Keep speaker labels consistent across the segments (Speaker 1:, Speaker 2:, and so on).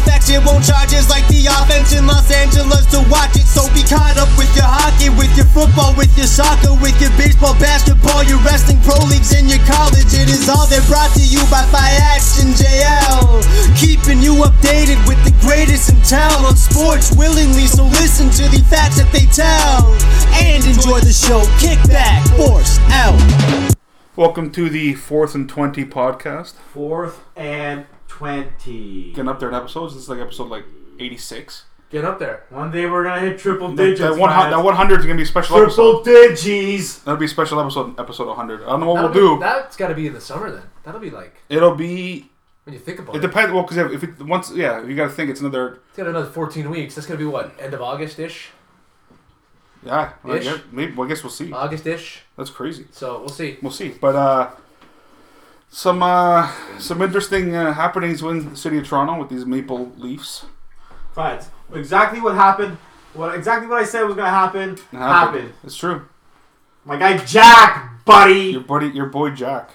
Speaker 1: facts. It won't charge us like the offense in Los Angeles to watch it. So be caught up with your hockey, with your football, with your soccer, with your baseball, basketball, your wrestling, pro leagues, and your college. It is all they're brought to you by Fiats and JL. Keeping you updated with the greatest in town on sports willingly. So listen to the facts that they tell and enjoy the show. Kick back, force out.
Speaker 2: Welcome to the Fourth and Twenty podcast.
Speaker 3: Fourth and 20.
Speaker 2: Getting up there in episodes. This is like episode like eighty-six.
Speaker 4: Get up there.
Speaker 3: One day we're going to hit triple
Speaker 2: That,
Speaker 3: digits.
Speaker 2: that one,
Speaker 3: guys.
Speaker 2: hun- that one hundred is gonna be a special episode.
Speaker 3: triple digits.
Speaker 2: That'll be a special episode. Episode one hundred. I don't know what
Speaker 4: That'll
Speaker 2: we'll
Speaker 4: be-
Speaker 2: do.
Speaker 4: That's got to be in the summer then. That'll be like
Speaker 2: It'll be.
Speaker 4: when you think about
Speaker 2: It
Speaker 4: it.
Speaker 2: depends. Well, because if it, once, yeah, you gotta think it's another.
Speaker 4: It's got another 14 weeks. That's gonna be what end of August ish,
Speaker 2: Yeah, I
Speaker 4: Ish.
Speaker 2: guess, maybe. Well, I guess we'll see.
Speaker 4: August ish.
Speaker 2: That's crazy.
Speaker 4: So we'll see.
Speaker 2: We'll see. But uh, some uh, some interesting uh, happenings in the city of Toronto with these Maple Leafs.
Speaker 3: Right. Exactly what happened. What exactly what I said was going to happen happened.
Speaker 2: It's true.
Speaker 3: My guy Jack, buddy.
Speaker 2: Your buddy, your boy Jack.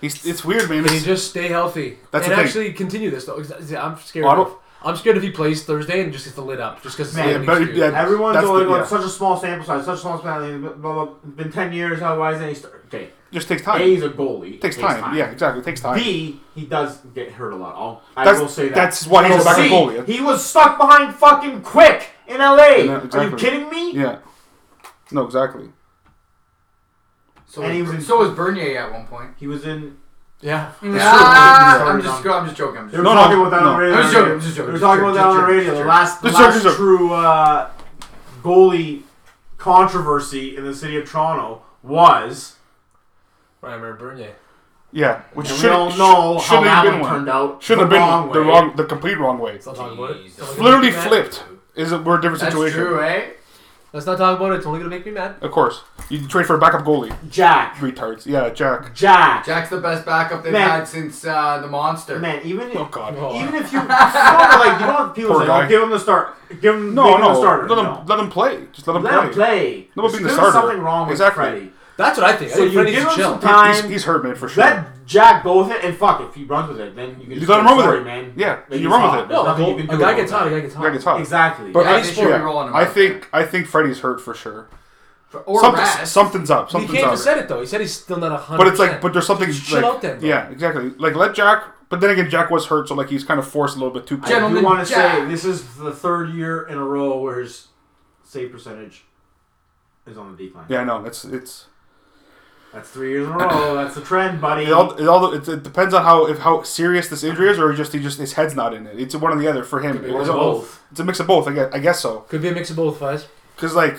Speaker 2: He's. It's weird, man.
Speaker 4: Can you
Speaker 2: It's,
Speaker 4: just stay healthy?
Speaker 2: That's
Speaker 4: and
Speaker 2: the thing. Oh,
Speaker 4: actually continue this though. 'cause I'm scared.
Speaker 2: Auto-
Speaker 4: Of, I'm scared if he plays Thursday and just gets lit up just because.
Speaker 3: Man,
Speaker 2: yeah, but, yeah,
Speaker 3: Everyone's
Speaker 2: that's
Speaker 3: only
Speaker 2: the-
Speaker 3: going
Speaker 2: yeah.
Speaker 3: such a small sample size, such a small sample size. Blah, blah, blah. It's been 10 years, otherwise, then he start. Okay.
Speaker 2: just takes
Speaker 3: A,
Speaker 2: time.
Speaker 3: he's a goalie.
Speaker 2: takes time. Yeah, exactly. It takes time.
Speaker 3: B, he does get hurt a lot. I'll, I
Speaker 2: That's-
Speaker 3: will say that.
Speaker 2: that's why he's
Speaker 3: And
Speaker 2: a backup
Speaker 3: C,
Speaker 2: goalie.
Speaker 3: He was stuck behind fucking Quick in LA.
Speaker 2: Yeah,
Speaker 3: Are you
Speaker 2: exactly.
Speaker 3: kidding me?
Speaker 2: yeah. No, exactly.
Speaker 5: So,
Speaker 3: And he was in-
Speaker 5: was, so was Bernier at one point.
Speaker 3: He was in.
Speaker 4: Yeah.
Speaker 5: Ah,
Speaker 3: Sorry,
Speaker 5: I'm
Speaker 3: Dom.
Speaker 5: just, go- I'm just joking. I'm
Speaker 3: They
Speaker 5: just
Speaker 3: were
Speaker 2: No,
Speaker 3: talking
Speaker 2: no,
Speaker 3: about that
Speaker 2: no.
Speaker 3: on the radio.
Speaker 5: I'm just joking, I'm just joking,
Speaker 3: They were
Speaker 5: just
Speaker 3: talking about
Speaker 5: joking,
Speaker 3: that on the
Speaker 5: just joking,
Speaker 3: radio. The
Speaker 5: just
Speaker 3: last, the
Speaker 2: joking.
Speaker 3: last
Speaker 2: Just joking,
Speaker 3: true uh, goalie controversy in the city of Toronto was,
Speaker 4: Reimer Bernier.
Speaker 2: Yeah, which
Speaker 3: and
Speaker 2: should
Speaker 3: we all know how
Speaker 2: shouldn't have
Speaker 3: that
Speaker 2: been
Speaker 3: one
Speaker 2: one.
Speaker 3: turned out.
Speaker 2: Should
Speaker 3: the
Speaker 2: have been
Speaker 3: wrong
Speaker 2: the
Speaker 3: way.
Speaker 2: wrong, the complete wrong way.
Speaker 4: Let's not talk about it. It's
Speaker 5: Jeez.
Speaker 4: only gonna
Speaker 2: Literally
Speaker 4: make me mad.
Speaker 2: flipped. Is it? We're a different
Speaker 5: That's
Speaker 2: situation.
Speaker 5: true, eh?
Speaker 4: Let's not talk about it. It's only gonna make me mad.
Speaker 2: Of course, you trade for a backup goalie.
Speaker 3: Jack.
Speaker 2: Retards. Yeah, Jack.
Speaker 3: Jack.
Speaker 5: Jack's the best backup they've
Speaker 3: Man.
Speaker 5: had since uh, the monster.
Speaker 3: Man, even
Speaker 2: Oh God.
Speaker 4: Oh,
Speaker 3: even if you, you know, like you know what people
Speaker 2: Poor
Speaker 3: say,
Speaker 2: guy.
Speaker 3: oh, give him the start, give him
Speaker 2: No,
Speaker 3: make him
Speaker 2: no.
Speaker 3: the starter.
Speaker 2: Let him
Speaker 3: no.
Speaker 2: let him play. Just let him
Speaker 3: Let
Speaker 2: play.
Speaker 3: him play.
Speaker 2: No, but being the
Speaker 3: There's
Speaker 2: starter.
Speaker 3: something wrong with
Speaker 2: Exactly.
Speaker 3: Freddie.
Speaker 4: That's what I think. I
Speaker 3: So
Speaker 4: think
Speaker 3: you
Speaker 4: Freddie
Speaker 3: give
Speaker 4: needs
Speaker 3: him
Speaker 4: to chill.
Speaker 3: some time.
Speaker 2: He's, he's hurt, man, for sure.
Speaker 3: Let Jack go with it, and fuck, if he runs with it, then you can
Speaker 2: You
Speaker 3: just
Speaker 2: let him
Speaker 3: go,
Speaker 2: run with
Speaker 3: sorry,
Speaker 2: it.
Speaker 3: man.
Speaker 2: Yeah,
Speaker 3: Like,
Speaker 2: you
Speaker 3: he's
Speaker 2: run with
Speaker 3: hot.
Speaker 2: it.
Speaker 3: There's
Speaker 4: No,
Speaker 3: nothing you
Speaker 4: a
Speaker 3: can
Speaker 4: guy,
Speaker 3: do about
Speaker 4: gets
Speaker 3: that.
Speaker 4: hot. A guy gets hot.
Speaker 2: Yeah, it's hot.
Speaker 3: Exactly.
Speaker 2: But
Speaker 5: Yeah,
Speaker 2: I,
Speaker 5: they should be
Speaker 2: yeah,
Speaker 5: rolling him
Speaker 2: I
Speaker 5: out.
Speaker 2: think I think Freddie's hurt for sure.
Speaker 5: Or
Speaker 2: Something-
Speaker 5: Raz.
Speaker 2: something's up. Something's
Speaker 4: he came
Speaker 2: up.
Speaker 4: and said it though. He said he's still not a hundred.
Speaker 2: But it's like, but there's something.
Speaker 4: Just chill
Speaker 2: like-
Speaker 4: out then, bro.
Speaker 2: Yeah, exactly. Like let Jack. But then again, Jack was hurt, so like he's kind of forced a little bit too.
Speaker 3: I do
Speaker 5: Gentlemen,
Speaker 3: want to say
Speaker 5: Jack.
Speaker 3: this is the third year in a row where his save percentage is on the decline.
Speaker 2: Yeah, no, it's it's
Speaker 3: That's three years in a row. That's the trend, buddy.
Speaker 2: it all, it, all it, it depends on how if how serious this injury is, or just he just his head's not in it. It's one or the other for him.
Speaker 4: Could be
Speaker 2: It
Speaker 4: one
Speaker 2: was
Speaker 4: of
Speaker 2: a-
Speaker 3: both.
Speaker 2: It's a mix of both. I guess, I guess so.
Speaker 4: Could be a mix of both, guys.
Speaker 2: Because like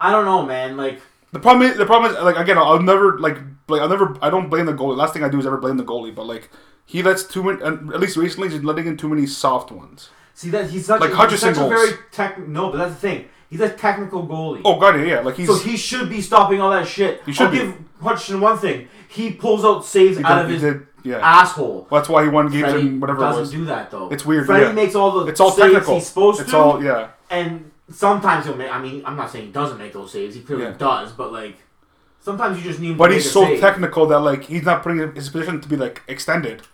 Speaker 3: I don't know, man. Like
Speaker 2: the problem is the problem is like again I'll, I'll never like like I'll never I don't blame the goalie. Last thing I do is ever blame the goalie. But like he lets too many and at least recently he's letting in too many soft ones.
Speaker 3: see that he's such
Speaker 2: Like
Speaker 3: a,
Speaker 2: Hutchinson
Speaker 3: he's such a
Speaker 2: goals.
Speaker 3: very tech. No, but that's the thing. He's a technical goalie.
Speaker 2: Oh god, yeah, yeah. Like he's
Speaker 3: So he should be stopping all that shit.
Speaker 2: He should
Speaker 3: I'll
Speaker 2: be.
Speaker 3: give Hutchinson one thing. He pulls out saves
Speaker 2: he
Speaker 3: out
Speaker 2: did-
Speaker 3: of
Speaker 2: he
Speaker 3: his
Speaker 2: did- yeah.
Speaker 3: asshole.
Speaker 2: That's why he won games
Speaker 3: Freddie
Speaker 2: and whatever it
Speaker 3: doesn't
Speaker 2: was.
Speaker 3: do that though.
Speaker 2: It's weird,
Speaker 3: Freddie
Speaker 2: yeah.
Speaker 3: makes all the
Speaker 2: It's all
Speaker 3: saves
Speaker 2: technical.
Speaker 3: he's supposed
Speaker 2: it's
Speaker 3: to,
Speaker 2: all yeah.
Speaker 3: and sometimes he'll make. I mean, I'm not saying he doesn't make those saves. He clearly
Speaker 2: Yeah.
Speaker 3: does, but like sometimes you just need. him
Speaker 2: But
Speaker 3: to
Speaker 2: he's
Speaker 3: make a
Speaker 2: so
Speaker 3: save.
Speaker 2: technical that like he's not putting his position to be like extended.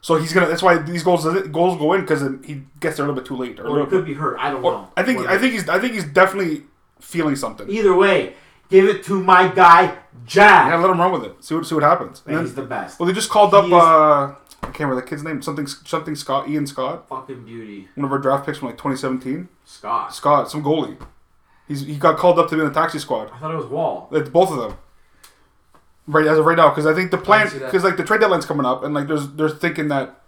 Speaker 2: So he's gonna. That's why these goals goals go in because he gets there a little bit too late. Or, a
Speaker 3: Or
Speaker 2: little
Speaker 3: it could
Speaker 2: bit,
Speaker 3: be hurt. I don't
Speaker 2: or
Speaker 3: know.
Speaker 2: I think I think he's I think he's definitely feeling something. Yeah,
Speaker 3: either way, give it to my guy Jack.
Speaker 2: let him run with it. See what see what happens. And
Speaker 3: And
Speaker 2: then-
Speaker 3: he's the best.
Speaker 2: well, they just called up.
Speaker 3: He is-
Speaker 2: uh I can't remember the kid's name. Something something Scott Ian Scott,
Speaker 3: Fucking beauty,
Speaker 2: one of our draft picks from like 2017.
Speaker 3: Scott.
Speaker 2: Scott, some goalie. He's he got called up to be in the taxi squad.
Speaker 3: I thought it was Wall.
Speaker 2: It's both of them. Right as of right now, because I think the plan,
Speaker 4: see that.
Speaker 2: because like the trade deadline's coming up, and like there's there's thinking that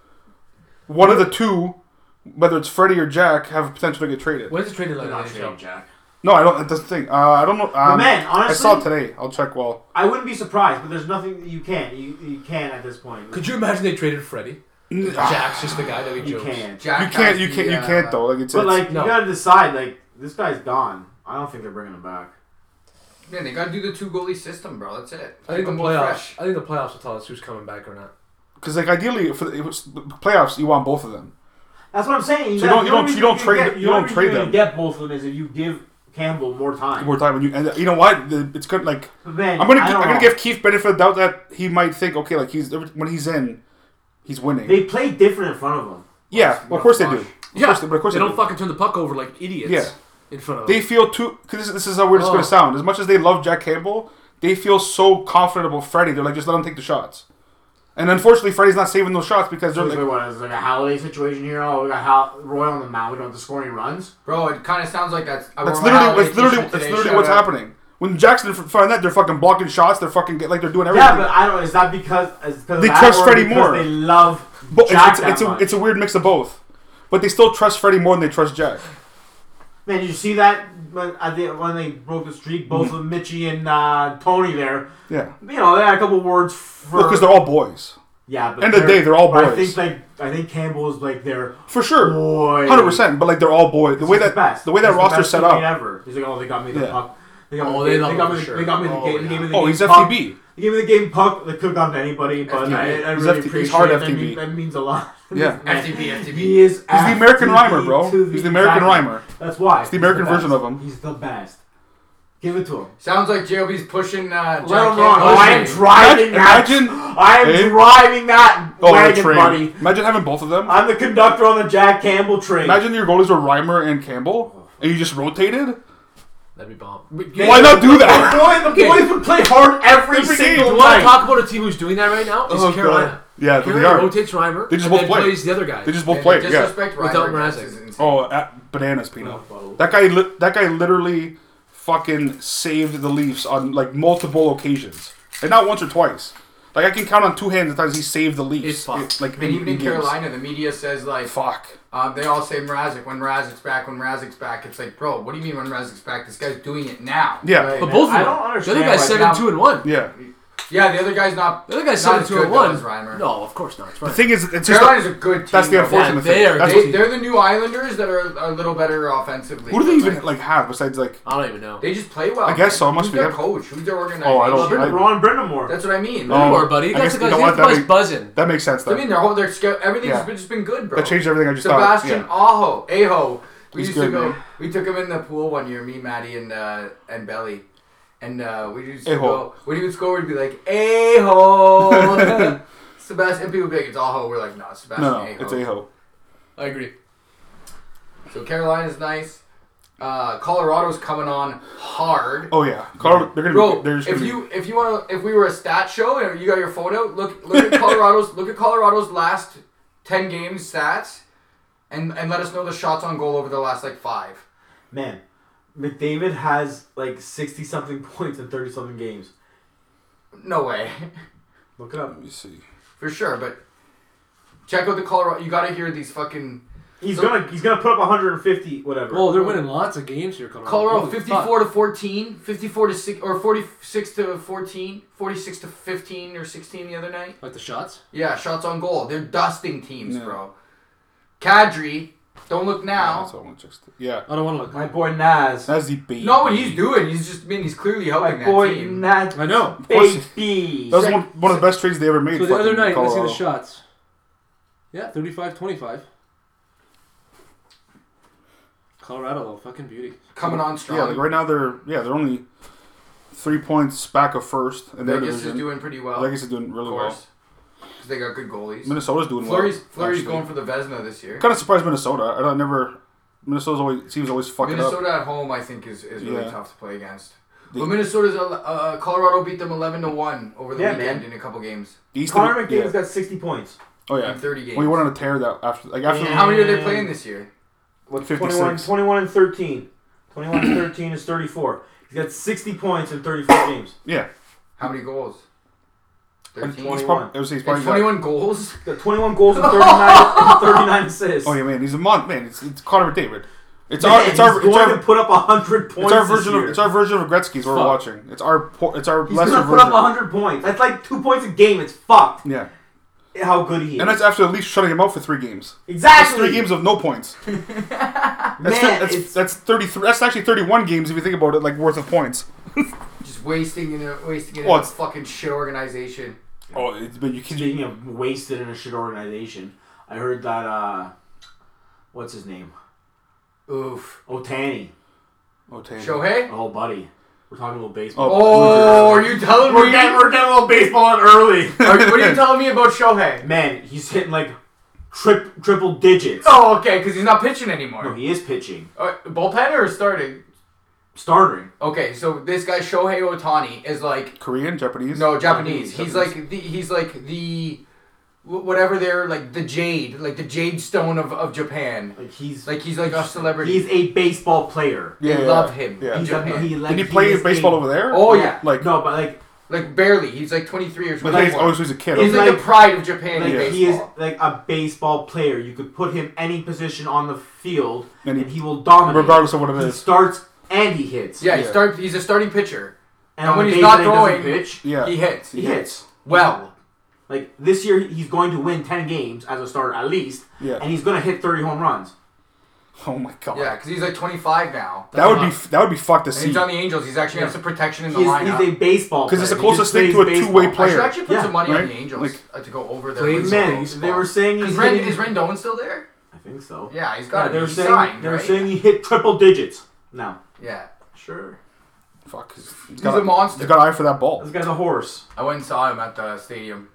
Speaker 2: one of the two, whether it's Freddie or Jack, have potential to get traded.
Speaker 4: When's the trade deadline?
Speaker 3: They're
Speaker 4: in the
Speaker 3: not
Speaker 4: NHL?
Speaker 3: trading Jack.
Speaker 2: No, I don't. That's the thing. Uh, I don't know. Um,
Speaker 3: man,
Speaker 2: I saw it
Speaker 3: honestly-
Speaker 2: today. I'll check. Well,
Speaker 3: I wouldn't be surprised, but there's nothing that you can. You you can at this point.
Speaker 4: Could you imagine they traded Freddie? Jack's just the guy that we
Speaker 3: You
Speaker 4: chose.
Speaker 3: can.
Speaker 5: Jack
Speaker 2: you can't.
Speaker 5: has
Speaker 2: You
Speaker 5: the,
Speaker 2: can't. You
Speaker 5: uh,
Speaker 2: can't though. Like it's,
Speaker 3: But
Speaker 2: it's-
Speaker 3: like
Speaker 4: No.
Speaker 3: you gotta decide. Like this guy's gone. I don't think they're bringing him back.
Speaker 5: Man, they gotta do the two goalie system, bro. That's it.
Speaker 4: I think the
Speaker 5: Keep 'em both
Speaker 4: playoffs. I think the playoffs will tell us who's coming back or not.
Speaker 2: Because like ideally for the, it was, the playoffs, you want both of them.
Speaker 3: That's what I'm saying.
Speaker 2: So you
Speaker 3: That-
Speaker 2: don't-
Speaker 3: the
Speaker 2: you
Speaker 3: only
Speaker 2: don't- you
Speaker 3: reason
Speaker 2: don't
Speaker 3: can
Speaker 2: trade
Speaker 3: get-
Speaker 2: them-
Speaker 3: the
Speaker 2: you don't
Speaker 3: only reason
Speaker 2: trade
Speaker 3: you
Speaker 2: them.
Speaker 3: can Get both of them is if you give Campbell more time.
Speaker 2: More time, and you and you know what? The- It's good. Like
Speaker 3: But then,
Speaker 2: I'm gonna
Speaker 3: I
Speaker 2: gi-
Speaker 3: don't
Speaker 2: I'm gonna
Speaker 3: know.
Speaker 2: give Keith benefit of the doubt that he might think okay, like he's when he's in, he's winning.
Speaker 3: They play different in front of them.
Speaker 2: yeah, well, of course they do. Of
Speaker 6: Yeah,
Speaker 2: course they- but of course
Speaker 6: they
Speaker 2: they
Speaker 6: don't
Speaker 2: do.
Speaker 6: fucking turn the puck over like idiots.
Speaker 2: Yeah.
Speaker 6: in front of
Speaker 2: They
Speaker 6: them.
Speaker 2: feel too. Cause this, this is how weird it's
Speaker 6: Oh.
Speaker 2: gonna sound. As much as they love Jack Campbell, they feel so confident about Freddie. They're like, just let him take the shots. And unfortunately, Freddie's not saving those shots because they're
Speaker 3: So it's like,
Speaker 2: like,
Speaker 3: what, is it like a Halliday situation here? Oh, we got Hal- Roy on the mound. We don't have to score any runs.
Speaker 5: Bro, it kind of sounds like that's. I
Speaker 2: that's
Speaker 5: wore my
Speaker 2: literally, that's
Speaker 5: Holiday
Speaker 2: literally,
Speaker 5: t-shirt
Speaker 2: that's
Speaker 5: today,
Speaker 2: literally
Speaker 5: shout
Speaker 2: what's
Speaker 5: out.
Speaker 2: happening. When Jackson in front of that, they're fucking blocking shots. They're fucking get, like they're doing everything.
Speaker 3: Yeah, but I don't. Is that because is because of
Speaker 2: They
Speaker 3: that,
Speaker 2: trust
Speaker 3: or
Speaker 2: Freddie
Speaker 3: because
Speaker 2: more.
Speaker 3: They love
Speaker 2: Bo- it's-
Speaker 3: Jack
Speaker 2: it's,
Speaker 3: that
Speaker 2: it's a
Speaker 3: much?
Speaker 2: it's a weird mix of both. But they still trust Freddie more than they trust Jack.
Speaker 3: Man, did you see that when I think when they broke the streak, both of Mitchie and uh, Tony there.
Speaker 2: Yeah,
Speaker 3: You know, they had a couple words for
Speaker 2: because they're all boys
Speaker 3: yeah. But
Speaker 2: end of the day, they're all
Speaker 3: but I
Speaker 2: boys.
Speaker 3: think like I think Campbell is like their
Speaker 2: for sure,
Speaker 3: boy.
Speaker 2: hundred percent. But like they're all boys. The way
Speaker 3: He's
Speaker 2: that
Speaker 3: best.
Speaker 2: the way that
Speaker 3: He's
Speaker 2: roster's
Speaker 3: best
Speaker 2: set
Speaker 3: teammate
Speaker 2: up.
Speaker 3: Ever. He's like, oh, they got me the
Speaker 2: Yeah.
Speaker 3: puck. They got,
Speaker 6: Oh,
Speaker 3: me,
Speaker 6: they
Speaker 3: they,
Speaker 6: love
Speaker 3: got
Speaker 6: him
Speaker 3: me,
Speaker 6: for
Speaker 3: they got me the
Speaker 6: sure.
Speaker 3: game.
Speaker 6: Oh,
Speaker 3: They gave me the
Speaker 2: Oh,
Speaker 3: game
Speaker 2: he's
Speaker 3: puck.
Speaker 2: FTB.
Speaker 3: They gave me the game puck. They could have gone to anybody, but
Speaker 5: FTB.
Speaker 3: I, I
Speaker 2: He's
Speaker 3: really
Speaker 2: FTB. He's
Speaker 3: appreciate
Speaker 2: hard
Speaker 3: it. That,
Speaker 2: FTB.
Speaker 3: mean- that means a lot.
Speaker 2: Yeah.
Speaker 5: FTP, FTP.
Speaker 3: He is He's
Speaker 2: the American rhymer, bro. He's the American rhymer.
Speaker 3: That's why.
Speaker 2: the American version
Speaker 3: best.
Speaker 2: of him.
Speaker 3: He's the best. Give it to him.
Speaker 5: Sounds like JLB's pushing. Uh, Jack
Speaker 3: Let him
Speaker 5: Campbell.
Speaker 3: run. Oh, I am driving that.
Speaker 2: Imagine-
Speaker 3: I am
Speaker 2: eh?
Speaker 3: driving that
Speaker 2: Oh, on a
Speaker 3: wagon,
Speaker 2: train.
Speaker 3: buddy.
Speaker 2: Imagine having both of them.
Speaker 3: I'm the conductor on the Jack Campbell train.
Speaker 2: Imagine your goalies were Reimer and Campbell, and you just rotated.
Speaker 4: That'd be bomb.
Speaker 2: Why not do that?
Speaker 3: Boy, the boys would play hard every,
Speaker 2: Every
Speaker 3: single
Speaker 2: game.
Speaker 3: game.
Speaker 2: You
Speaker 4: want to talk about a team who's doing that right now? Is
Speaker 2: Oh, God.
Speaker 4: Carolina.
Speaker 2: Yeah, they
Speaker 4: Carolina
Speaker 2: are.
Speaker 4: rotates Reimer.
Speaker 2: They just
Speaker 4: and
Speaker 2: both
Speaker 4: then
Speaker 2: play.
Speaker 4: plays the other guy.
Speaker 2: They just both
Speaker 5: And
Speaker 2: played. Yeah.
Speaker 5: Disrespect
Speaker 4: Without
Speaker 5: Ryder, that's
Speaker 4: Mrazek.
Speaker 5: his insane.
Speaker 2: Oh, at bananas, Pino. That guy. Li- that guy literally fucking saved the Leafs on like multiple occasions, and not once or twice. Like I can count on two hands the times he saved the Leafs.
Speaker 4: It's fucked.
Speaker 2: It- like
Speaker 5: And even in
Speaker 2: games.
Speaker 5: Carolina, the media says like,
Speaker 2: Fuck.
Speaker 5: um, they all say Mrazek when Mrazek's back, when Mrazek's back. It's like, bro, what do you mean when Mrazek's back? This guy's doing it now.
Speaker 2: Yeah.
Speaker 4: But both
Speaker 3: I don't
Speaker 4: of them. The
Speaker 3: understand
Speaker 4: other guy's
Speaker 3: why
Speaker 4: seven
Speaker 5: not-
Speaker 4: two and one.
Speaker 2: Yeah.
Speaker 5: Yeah, the other guy's not.
Speaker 4: The other guy's
Speaker 5: not
Speaker 4: seven
Speaker 5: as
Speaker 4: two and
Speaker 5: good though
Speaker 4: one.
Speaker 5: as Reimer.
Speaker 4: No, of course not. It's Reimer.
Speaker 2: The thing is, it's just
Speaker 5: Carolina's a good team.
Speaker 2: that's the
Speaker 5: though.
Speaker 2: unfortunate
Speaker 4: Yeah, they
Speaker 2: thing.
Speaker 4: are
Speaker 2: That's
Speaker 4: good.
Speaker 2: what-
Speaker 5: They, are the new Islanders that are, are a little better offensively.
Speaker 2: who do they
Speaker 5: But,
Speaker 2: even
Speaker 5: like,
Speaker 2: like have besides like?
Speaker 4: I don't even know.
Speaker 5: They just play well.
Speaker 2: I guess so,
Speaker 5: man.
Speaker 2: must
Speaker 5: Who's
Speaker 2: be.
Speaker 5: their coach? Who's their organization?
Speaker 2: Oh, I don't-
Speaker 3: Brendan- Ron Brendamore.
Speaker 5: That's what I mean.
Speaker 2: Oh,
Speaker 4: Or, buddy,
Speaker 2: I
Speaker 4: that's
Speaker 2: guess-
Speaker 4: the
Speaker 2: you
Speaker 4: guys.
Speaker 2: know
Speaker 4: You
Speaker 2: what,
Speaker 4: know
Speaker 2: that
Speaker 4: guys
Speaker 2: make-
Speaker 4: buzzing.
Speaker 2: That makes sense.
Speaker 5: I
Speaker 2: Then.
Speaker 5: mean, their whole their scout, everything's
Speaker 2: Yeah.
Speaker 5: just been good, bro.
Speaker 2: That changed everything I just thought,
Speaker 5: Sebastian
Speaker 2: yeah.
Speaker 5: Aho, Aho. We
Speaker 2: He's
Speaker 5: used to
Speaker 2: good,
Speaker 5: go.
Speaker 2: man.
Speaker 5: We took him in the pool one year, me, Maddie, and uh, and Belly, and uh, we used to
Speaker 2: Aho.
Speaker 5: go. When he would score, we'd be like Aho. Sebastian, and people would be like, "It's Aho." We're like, "No, it's Sebastian
Speaker 2: no,
Speaker 5: Aho."
Speaker 2: it's Aho.
Speaker 4: I agree.
Speaker 5: So Carolina's nice. Uh, Colorado's coming on hard.
Speaker 2: Oh yeah, Colorado. They're gonna
Speaker 5: Bro,
Speaker 2: be. They're just
Speaker 5: if
Speaker 2: gonna
Speaker 5: you if you want to if we were a stat show and you got your phone out, look look at Colorado's look at Colorado's last ten games stats, and and let us know the shots on goal over the last like five.
Speaker 3: Man, McDavid has like 60 something points in 30 something games.
Speaker 5: No way,
Speaker 3: Look it up.
Speaker 2: be, see.
Speaker 5: for sure. But check out the Colorado. You got to hear these fucking
Speaker 3: He's
Speaker 5: So-
Speaker 3: gonna he's gonna put up 150 whatever.
Speaker 4: Well, they're winning lots of games here. Colorado.
Speaker 5: Colorado
Speaker 4: Holy
Speaker 5: 54 to 14, 54 to six or 46 to 14, 46 to 15 or 16 the other night.
Speaker 4: fuck. Like the shots.
Speaker 5: Yeah, shots on goal. They're dusting teams,
Speaker 2: Yeah.
Speaker 5: bro. Kadri, don't look now.
Speaker 2: That's what I want to check. Yeah,
Speaker 4: I don't want to look.
Speaker 3: My boy Nas.
Speaker 2: that's the baby.
Speaker 5: No, what he's doing, he's just I mean he's clearly
Speaker 3: My
Speaker 5: helping that
Speaker 3: boy
Speaker 5: team.
Speaker 3: Nas.
Speaker 4: I know.
Speaker 2: course.
Speaker 3: Baby.
Speaker 2: That was one, one of the best trades they ever made.
Speaker 4: So the other
Speaker 2: fucking
Speaker 4: night, let's see the
Speaker 2: Colorado.
Speaker 4: shots. Yeah, 35-25. Colorado, though, fucking beauty.
Speaker 5: Coming on strong.
Speaker 2: Yeah, like right now they're yeah they're only three points back of first, and they're
Speaker 5: Vegas is doing pretty well.
Speaker 2: Vegas is doing really
Speaker 5: of
Speaker 2: well.
Speaker 5: course. Because they got good goalies.
Speaker 2: Minnesota's doing
Speaker 5: Flurry's
Speaker 2: well.
Speaker 5: Flurry's
Speaker 2: actually.
Speaker 5: going for the Vesna this year.
Speaker 2: I'm kind of surprised Minnesota. I don't never. Minnesota's always seems always fucking up.
Speaker 5: Minnesota at home, I think, is, is really
Speaker 2: Yeah.
Speaker 5: tough to play against.
Speaker 2: The-
Speaker 5: But Minnesota's ele- uh, Colorado beat them eleven to one over the
Speaker 3: Yeah,
Speaker 5: weekend
Speaker 3: man.
Speaker 5: in a couple games.
Speaker 2: The East
Speaker 3: Connor
Speaker 2: yeah.
Speaker 3: McDavid's got 60 points.
Speaker 2: Oh yeah,
Speaker 5: in 30 games.
Speaker 2: We went on a tear that after like after
Speaker 5: How many are they
Speaker 3: And-
Speaker 5: playing this year?
Speaker 3: What's
Speaker 2: 56.
Speaker 3: 21, 21 and 13. 21 and 13 is 34. He's got 60 points in 34 games.
Speaker 2: yeah.
Speaker 5: How many goals? Thirteen.
Speaker 2: He's
Speaker 5: And
Speaker 3: 21.
Speaker 2: probably, I would say he's probably got-
Speaker 5: Twenty-one goals.
Speaker 3: He's got 21 goals and 39, and 39 assists.
Speaker 2: Oh yeah, man, he's a mon man. It's, it's Connor McDavid. It's
Speaker 3: Man,
Speaker 2: our it's our
Speaker 3: he's
Speaker 2: it's
Speaker 3: going
Speaker 2: our,
Speaker 3: to put up 100 points.
Speaker 2: it's our
Speaker 3: this
Speaker 2: version
Speaker 3: year.
Speaker 2: of it's our version of Gretzky's we're
Speaker 4: Fuck.
Speaker 2: watching. It's our po- it's our
Speaker 3: He's
Speaker 2: lesser
Speaker 3: gonna put
Speaker 2: version.
Speaker 3: up 100 points. That's like two points a game. It's fucked.
Speaker 2: yeah,
Speaker 3: How good he is.
Speaker 2: and that's after at least shutting him out for three games. That's
Speaker 3: exactly
Speaker 2: three games of no points. That's
Speaker 3: Man,
Speaker 2: thir- that's,
Speaker 3: it's,
Speaker 2: that's thirty three. That's actually thirty one games if you think about it, like worth of points.
Speaker 5: Just wasting in a wasting in
Speaker 2: Well,
Speaker 5: a
Speaker 2: it's-
Speaker 5: fucking shit organization.
Speaker 2: Oh, it, but you can.
Speaker 3: Speaking of wasted in a shit organization, I heard that uh, what's his name?
Speaker 5: Oof.
Speaker 3: Otani,
Speaker 2: Oh, Tanner.
Speaker 5: Shohei.
Speaker 3: oh buddy, we're talking about baseball.
Speaker 5: Oh, are you telling me?
Speaker 3: We're getting we're getting a little baseball on early.
Speaker 5: Are you- what are you telling me about Shohei?
Speaker 3: Man, he's hitting like trip triple digits.
Speaker 5: Oh, okay, because he's not pitching
Speaker 3: No,
Speaker 5: anymore.
Speaker 3: he is pitching,
Speaker 5: Uh, bullpen or starting?
Speaker 3: starting.
Speaker 5: Okay, so this guy Shohei Otani is like
Speaker 2: Korean, Japanese.
Speaker 5: no Japanese.
Speaker 2: Japanese.
Speaker 5: He's like the he's like the wh- whatever they're like the jade, like the jade stone of, of Japan.
Speaker 3: Like he's
Speaker 5: Like he's like a celebrity.
Speaker 3: he's a baseball player.
Speaker 2: Yeah,
Speaker 5: they
Speaker 2: yeah,
Speaker 5: love
Speaker 2: yeah.
Speaker 5: him.
Speaker 2: Yeah.
Speaker 5: in
Speaker 3: He's a,
Speaker 5: Japan.
Speaker 3: he, like,
Speaker 2: Did he play
Speaker 3: is
Speaker 2: baseball
Speaker 3: a-
Speaker 2: over there?
Speaker 5: oh yeah,
Speaker 2: Like,
Speaker 3: No, but like
Speaker 5: like barely. He's like 23 or
Speaker 2: but he's
Speaker 5: 24.
Speaker 2: always was a kid.
Speaker 5: he's
Speaker 2: okay.
Speaker 5: like,
Speaker 3: like-
Speaker 5: the pride of Japan
Speaker 3: Like
Speaker 5: in baseball.
Speaker 3: he is like a baseball player. You could put him any position on the field,
Speaker 2: And
Speaker 3: and
Speaker 2: he-
Speaker 3: he, will dominate.
Speaker 2: regardless of what it
Speaker 3: he
Speaker 2: is.
Speaker 3: starts and he hits.
Speaker 5: yeah, he
Speaker 2: yeah.
Speaker 5: start, he's a starting pitcher.
Speaker 3: and,
Speaker 5: when
Speaker 3: on
Speaker 5: he's
Speaker 3: days
Speaker 5: not
Speaker 3: that he doesn't
Speaker 5: throwing-
Speaker 3: pitch,
Speaker 2: yeah.
Speaker 5: He hits.
Speaker 3: he hits.
Speaker 5: Well,
Speaker 3: Like this year, he's going to win ten games as a starter at least,
Speaker 2: Yeah.
Speaker 3: and he's going to hit thirty home runs.
Speaker 2: Oh my god.
Speaker 5: yeah, because he's like 25 now.
Speaker 2: That would be f- that would be fucked to
Speaker 5: And
Speaker 2: see.
Speaker 5: he's on the Angels. He's actually got some protection in the
Speaker 3: He's,
Speaker 5: lineup.
Speaker 3: he's a baseball because
Speaker 2: it's the closest thing to a two-way play-
Speaker 5: I should actually put
Speaker 3: Yeah,
Speaker 5: some money on
Speaker 2: right?
Speaker 5: the Angels
Speaker 2: Like-
Speaker 5: uh, to go over their
Speaker 4: Play
Speaker 5: wins
Speaker 3: men.
Speaker 5: total
Speaker 3: They were
Speaker 5: spot.
Speaker 3: saying he's
Speaker 5: Is Ren-
Speaker 3: hitting-
Speaker 5: is Rendon still there?
Speaker 3: I think so.
Speaker 5: Yeah, he's
Speaker 3: Yeah,
Speaker 5: got
Speaker 3: they
Speaker 5: to
Speaker 3: were
Speaker 5: be
Speaker 3: saying
Speaker 5: signed,
Speaker 3: they were
Speaker 5: right?
Speaker 3: saying he hit triple digits. No,
Speaker 5: yeah.
Speaker 3: sure.
Speaker 2: Fuck. He's, he's
Speaker 5: a monster.
Speaker 2: He's got an eye for that ball.
Speaker 3: This guy's a horse.
Speaker 5: I went and saw him at the stadium.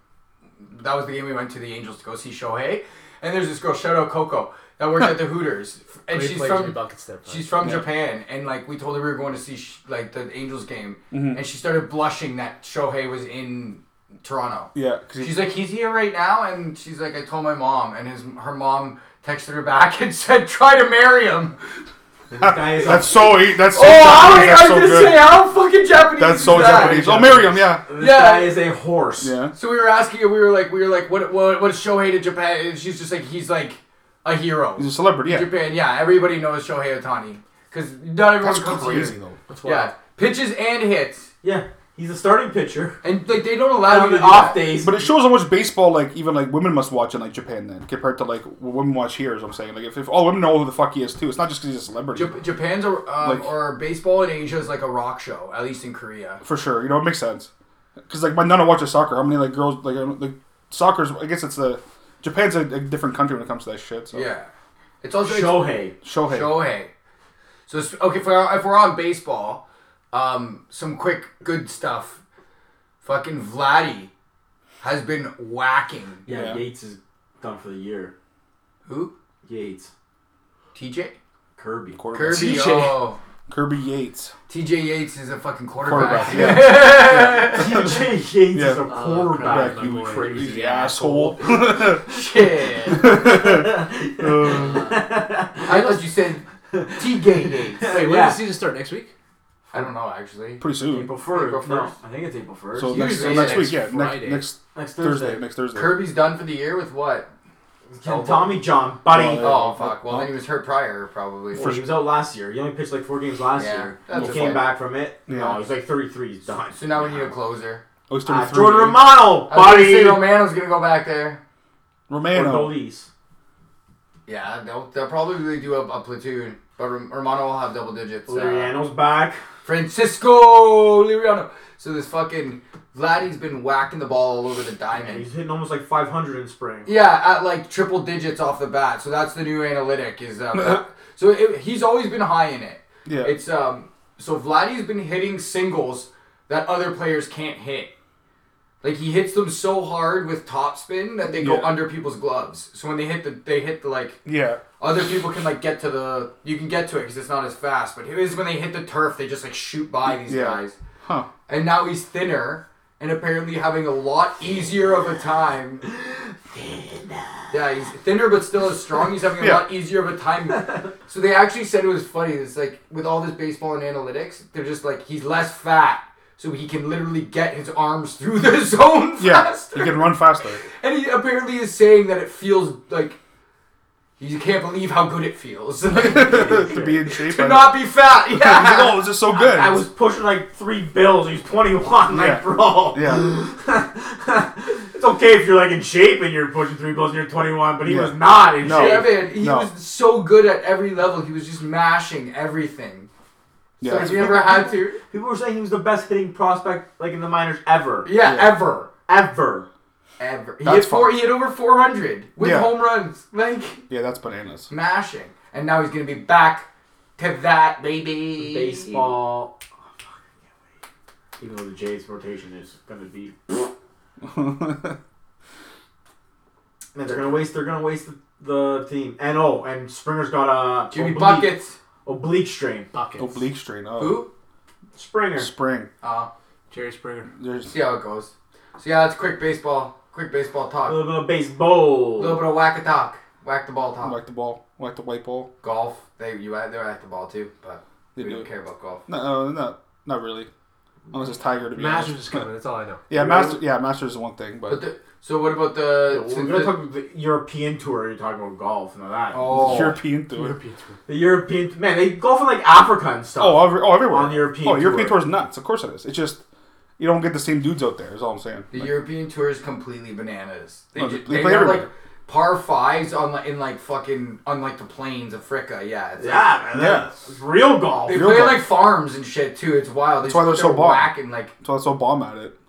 Speaker 5: That was the game we went to the Angels to go see Shohei. And there's this girl, shout out Coco, that worked at the Hooters, and she's from
Speaker 4: bucket step.
Speaker 5: she's from Japan. And like we told her we were going to see sh- like the Angels game,
Speaker 3: Mm-hmm.
Speaker 5: and she started blushing that Shohei was in Toronto.
Speaker 2: Yeah, 'cause he-
Speaker 5: She's like, he's here right now, and she's like, I told my mom, and his her mom texted her back and said, try to marry him.
Speaker 3: This guy is
Speaker 2: Ah, that's so e- that's so
Speaker 5: Oh, I,
Speaker 2: Japanese.
Speaker 5: was
Speaker 2: That's
Speaker 5: gonna
Speaker 2: so good.
Speaker 5: say how fucking Japanese.
Speaker 2: that's
Speaker 5: is
Speaker 2: so
Speaker 5: that?
Speaker 2: Japanese. Oh, marry him. Yeah.
Speaker 3: a, this
Speaker 5: yeah.
Speaker 3: guy is a horse.
Speaker 2: Yeah.
Speaker 5: So we were asking her. We were like, we were like, what, what, what is Shohei to Japan? And she's just like, he's like a hero.
Speaker 2: He's a celebrity. Yeah.
Speaker 5: Japan, yeah, everybody knows Shohei Otani because not everyone
Speaker 2: That's
Speaker 5: comes
Speaker 2: crazy
Speaker 5: here.
Speaker 2: though.
Speaker 5: Yeah, pitches and hits,
Speaker 3: yeah. He's a starting pitcher.
Speaker 5: and like they don't allow
Speaker 3: On
Speaker 5: you to
Speaker 3: the
Speaker 5: do
Speaker 3: off
Speaker 5: that.
Speaker 3: days,
Speaker 2: But it shows how much baseball, like even like women must watch in like Japan then, compared to like what women watch here. Is what I'm saying. Like if, if all women know who the fuck he is too, it's not just because he's a celebrity.
Speaker 5: Jap- Japan's a, um,
Speaker 2: Like-
Speaker 5: or baseball in Asia is like a rock show, at least in Korea.
Speaker 2: for sure. You know, it makes sense. Because like my nana watches soccer. How many like girls like um, like soccer's? I guess it's the Japan's a, a different country when it comes to that shit. So
Speaker 5: Yeah, it's also it's-
Speaker 3: Shohei.
Speaker 2: Shohei.
Speaker 5: Shohei. So sp- okay, if we're, if we're on baseball, um, some quick good stuff. Fucking Vladdy has been whacking
Speaker 3: Yeah,
Speaker 2: Yeah.
Speaker 3: Yates is done for the year.
Speaker 5: who?
Speaker 3: Yates,
Speaker 5: TJ
Speaker 3: Kirby.
Speaker 2: Quarterback.
Speaker 5: Kirby.
Speaker 4: TJ.
Speaker 5: Oh,
Speaker 2: Kirby Yates.
Speaker 5: TJ Yates is a fucking quarterback.
Speaker 2: Quarterback. Yeah.
Speaker 3: TJ Yates is
Speaker 2: Yeah.
Speaker 3: a
Speaker 5: Oh,
Speaker 3: quarterback.
Speaker 4: God.
Speaker 2: Like, you
Speaker 4: boy.
Speaker 2: crazy
Speaker 4: He's
Speaker 2: asshole.
Speaker 5: Shit. I thought you said TJ
Speaker 4: Wait,
Speaker 5: Yates.
Speaker 4: when
Speaker 3: Yeah.
Speaker 4: does the season start? Next week?
Speaker 5: I don't know actually.
Speaker 2: Pretty soon.
Speaker 3: April first.
Speaker 5: April
Speaker 3: No,
Speaker 5: 1st.
Speaker 3: I think it's April first.
Speaker 2: So
Speaker 5: Usually
Speaker 2: next, so
Speaker 5: it's
Speaker 2: next
Speaker 5: next
Speaker 2: week, yeah, next,
Speaker 4: Friday.
Speaker 2: next
Speaker 3: Next
Speaker 2: Thursday,
Speaker 3: Thursday.
Speaker 2: next Thursday.
Speaker 5: Kirby's done for the year with what?
Speaker 3: Tom- Tommy John, buddy.
Speaker 2: Well, uh,
Speaker 5: Oh fuck. Well, then he was hurt prior, probably.
Speaker 3: Well, he was out last year. He only pitched like four games last
Speaker 5: Yeah,
Speaker 3: year.
Speaker 5: that's
Speaker 3: he
Speaker 5: a
Speaker 3: came
Speaker 5: fun-
Speaker 3: back from it.
Speaker 2: Yeah.
Speaker 3: No, he's like 33. He's done.
Speaker 5: So now we need a closer.
Speaker 2: Oh, he's
Speaker 3: Ah,
Speaker 2: 33.
Speaker 3: Jordan Romano,
Speaker 5: I was gonna
Speaker 3: buddy.
Speaker 5: say Romano's gonna go back there.
Speaker 3: Or
Speaker 2: Romano.
Speaker 3: Dolis.
Speaker 5: Yeah, they'll, they'll probably do a, a platoon, but Rom- Romano will have double digits. Uh,
Speaker 3: Liriano's back.
Speaker 5: Francisco Liriano. So this fucking Vladdy's been whacking the ball all over the diamond.
Speaker 3: He's hitting almost like 500 in spring.
Speaker 5: Yeah, at like triple digits off the bat. So that's the new analytic. Is uh, so it, he's always been high in it.
Speaker 2: Yeah.
Speaker 5: It's um. So Vladdy's been hitting singles that other players can't hit. Like he hits them so hard with topspin that they go
Speaker 2: Yeah.
Speaker 5: under people's gloves. So when they hit the, they hit the like
Speaker 2: Yeah.
Speaker 5: other people can like get to the you can get to it because it's not as fast. But it is when they hit the turf, they just like shoot by these
Speaker 2: Yeah.
Speaker 5: guys.
Speaker 2: Huh.
Speaker 5: And now he's thinner and apparently having a lot easier of a time. Yeah, he's thinner but still as strong. He's having a
Speaker 2: Yeah.
Speaker 5: lot easier of a time. So they actually said it was funny. It's like with all this baseball and analytics, they're just like he's less fat. So he can literally get his arms through the zone
Speaker 2: Yeah.
Speaker 5: faster.
Speaker 2: He can run faster.
Speaker 5: And he apparently is saying that it feels like you can't believe how good it feels to
Speaker 2: to be in shape. I-
Speaker 5: not be fat.
Speaker 2: He's like,
Speaker 5: Yeah,
Speaker 2: oh, this is so good.
Speaker 3: I was pushing like three bills. He's 21.
Speaker 2: Yeah.
Speaker 3: Like, bro.
Speaker 2: Yeah.
Speaker 3: It's okay if you're like in shape and you're pushing three bills and you're 21, but he
Speaker 2: Yeah.
Speaker 3: was not in
Speaker 2: No.
Speaker 3: shape.
Speaker 5: Kevin, he
Speaker 2: No.
Speaker 5: was so good at every level. He was just mashing everything.
Speaker 2: Yeah.
Speaker 5: If you ever had to,
Speaker 3: People were saying he was the best hitting prospect like in the minors ever.
Speaker 5: yeah, ever,
Speaker 3: Ever.
Speaker 5: ever. He
Speaker 2: That's
Speaker 5: hit four.
Speaker 2: fine.
Speaker 5: He hit over 400 with
Speaker 2: Yeah.
Speaker 5: home runs, like
Speaker 2: Yeah, that's bananas.
Speaker 5: smashing. And now he's gonna be back to that baby.
Speaker 3: Baseball. Oh, fuck, I can't wait. Even though the Jays rotation is gonna be And they're gonna waste. They're gonna waste the, the team. And oh, and Springer's got a
Speaker 2: Oh,
Speaker 5: Jimmy
Speaker 3: oblique,
Speaker 5: buckets.
Speaker 3: oblique strain.
Speaker 4: Buckets.
Speaker 2: Oblique strain. Oh,
Speaker 5: Who?
Speaker 3: Springer.
Speaker 2: spring.
Speaker 5: Uh,
Speaker 4: Jerry Springer.
Speaker 2: There's
Speaker 5: see how it goes. So yeah, that's quick baseball. Quick baseball
Speaker 3: A
Speaker 5: talk.
Speaker 3: little bit of baseball.
Speaker 5: A little bit of whack a talk. Whack the ball talk.
Speaker 2: like the ball, like the white ball.
Speaker 5: Golf. They you they were at the ball too, but
Speaker 2: They
Speaker 5: we
Speaker 2: do
Speaker 5: don't
Speaker 2: it.
Speaker 5: care about golf.
Speaker 2: No, uh, no, not not really. Unless it's Tiger to be honest.
Speaker 4: Masters is coming. That's all I know.
Speaker 2: Yeah, master. Yeah, masters is one thing,
Speaker 5: But
Speaker 2: but
Speaker 5: the, so what about the?
Speaker 3: Well,
Speaker 5: since
Speaker 3: we're gonna
Speaker 5: the-
Speaker 3: talk about the European tour. You're talking about golf, no that.
Speaker 5: oh,
Speaker 2: European tour.
Speaker 3: The European man, they golf in like Africa and stuff.
Speaker 2: Oh, every, oh, everywhere.
Speaker 3: On European
Speaker 2: Oh, European
Speaker 3: tour.
Speaker 2: tour is nuts. Of course it is. It's just you don't get the same dudes out there. Is all I'm saying.
Speaker 5: the
Speaker 2: Like,
Speaker 5: European tour is completely bananas. They,
Speaker 2: No,
Speaker 5: ju-
Speaker 2: they-
Speaker 5: they,
Speaker 2: they play
Speaker 5: have
Speaker 2: everywhere.
Speaker 5: like par fives on like in like fucking on like the plains of Fricka. Yeah, it's like-
Speaker 3: yeah, man,
Speaker 2: Yeah.
Speaker 3: that's real golf.
Speaker 5: they
Speaker 2: Real
Speaker 5: play
Speaker 2: golf.
Speaker 5: like farms and shit too. It's wild.
Speaker 2: That's why they're so bomb.
Speaker 5: whacking like
Speaker 2: so that's all bomb at it.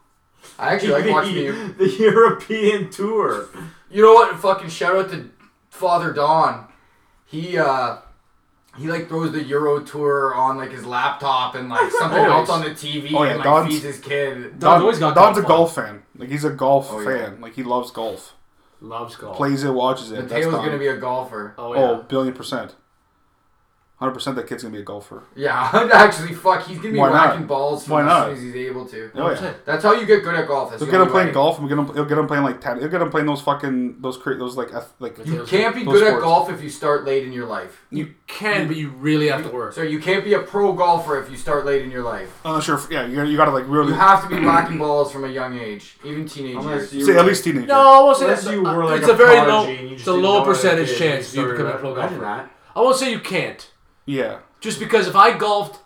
Speaker 5: I actually like watching the.
Speaker 3: the European tour.
Speaker 5: You know what? Fucking shout out to Father Don. He uh he like throws the Euro tour on like his laptop and like something else
Speaker 4: Always.
Speaker 5: on the TV
Speaker 2: Oh, yeah,
Speaker 5: and like
Speaker 2: Don's-
Speaker 5: feeds his kid.
Speaker 4: Don's always got
Speaker 2: Don's a
Speaker 4: golf on.
Speaker 2: golf fan. Like he's a golf
Speaker 5: Oh, yeah.
Speaker 2: fan. Like he loves golf.
Speaker 4: Loves golf.
Speaker 2: Plays it, watches it.
Speaker 5: Mateo's
Speaker 2: Don.
Speaker 5: gonna be a golfer.
Speaker 4: Oh yeah.
Speaker 2: Oh, billion percent. Hundred percent. That kid's gonna be a golfer. Oh,
Speaker 5: Yeah, actually, fuck, he's gonna be
Speaker 2: Why not?
Speaker 5: whacking balls
Speaker 2: Why
Speaker 5: from as
Speaker 2: not?
Speaker 5: soon as he's able to.
Speaker 2: Oh yeah.
Speaker 4: 100%.
Speaker 5: That's how you get good at golf. That's
Speaker 2: He'll
Speaker 5: the
Speaker 2: get him
Speaker 5: only
Speaker 2: playing
Speaker 5: way.
Speaker 2: golf. and We'll get him. He'll get him playing like ten. He'll get him playing those fucking those cre- those like ath- like.
Speaker 5: You
Speaker 4: Mateo's-
Speaker 5: can't be
Speaker 2: Those
Speaker 5: good at
Speaker 2: sports.
Speaker 5: golf if you start late in your life.
Speaker 4: You can, but you really have to work.
Speaker 5: So you can't be a pro golfer if you start late in your life.
Speaker 2: I'm not sure. If, yeah, you gotta, you gotta like really.
Speaker 5: You have to be whacking balls from a young age, even teenage years.
Speaker 3: Unless you
Speaker 2: say at least teenager.
Speaker 4: No, I won't say
Speaker 3: unless
Speaker 4: that.
Speaker 3: you were
Speaker 4: Uh,
Speaker 3: like
Speaker 4: it's a, very
Speaker 3: prodigy
Speaker 4: low,
Speaker 3: and you
Speaker 4: it's
Speaker 3: just
Speaker 4: a
Speaker 3: didn't
Speaker 4: low
Speaker 3: know it as
Speaker 4: percentage
Speaker 3: kid,
Speaker 4: chance
Speaker 3: you
Speaker 4: you become a
Speaker 3: started-
Speaker 4: pro
Speaker 3: Imagine
Speaker 4: golfer.
Speaker 3: that.
Speaker 4: I won't say you can't,
Speaker 2: Yeah.
Speaker 4: just because if I golfed,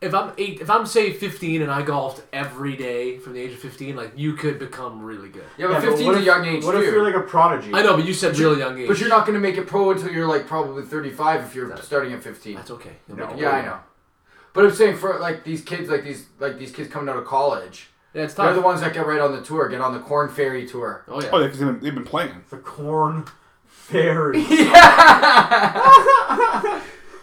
Speaker 4: if I'm eight, if I'm say 15 and I golfed every day from the age of 15, like you could become really good.
Speaker 5: Yeah,
Speaker 3: Yeah,
Speaker 5: but
Speaker 3: but
Speaker 5: 15's
Speaker 3: what
Speaker 5: a
Speaker 3: if-
Speaker 5: young age
Speaker 3: What
Speaker 5: too.
Speaker 3: if you're like a prodigy?
Speaker 4: I know, but you said really young age.
Speaker 5: But you're not going to make it pro until you're like probably 35 if you're starting at 15.
Speaker 4: That's okay. You'll
Speaker 3: No.
Speaker 4: make it
Speaker 5: Yeah,
Speaker 4: work.
Speaker 5: I know. But I'm saying for like these kids, like these like these kids coming out of college,
Speaker 4: Yeah, it's
Speaker 5: they're
Speaker 4: tough.
Speaker 5: the ones that get right on the tour, get on the Corn Ferry tour.
Speaker 4: Oh yeah.
Speaker 2: Oh, yeah, because they've, been- they've been playing.
Speaker 3: the corn fairy.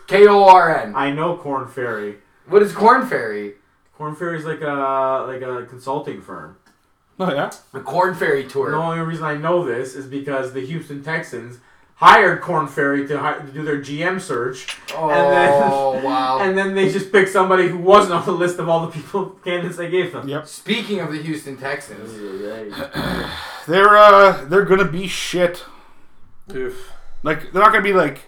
Speaker 5: K O R N.
Speaker 3: I know corn fairy.
Speaker 5: What is Corn Ferry?
Speaker 3: Corn fairy's like a like a consulting firm.
Speaker 2: Oh yeah.
Speaker 5: The Corn Ferry tour.
Speaker 3: The only reason I know this is because the Houston Texans hired Corn Ferry to, hi- to do their GM search.
Speaker 5: oh wow.
Speaker 3: And then they just picked somebody who wasn't on the list of all the people candidates they gave them.
Speaker 2: Yep.
Speaker 5: Speaking of the Houston Texans,
Speaker 2: They're uh they're gonna be shit.
Speaker 4: Oof.
Speaker 2: Like they're not gonna be like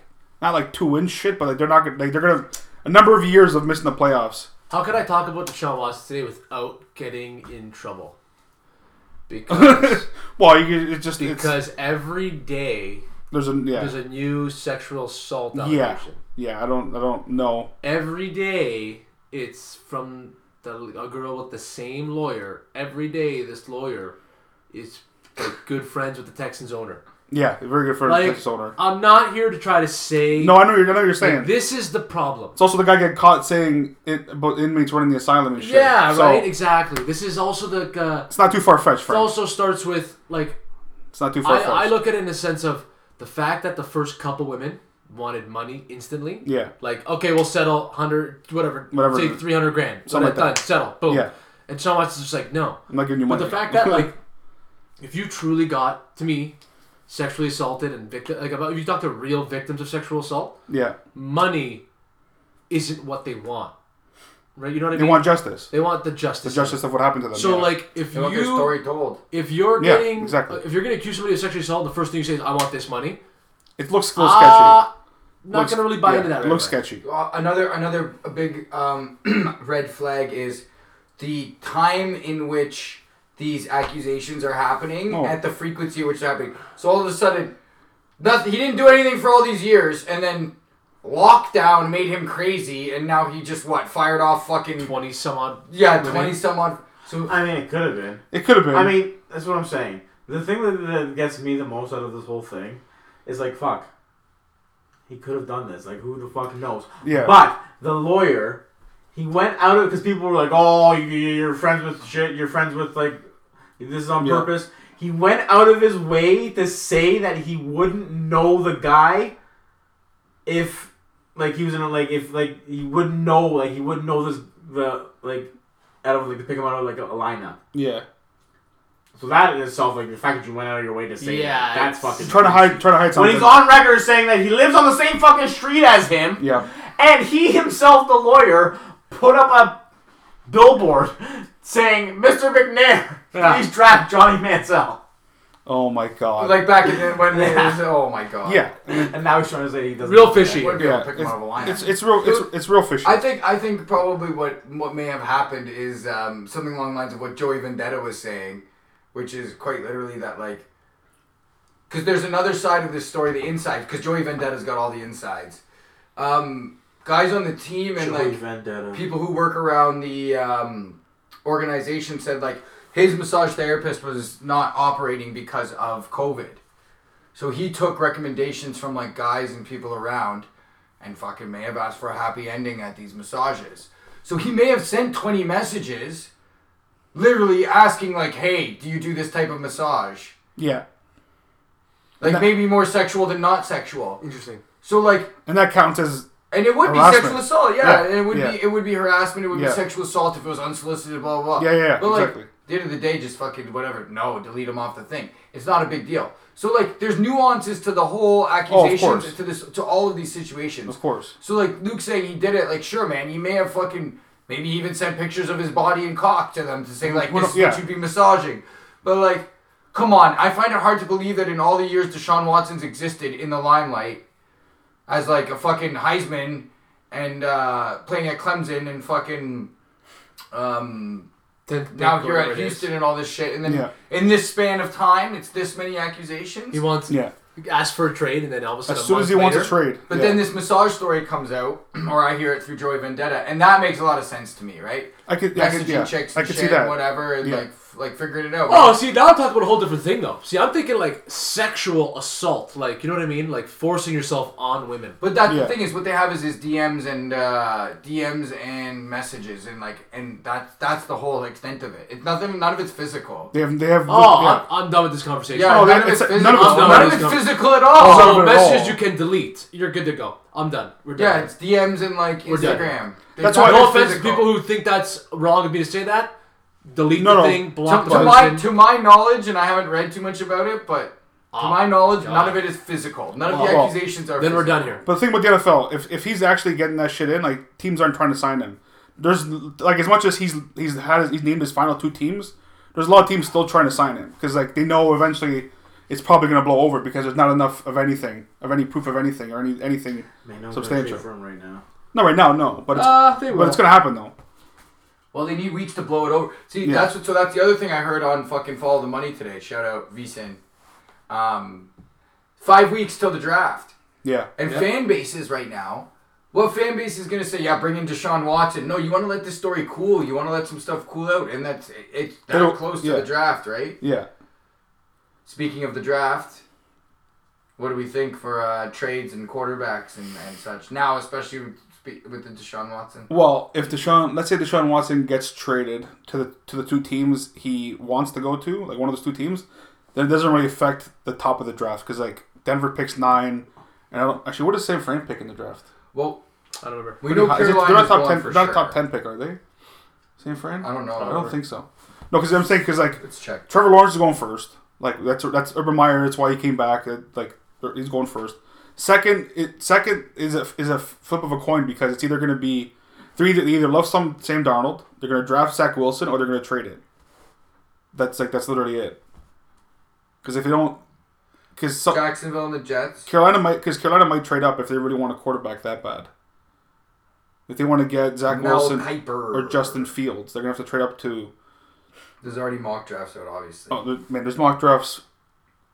Speaker 2: not like two win shit, but like they're not gonna like they're gonna a number of years of missing the playoffs.
Speaker 4: How could I talk about Deshaun Watson today without getting in trouble? Because
Speaker 2: Well, you it's just it's,
Speaker 4: because every day
Speaker 2: there's a yeah
Speaker 4: there's a new sexual assault
Speaker 2: yeah
Speaker 4: allegation.
Speaker 2: yeah I don't I don't know
Speaker 4: every day it's from the, a girl with the same lawyer. Every day this lawyer is like, good friends with the Texans owner.
Speaker 2: yeah very good for
Speaker 4: Like
Speaker 2: Texas owner.
Speaker 4: I'm not here to try to say
Speaker 2: No, I know you're I know what you're saying.
Speaker 4: like, this is the problem.
Speaker 2: It's also the guy get caught saying it about inmates running the asylum and shit.
Speaker 4: Yeah,
Speaker 2: So,
Speaker 4: right. Exactly. This is also the uh,
Speaker 2: It's not too far fetched,
Speaker 4: it
Speaker 2: Frank.
Speaker 4: also starts with like
Speaker 2: It's not too far
Speaker 4: I,
Speaker 2: fetched.
Speaker 4: I look at it in the sense of the fact that the first couple women wanted money instantly.
Speaker 2: Yeah.
Speaker 4: Like, okay, we'll settle hundred whatever,
Speaker 2: Whatever.
Speaker 4: say three hundred grand.
Speaker 2: Something
Speaker 4: Whatever,
Speaker 2: like that.
Speaker 4: done, settle. Boom.
Speaker 2: Yeah.
Speaker 4: And so much is just like, no.
Speaker 2: I'm not giving you
Speaker 4: But
Speaker 2: money.
Speaker 4: the fact that like if you truly got to me sexually assaulted and victim like about if you talk to real victims of sexual assault,
Speaker 2: yeah,
Speaker 4: money isn't what they want. Right? You know what I
Speaker 2: they
Speaker 4: mean?
Speaker 2: want justice.
Speaker 4: they want the justice.
Speaker 2: The justice of what happened to them.
Speaker 4: So
Speaker 2: yeah.
Speaker 4: like if
Speaker 5: they want
Speaker 4: you
Speaker 5: their story told.
Speaker 4: if you're
Speaker 2: Yeah,
Speaker 4: getting
Speaker 2: exactly.
Speaker 4: if you're gonna accuse somebody of sexual assault, the first thing you say is I want this money.
Speaker 2: it looks a little sketchy.
Speaker 4: Uh, not
Speaker 2: Looks-
Speaker 4: gonna really buy
Speaker 2: yeah,
Speaker 4: into that. Right
Speaker 2: Looks
Speaker 4: away.
Speaker 2: sketchy.
Speaker 5: Uh, another another big um, red flag is the time in which these accusations are happening
Speaker 2: Oh.
Speaker 5: at the frequency at which they're happening. So all of a sudden, nothing. He didn't do anything for all these years, and then lockdown made him crazy, and now he just what fired off fucking
Speaker 4: Twenty some odd.
Speaker 5: yeah
Speaker 4: women.
Speaker 5: twenty some odd. So
Speaker 3: I mean, it could have been.
Speaker 2: It could have been.
Speaker 3: I mean, that's what I'm saying. The thing that, that gets me the most out of this whole thing is like, fuck. He could have done this. Like, who the fuck knows?
Speaker 2: Yeah.
Speaker 3: But the lawyer, He went out of because people were like, "Oh, you, you're friends with shit. You're friends with like this is on
Speaker 2: Yeah.
Speaker 3: purpose." He went out of his way to say that he wouldn't know the guy if like he was in a, like if like he wouldn't know like he wouldn't know this the like out of like to pick him out of like a, a lineup.
Speaker 2: Yeah.
Speaker 3: So that in itself, like the fact that you went out of your way to say
Speaker 4: Yeah,
Speaker 3: that, that's
Speaker 4: it's-
Speaker 3: fucking
Speaker 2: Trying to hide, trying to hide
Speaker 3: when
Speaker 2: something.
Speaker 3: he's on record saying that he lives on the same fucking street as him,
Speaker 2: Yeah.
Speaker 3: and he himself, the lawyer, put up a billboard saying, "Mr. McNair,
Speaker 2: Yeah.
Speaker 3: please draft Johnny Mansell."
Speaker 2: Oh my god.
Speaker 5: Like back in when it was, oh my god.
Speaker 2: yeah.
Speaker 3: And now he's trying to say he doesn't.
Speaker 4: Real fishy.
Speaker 5: Wouldn't be able
Speaker 2: Yeah.
Speaker 5: to pick him out of a lineup.
Speaker 2: It's, it's it's real it's it's real fishy.
Speaker 5: I think I think probably what what may have happened is um, something along the lines of what Joey Vendetta was saying, which is quite literally that like, because there's another side of this story, the inside, because Joey Vendetta's got all the insides. Um, guys on the team and like
Speaker 3: vendetta.
Speaker 5: people who work around the um, organization said like his massage therapist was not operating because of COVID. So he took recommendations from like guys and people around and fucking may have asked for a happy ending at these massages. So he may have sent 20 messages literally asking like, "Hey, do you do this type of massage?"
Speaker 2: yeah.
Speaker 5: Like maybe more sexual than not sexual.
Speaker 4: Interesting.
Speaker 5: So like
Speaker 2: And that counts as
Speaker 5: and it would
Speaker 2: Harassment.
Speaker 5: be sexual assault, yeah.
Speaker 2: Yeah,
Speaker 5: And it would
Speaker 2: yeah.
Speaker 5: be it would be harassment. It would
Speaker 2: Yeah.
Speaker 5: be sexual assault if it was unsolicited. Blah blah. blah.
Speaker 2: Yeah, yeah, yeah,
Speaker 5: But like
Speaker 2: exactly.
Speaker 5: at the end of the day, just fucking whatever. No, delete them off the thing. It's not a big deal. So like, there's nuances to the whole accusations
Speaker 2: Oh, course.
Speaker 5: to this to all of these situations.
Speaker 2: Of course.
Speaker 5: So like Luke saying he did it, like sure, man, he may have fucking maybe even sent pictures of his body and cock to them to say like
Speaker 2: Well,
Speaker 5: this is
Speaker 2: yeah.
Speaker 5: what you'd be massaging, but like. Come on, I find it hard to believe that in all the years Deshaun Watson's existed in the limelight, as like a fucking Heisman and uh, playing at Clemson and fucking um,
Speaker 4: Tenth pick,
Speaker 5: now here
Speaker 4: whatever
Speaker 5: at
Speaker 4: it is.
Speaker 5: Houston and all this shit. And then
Speaker 2: Yeah.
Speaker 5: in this span of time, it's this many accusations.
Speaker 4: He wants
Speaker 2: Yeah.
Speaker 4: ask for a trade, and then all of a sudden,
Speaker 2: As
Speaker 4: a
Speaker 2: soon as
Speaker 4: month
Speaker 2: he wants a
Speaker 4: later-
Speaker 2: trade.
Speaker 5: But
Speaker 2: yeah.
Speaker 5: then this massage story comes out, or I hear it through Joey Vendetta, and that makes a lot of sense to me, right?
Speaker 2: I could, I
Speaker 5: Messaging
Speaker 2: could, yeah.
Speaker 5: chicks
Speaker 2: I
Speaker 5: and
Speaker 2: could
Speaker 5: shit,
Speaker 2: see that.
Speaker 5: whatever, and
Speaker 2: Yeah.
Speaker 5: like f- like figuring it out.
Speaker 4: Oh, see, now I'm talking about a whole different thing, though. See, I'm thinking like sexual assault, like you know what I mean, like forcing yourself on women.
Speaker 5: But that
Speaker 2: Yeah.
Speaker 5: the thing is, what they have is his DMs and uh, DMs and messages, and like, and that's that's the whole extent of it. It's nothing. None of it's physical.
Speaker 2: They have, they have.
Speaker 4: Oh,
Speaker 2: yeah.
Speaker 4: I'm, I'm done with this conversation.
Speaker 5: Yeah,
Speaker 2: No,
Speaker 5: none,
Speaker 2: Oh, that-
Speaker 5: of it's
Speaker 2: it's-
Speaker 5: physical.
Speaker 2: none
Speaker 5: None
Speaker 2: of it's-
Speaker 4: none of
Speaker 5: of it's
Speaker 4: it's-
Speaker 5: physical at all.
Speaker 2: None of
Speaker 4: So
Speaker 2: it at all.
Speaker 4: messages you can delete. You're good to go. I'm done. We're
Speaker 5: yeah,
Speaker 4: done.
Speaker 5: it's DMs and like
Speaker 4: We're done.
Speaker 5: Instagram. They're
Speaker 2: That's why-
Speaker 5: not
Speaker 4: no
Speaker 5: just
Speaker 4: offense to
Speaker 5: physical.
Speaker 4: people who think that's wrong of me to say that. Delete
Speaker 2: No,
Speaker 4: the
Speaker 2: no.
Speaker 4: thing, block
Speaker 5: To,
Speaker 4: the
Speaker 5: to my
Speaker 4: person.
Speaker 5: to my knowledge, and I haven't read too much about it, but to
Speaker 4: Ah,
Speaker 5: my knowledge, none of it is physical. None of the
Speaker 2: Well,
Speaker 5: accusations are.
Speaker 4: then we're
Speaker 5: physical.
Speaker 4: done here.
Speaker 2: But the thing with the NFL, if, if he's actually getting that shit in, like teams aren't trying to sign him. There's like as much as he's he's had his, he's named his final two teams. There's a lot of teams still trying to sign him because like they know eventually it's probably gonna blow over because there's not enough of anything of any proof of anything or any anything
Speaker 3: Man, I'm
Speaker 2: substantial.
Speaker 3: for him right now.
Speaker 2: Not right now, no. But it's,
Speaker 4: Uh, they will.
Speaker 2: but it's gonna happen though.
Speaker 5: Well, they need weeks to blow it over. See,
Speaker 2: Yeah.
Speaker 5: that's what, so that's the other thing I heard on fucking Follow the Money today. Shout out VSIN. Um, five weeks till the draft.
Speaker 2: Yeah,
Speaker 5: And fan bases right now, what fan base is going to say, yeah, bring in Deshaun Watson? No, you want to let this story cool. You want to let some stuff cool out. And that's it- it's that
Speaker 2: It'll-
Speaker 5: close
Speaker 2: yeah.
Speaker 5: to the draft, right?
Speaker 2: yeah.
Speaker 5: Speaking of the draft, what do we think for uh, trades and quarterbacks and, and such? Now, especially with, spe- with the Deshaun Watson.
Speaker 2: Well, if Deshaun, let's say Deshaun Watson gets traded to the to the two teams he wants to go to, like one of those two teams, then it doesn't really affect the top of the draft because like Denver picks nine, and I don't, actually, what does San Fran pick in the draft?
Speaker 5: Well,
Speaker 4: I don't remember.
Speaker 5: we know
Speaker 2: Is it- they're
Speaker 5: Carolina
Speaker 2: not
Speaker 5: is
Speaker 2: top
Speaker 5: going
Speaker 2: ten.
Speaker 5: for
Speaker 2: They're not
Speaker 5: sure.
Speaker 2: top ten pick, are they? San Fran?
Speaker 5: I don't know.
Speaker 2: I don't think so. No, because I'm saying because like
Speaker 5: Let's check.
Speaker 2: Trevor Lawrence is going first. Like that's that's Urban Meyer. That's why he came back. uh, Like he's going first. Second, it, second is a is a flip of a coin because it's either going to be three. They either love some Sam Darnold, they're going to draft Zach Wilson, or they're going to trade it. That's like that's literally it. Because if they don't, because some
Speaker 5: Jacksonville and the Jets.
Speaker 2: Carolina might because Carolina might trade up if they really want a quarterback that bad. If they want to get Zach
Speaker 5: Mel
Speaker 2: Wilson
Speaker 5: Kiper.
Speaker 2: or Justin Fields, they're gonna have to trade up to.
Speaker 5: There's already mock drafts out, obviously.
Speaker 2: Oh there- man, there's mock drafts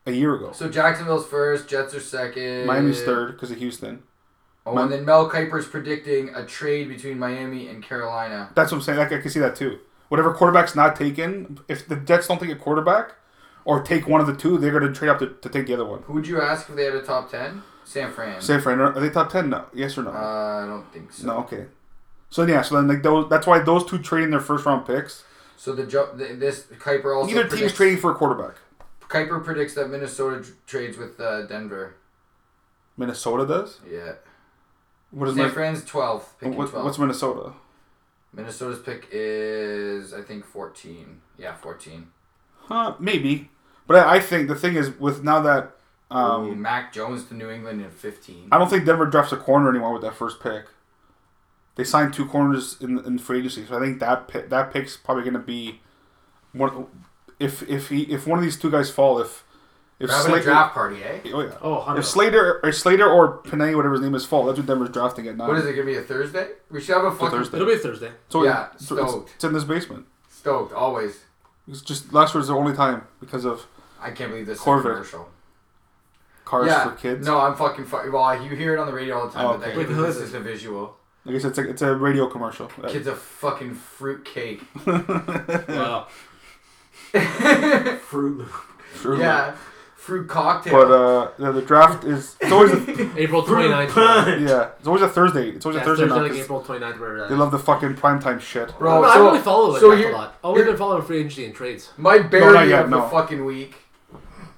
Speaker 2: a year ago.
Speaker 5: So Jacksonville's first, Jets are second.
Speaker 2: Miami's third because of Houston.
Speaker 5: Oh, and then Mel Kiper's predicting a trade between Miami and Carolina.
Speaker 2: That's what I'm saying. Like, I can see that too. Whatever quarterback's not taken, if the Jets don't take a quarterback or take one of the two, they're going to trade up to, to take the other one.
Speaker 5: Who would you ask if they had a top ten? San Fran.
Speaker 2: San Fran, are they top 10? No. Yes or no?
Speaker 5: uh, I don't think so.
Speaker 2: no, okay. So yeah, so then like those, that's why those two trading their first round picks.
Speaker 5: So the, jo- the this Kuiper also
Speaker 2: Either team's
Speaker 5: predicts,
Speaker 2: trading for a quarterback.
Speaker 5: Kuiper predicts that Minnesota tr- trades with uh, Denver.
Speaker 2: Minnesota does.
Speaker 5: Yeah.
Speaker 2: What is
Speaker 5: San
Speaker 2: Min-
Speaker 5: Fran's 12th, picking
Speaker 2: what,
Speaker 5: 12.
Speaker 2: what's Minnesota?
Speaker 5: Minnesota's pick is I think 14. Yeah, 14.
Speaker 2: Huh, maybe. But I, I think the thing is with now that um,
Speaker 5: Ooh, Mac Jones to New England in 15.
Speaker 2: I don't think Denver drafts a corner anymore with that first pick. They signed two corners in in free agency, so I think that pick, that pick's probably going to be one. If if he if one of these two guys fall, if if
Speaker 5: We're having a
Speaker 2: Slater,
Speaker 5: draft party, eh?
Speaker 2: oh yeah,
Speaker 4: Oh, 100.
Speaker 2: if Slater or Slater or Panay, whatever his name is, fall, that's what Denver's drafting at now.
Speaker 5: What is it gonna be a Thursday? We should have a fucking
Speaker 2: Thursday.
Speaker 4: It'll be Thursday.
Speaker 2: So
Speaker 5: Yeah,
Speaker 2: it's, so it's,
Speaker 5: stoked.
Speaker 2: it's in this basement.
Speaker 5: stoked always.
Speaker 2: It's just last year was the only time because of
Speaker 5: I can't believe this is a
Speaker 2: Corvette.
Speaker 5: commercial.
Speaker 2: cars
Speaker 5: yeah,
Speaker 2: for kids.
Speaker 5: no, I'm fucking. Fu- well, you hear it on the radio all the time,
Speaker 2: Oh,
Speaker 5: but
Speaker 2: okay.
Speaker 5: that,
Speaker 4: Wait, who
Speaker 5: this
Speaker 4: is
Speaker 5: is a visual.
Speaker 2: Like I said, it's a, it's a radio commercial.
Speaker 5: Kid's a fucking fruit cake.
Speaker 4: Wow.
Speaker 3: Fruit Loop.
Speaker 2: True.
Speaker 5: yeah, fruit cocktail.
Speaker 2: But uh, the, the draft is it's always a,
Speaker 4: April
Speaker 3: Fruit
Speaker 4: 29th.
Speaker 3: punch.
Speaker 2: yeah, it's always a Thursday. It's always
Speaker 4: Yeah,
Speaker 2: a Thursday,
Speaker 4: Thursday
Speaker 2: night.
Speaker 4: like
Speaker 2: 'cause-
Speaker 4: April 29th, wherever that
Speaker 2: They
Speaker 4: is.
Speaker 2: love the fucking primetime shit.
Speaker 5: Bro,
Speaker 4: But I
Speaker 5: so-
Speaker 4: don't really follow the
Speaker 5: so
Speaker 4: draft
Speaker 5: here-
Speaker 4: a lot. Oh, I've only
Speaker 5: here-
Speaker 4: been following free agency and trades.
Speaker 5: My
Speaker 2: No, not
Speaker 5: barely
Speaker 2: yet,
Speaker 5: of
Speaker 2: no.
Speaker 5: the fucking week.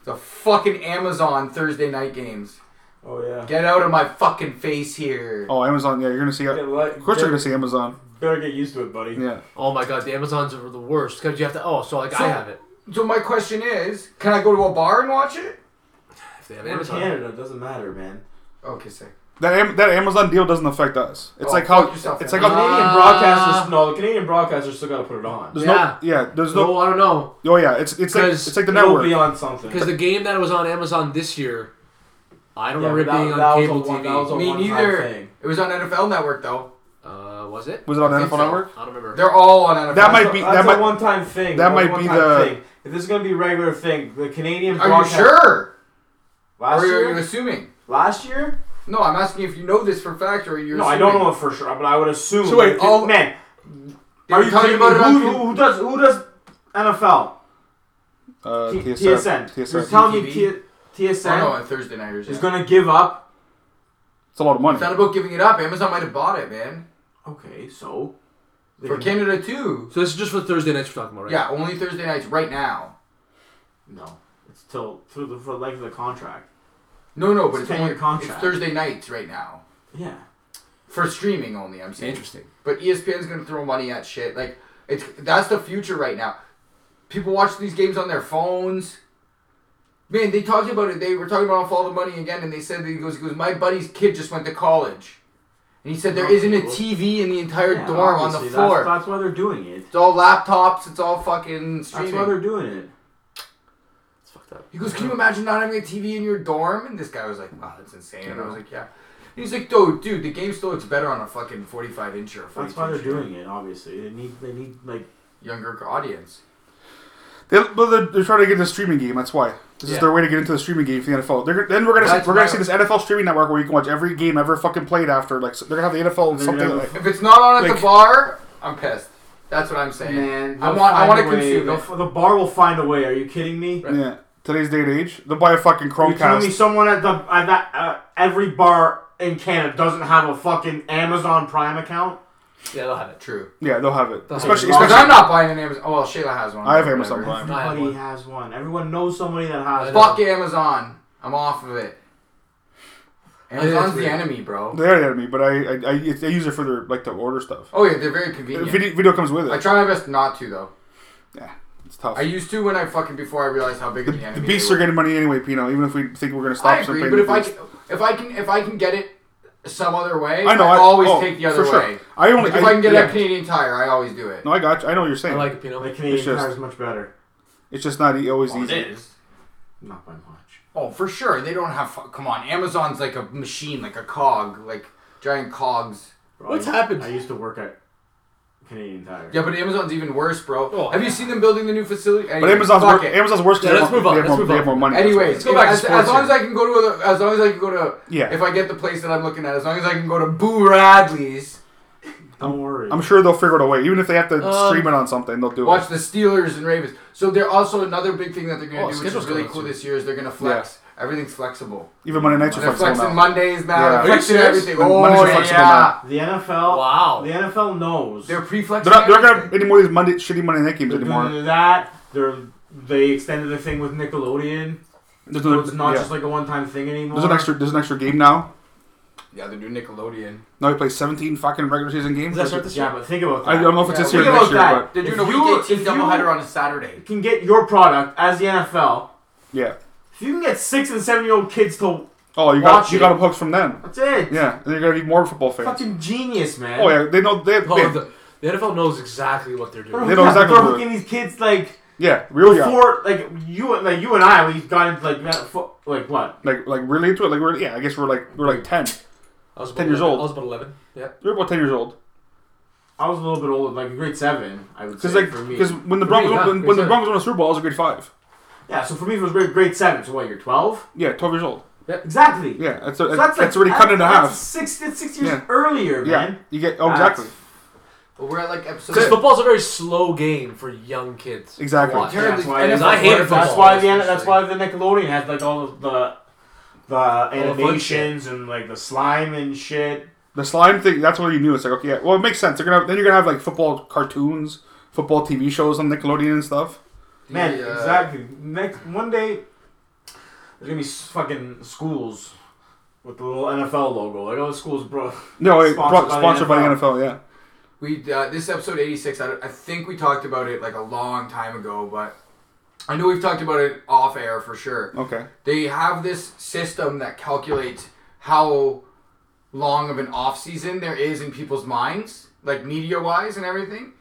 Speaker 5: The fucking Amazon Thursday night games.
Speaker 3: Oh yeah.
Speaker 5: Get out of my fucking face here.
Speaker 2: Oh, Amazon. Yeah, you're gonna see. Of
Speaker 3: like,
Speaker 2: course, you're gonna see Amazon.
Speaker 3: better get used to it, buddy.
Speaker 2: Yeah.
Speaker 4: Oh my god, the Amazons are the worst because you have to. Oh, so like
Speaker 5: So-
Speaker 4: I have it.
Speaker 5: So my question is, can I go to a bar and watch it?
Speaker 4: If they have
Speaker 3: We're in
Speaker 4: Amazon,
Speaker 3: Canada, it doesn't matter, man.
Speaker 5: Okay, sick.
Speaker 2: That Am- that Amazon deal doesn't affect us. It's
Speaker 5: Oh,
Speaker 2: like
Speaker 5: fuck
Speaker 2: how
Speaker 5: yourself,
Speaker 2: it's
Speaker 5: man.
Speaker 2: like
Speaker 3: The
Speaker 2: how,
Speaker 3: Canadian
Speaker 4: Uh,
Speaker 3: broadcasters, no, the Canadian broadcasters still got to put it on.
Speaker 2: there's
Speaker 4: yeah.
Speaker 2: no yeah there's
Speaker 4: So
Speaker 2: no
Speaker 4: I don't know
Speaker 2: oh yeah it's it's like
Speaker 4: Because
Speaker 2: it's like the
Speaker 3: It'll
Speaker 2: network
Speaker 3: be on something.
Speaker 4: because the game that was on Amazon this year, I don't
Speaker 3: Yeah,
Speaker 4: remember
Speaker 3: but
Speaker 4: it being
Speaker 3: that- that
Speaker 4: on
Speaker 3: was
Speaker 4: cable
Speaker 3: a one-
Speaker 4: TV.
Speaker 3: that was a-
Speaker 5: Me
Speaker 3: one-time
Speaker 5: neither.
Speaker 3: thing.
Speaker 5: It was on NFL Network though.
Speaker 4: uh, was it?
Speaker 2: was it on
Speaker 5: I think
Speaker 2: NFL
Speaker 5: so.
Speaker 2: Network?
Speaker 4: I don't remember.
Speaker 5: They're all on NFL.
Speaker 2: That might
Speaker 3: That's
Speaker 2: be-
Speaker 3: a- that's
Speaker 2: that
Speaker 3: a
Speaker 2: might-
Speaker 3: one-time thing.
Speaker 2: that
Speaker 3: That's a
Speaker 2: might be
Speaker 3: one-time
Speaker 2: the-
Speaker 3: thing. If this is gonna be a regular thing, the Canadian
Speaker 5: Are you
Speaker 3: broadcast-
Speaker 5: sure? Or
Speaker 3: Last
Speaker 5: are you
Speaker 3: year,
Speaker 5: assuming?
Speaker 3: last year?
Speaker 5: No, I'm asking if you know this for fact or you're.
Speaker 3: No, I
Speaker 5: assuming.
Speaker 3: don't know it for sure, but I would assume.
Speaker 5: So wait,
Speaker 3: Like,
Speaker 5: all-
Speaker 3: man,
Speaker 5: They
Speaker 3: are
Speaker 5: were
Speaker 3: you
Speaker 5: talking
Speaker 3: kidding me?
Speaker 5: about it
Speaker 3: Who,
Speaker 5: on
Speaker 3: who, who does who does NFL?
Speaker 2: uh,
Speaker 3: T-
Speaker 2: TSN
Speaker 3: TSN. You're
Speaker 2: TSN
Speaker 3: telling me
Speaker 5: TV?
Speaker 3: T-
Speaker 5: Oh, no,
Speaker 3: TSN
Speaker 5: on Thursday nighters.
Speaker 3: is
Speaker 5: yeah.
Speaker 3: gonna give up?
Speaker 2: it's a lot of money
Speaker 5: It's not about giving it up. Amazon might have bought it, man.
Speaker 3: Okay, so they
Speaker 5: For
Speaker 3: can-
Speaker 5: Canada too.
Speaker 4: So this is just for Thursday nights we're talking about, right?
Speaker 5: Yeah, only Thursday nights right now.
Speaker 3: no, it's till through the, for the life of the contract.
Speaker 5: No, no,
Speaker 3: It's
Speaker 5: but it's,
Speaker 3: ten-year
Speaker 5: only
Speaker 3: contract.
Speaker 5: It's Thursday nights right now
Speaker 3: Yeah.
Speaker 5: for streaming only. I'm saying.
Speaker 4: Interesting.
Speaker 5: But E ESPN's gonna throw money at shit. Like it's that's the future right now. People watch these games on their phones. Man, they talked about it. They were talking about follow the money again, and they said that he goes, he goes, my buddy's kid just went to college, and he said there isn't a TV in the entire
Speaker 3: Yeah,
Speaker 5: dorm on the
Speaker 3: obviously,
Speaker 5: floor.
Speaker 3: That's, that's why they're doing it.
Speaker 5: it's all laptops. It's all fucking
Speaker 3: That's why
Speaker 5: streaming.
Speaker 3: they're doing it.
Speaker 4: It's fucked up.
Speaker 5: He goes, can you imagine not having a TV in your dorm? And this guy was like, wow, that's insane. And I was like, yeah. And he's like, dude, dude, the game still looks better on a fucking 45 inch or a 42
Speaker 3: That's why they're
Speaker 5: inch
Speaker 3: doing it. Obviously, they need they need like
Speaker 5: younger audience.
Speaker 2: they, but they're, they're trying to get into the streaming game that's why this is
Speaker 4: Yeah.
Speaker 2: their way to get into the streaming game for the NFL they're, then we're gonna
Speaker 5: That's
Speaker 2: see, we're gonna
Speaker 5: my-
Speaker 2: see this NFL streaming network where you can watch every game ever fucking played after like so they're gonna have the NFL
Speaker 3: They're
Speaker 2: something
Speaker 3: gonna-
Speaker 2: like
Speaker 5: If it's not on at
Speaker 2: Like-
Speaker 5: the bar, I'm pissed. That's what I'm saying. I
Speaker 3: they'll
Speaker 5: want, I
Speaker 3: find
Speaker 5: want to
Speaker 3: a way.
Speaker 5: consume
Speaker 3: They'll
Speaker 5: it.
Speaker 3: f- The bar will find a way. Are you kidding me?
Speaker 2: yeah today's day and age they'll buy a fucking
Speaker 3: You're telling me
Speaker 2: Chromecast
Speaker 3: someone at the at that uh, every bar in Canada doesn't have a fucking Amazon Prime account?
Speaker 4: Yeah, they'll have it.
Speaker 5: True.
Speaker 3: Oh,
Speaker 2: yeah they'll have it
Speaker 4: They'll have
Speaker 2: especially
Speaker 4: it.
Speaker 5: Because
Speaker 2: especially
Speaker 5: I'm not buying an Amazon. Oh well, Shayla has one.
Speaker 2: I have
Speaker 5: Whatever.
Speaker 2: Amazon Prime
Speaker 4: I have
Speaker 3: Everybody
Speaker 4: one.
Speaker 3: has one. Everyone knows somebody that has one.
Speaker 5: Fuck Amazon. I'm off of it.
Speaker 4: that's
Speaker 5: Amazon's the
Speaker 4: weird.
Speaker 5: enemy, bro.
Speaker 2: they're at me but I, I I I use it for their like to order stuff
Speaker 5: Oh yeah, they're very convenient.
Speaker 2: video, video comes with it
Speaker 5: I try my best not to though.
Speaker 2: It's tough.
Speaker 5: I used to when I fucking before I realized how big of the
Speaker 2: the
Speaker 5: enemy. they
Speaker 2: beasts
Speaker 5: were.
Speaker 2: are getting money anyway, Pino. Even if we think we're gonna stop
Speaker 5: I agree,
Speaker 2: something,
Speaker 5: but if I
Speaker 2: it's-
Speaker 5: can, if I can if I can get it some other way,
Speaker 2: I know, I
Speaker 5: always
Speaker 2: oh,
Speaker 5: take the other
Speaker 2: for sure.
Speaker 5: way.
Speaker 2: I only
Speaker 5: Like, if I can get
Speaker 2: yeah.
Speaker 5: a Canadian Tire, I always do it.
Speaker 2: No, I got. You. I know what you're saying.
Speaker 4: I like it, Pino.
Speaker 3: The Canadian
Speaker 2: It's just-
Speaker 3: Tire is much better.
Speaker 2: it's just not e- always easy.
Speaker 5: is.
Speaker 3: Not by much.
Speaker 5: Oh, for sure. They don't have. fu- Come on, Amazon's like a machine, like a cog, like giant cogs.
Speaker 3: Bro,
Speaker 4: What's
Speaker 3: I-
Speaker 4: happened?
Speaker 3: I used to work at Canadian Tire.
Speaker 5: Yeah, but Amazon's even worse, bro.
Speaker 4: Oh,
Speaker 5: have you
Speaker 4: yeah.
Speaker 5: seen them building the new facility?
Speaker 2: But Amazon's
Speaker 5: fuck
Speaker 2: work,
Speaker 5: it.
Speaker 2: Amazon's worse
Speaker 4: Yeah,
Speaker 2: because
Speaker 4: let's
Speaker 2: they, have
Speaker 4: move on,
Speaker 2: more- they, have
Speaker 4: let's
Speaker 2: more-
Speaker 4: move
Speaker 2: they have more
Speaker 4: on.
Speaker 2: money.
Speaker 5: Anyways,
Speaker 4: Let's go back to
Speaker 5: as,
Speaker 4: sports
Speaker 5: as long as
Speaker 4: here.
Speaker 5: I can go to other, as long as I can go to
Speaker 2: Yeah.
Speaker 5: If I get the place that I'm looking at, as long as I can go to Boo Radley's,
Speaker 3: Don't worry.
Speaker 2: I'm sure they'll figure it a way. Even if they have to
Speaker 4: Um,
Speaker 2: stream it on something, they'll do
Speaker 5: watch
Speaker 2: it.
Speaker 5: the Steelers and Ravens. So they're also another big thing that they're gonna
Speaker 4: Oh,
Speaker 5: do, which is
Speaker 4: schedule's
Speaker 5: really
Speaker 4: coming up
Speaker 5: cool
Speaker 4: soon.
Speaker 5: this year, is they're gonna flex Everything's flexible.
Speaker 2: Even Monday nights are
Speaker 5: They're
Speaker 2: flexible
Speaker 5: flexing
Speaker 2: now.
Speaker 5: Mondays now.
Speaker 2: Yeah. Are
Speaker 5: They're
Speaker 2: you
Speaker 5: flexing
Speaker 4: serious?
Speaker 5: everything.
Speaker 2: Mon-
Speaker 5: Oh,
Speaker 2: Mondays are
Speaker 5: yeah.
Speaker 2: flexible now.
Speaker 3: The NFL.
Speaker 4: Wow.
Speaker 3: The NFL knows.
Speaker 5: They're pre-flexing
Speaker 2: They're not, they're not gonna have
Speaker 5: everything.
Speaker 2: any more of these Monday shitty Monday night games
Speaker 3: They're doing
Speaker 2: anymore.
Speaker 3: that. They're they extended the thing with Nickelodeon.
Speaker 2: There's,
Speaker 3: So
Speaker 2: no,
Speaker 3: it's not
Speaker 2: yeah.
Speaker 3: just like a one time thing anymore.
Speaker 2: there's an extra there's an extra game now.
Speaker 5: Yeah, they're doing Nickelodeon.
Speaker 2: Now we play 17 fucking regular season games.
Speaker 4: Does that start this
Speaker 3: Yeah,
Speaker 4: year?
Speaker 3: but think about that.
Speaker 2: I don't know if it's
Speaker 5: Yeah,
Speaker 2: this
Speaker 5: we
Speaker 2: year or
Speaker 3: think
Speaker 2: next
Speaker 3: about
Speaker 2: year,
Speaker 3: that.
Speaker 2: but
Speaker 5: They're doing
Speaker 3: If
Speaker 5: a
Speaker 3: you-
Speaker 5: week 18
Speaker 3: if you-
Speaker 5: doubleheader on a Saturday.
Speaker 3: can get your product as the NFL.
Speaker 2: yeah.
Speaker 3: If you can get six and seven year old kids to
Speaker 2: Oh, you
Speaker 3: Watch
Speaker 2: got you
Speaker 3: it.
Speaker 2: got up hooks from them.
Speaker 3: that's it.
Speaker 2: Yeah, and you're gonna be more football fans.
Speaker 3: Fucking genius, man.
Speaker 2: Oh yeah, they know they, they
Speaker 4: Oh, the, the NFL knows exactly what they're doing.
Speaker 2: They
Speaker 3: They're,
Speaker 2: know exactly
Speaker 3: they're
Speaker 2: what-
Speaker 3: hooking these kids like
Speaker 2: yeah really got-
Speaker 3: before, like you, like you and I, we got into like that fo- like what?
Speaker 2: like like really into it. Like we're, yeah, I guess we're like we're like 10.
Speaker 4: I was about
Speaker 2: 10 years
Speaker 4: 11.
Speaker 2: old.
Speaker 4: I was about 11. Yeah.
Speaker 2: We're about 10 years old.
Speaker 3: I was a little bit older, like grade seven, I would say.
Speaker 2: Because like
Speaker 3: for me,
Speaker 2: because when the
Speaker 4: For me,
Speaker 2: Broncos
Speaker 4: yeah,
Speaker 2: when, when
Speaker 4: grade
Speaker 2: the
Speaker 4: seven.
Speaker 2: Broncos won a Super Bowl, I was a grade five.
Speaker 3: yeah. So for me, it was grade grade seven. So what? You're twelve?
Speaker 2: Yeah, 12 years old.
Speaker 3: Exactly.
Speaker 2: Yeah, that's
Speaker 3: So
Speaker 2: that's, that's already cut in
Speaker 3: that's
Speaker 2: half.
Speaker 3: Six, that's six years
Speaker 2: Yeah.
Speaker 3: earlier,
Speaker 2: Yeah,
Speaker 3: man.
Speaker 2: you get oh
Speaker 3: That's-
Speaker 2: exactly
Speaker 5: But we're at like episode.
Speaker 4: Because football's a very slow game for young kids.
Speaker 2: exactly.
Speaker 4: Watch.
Speaker 5: Terribly-
Speaker 3: That's why it
Speaker 5: NFL
Speaker 3: is.
Speaker 4: I hate
Speaker 5: football.
Speaker 4: football.
Speaker 3: That's why the
Speaker 4: Especially.
Speaker 3: that's why the Nickelodeon has like all of the the
Speaker 4: the fun shit.
Speaker 3: animations and like the slime and shit.
Speaker 2: The slime thing, that's what you knew. It's like, okay, yeah, well, it makes sense. They're gonna then you're gonna have like football cartoons, football TV shows on Nickelodeon and stuff.
Speaker 3: Man,
Speaker 5: The, uh,
Speaker 3: exactly. Next one day, there's gonna be s- fucking schools with the little NFL logo. Like all the schools, bro.
Speaker 2: No, it
Speaker 3: Sponsored
Speaker 2: brought,
Speaker 3: by the
Speaker 2: sponsored by the
Speaker 3: NFL.
Speaker 2: NFL. Yeah,
Speaker 5: We uh, this is episode eighty six. I, don't- I think we talked about it like a long time ago, but I know we've talked about it off air for sure.
Speaker 2: okay.
Speaker 5: They have this system that calculates how long of an off season there is in people's minds, like media wise and everything.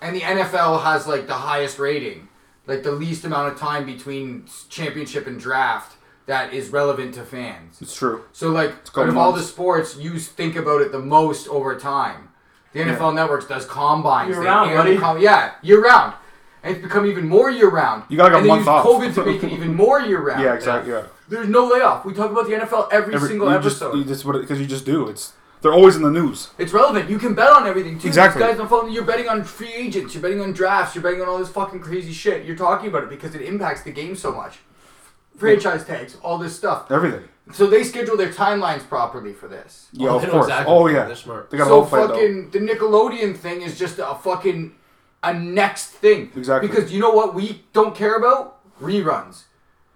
Speaker 5: And the NFL has like the highest rating, like the least amount of time between s- championship and draft that is relevant to fans.
Speaker 2: It's true.
Speaker 5: So like
Speaker 2: called
Speaker 5: out of all the
Speaker 2: months.
Speaker 5: sports, you think about it the most over time. The NFL Networks does combines.
Speaker 3: Year
Speaker 5: They
Speaker 3: round,
Speaker 5: air
Speaker 3: buddy.
Speaker 5: the com- yeah, year round, and it's become even more year round.
Speaker 2: You gotta get
Speaker 5: and they
Speaker 2: month
Speaker 5: use
Speaker 2: off.
Speaker 5: COVID to make it even more year round.
Speaker 2: Yeah, exactly. Yeah,
Speaker 5: There's no layoff. We talk about the NFL every, single
Speaker 2: you
Speaker 5: episode.
Speaker 2: Just, you just because you just do. It's they're always in the news.
Speaker 5: it's relevant. You can bet on everything too.
Speaker 2: Exactly.
Speaker 5: These guys on phone, you're betting on free agents. You're betting on drafts. You're betting on all this fucking crazy shit. You're talking about it because it impacts the game so much. Franchise tags, all this stuff.
Speaker 2: Everything.
Speaker 5: So they schedule their timelines properly for this.
Speaker 2: Yeah,
Speaker 4: Oh,
Speaker 2: of
Speaker 4: they know
Speaker 2: course.
Speaker 4: exactly.
Speaker 2: Oh yeah,
Speaker 4: They're smart.
Speaker 2: They got it
Speaker 5: so
Speaker 2: all planned out.
Speaker 5: fucking the Nickelodeon thing is just a fucking a next thing.
Speaker 2: Exactly.
Speaker 5: Because you know what we don't care about reruns.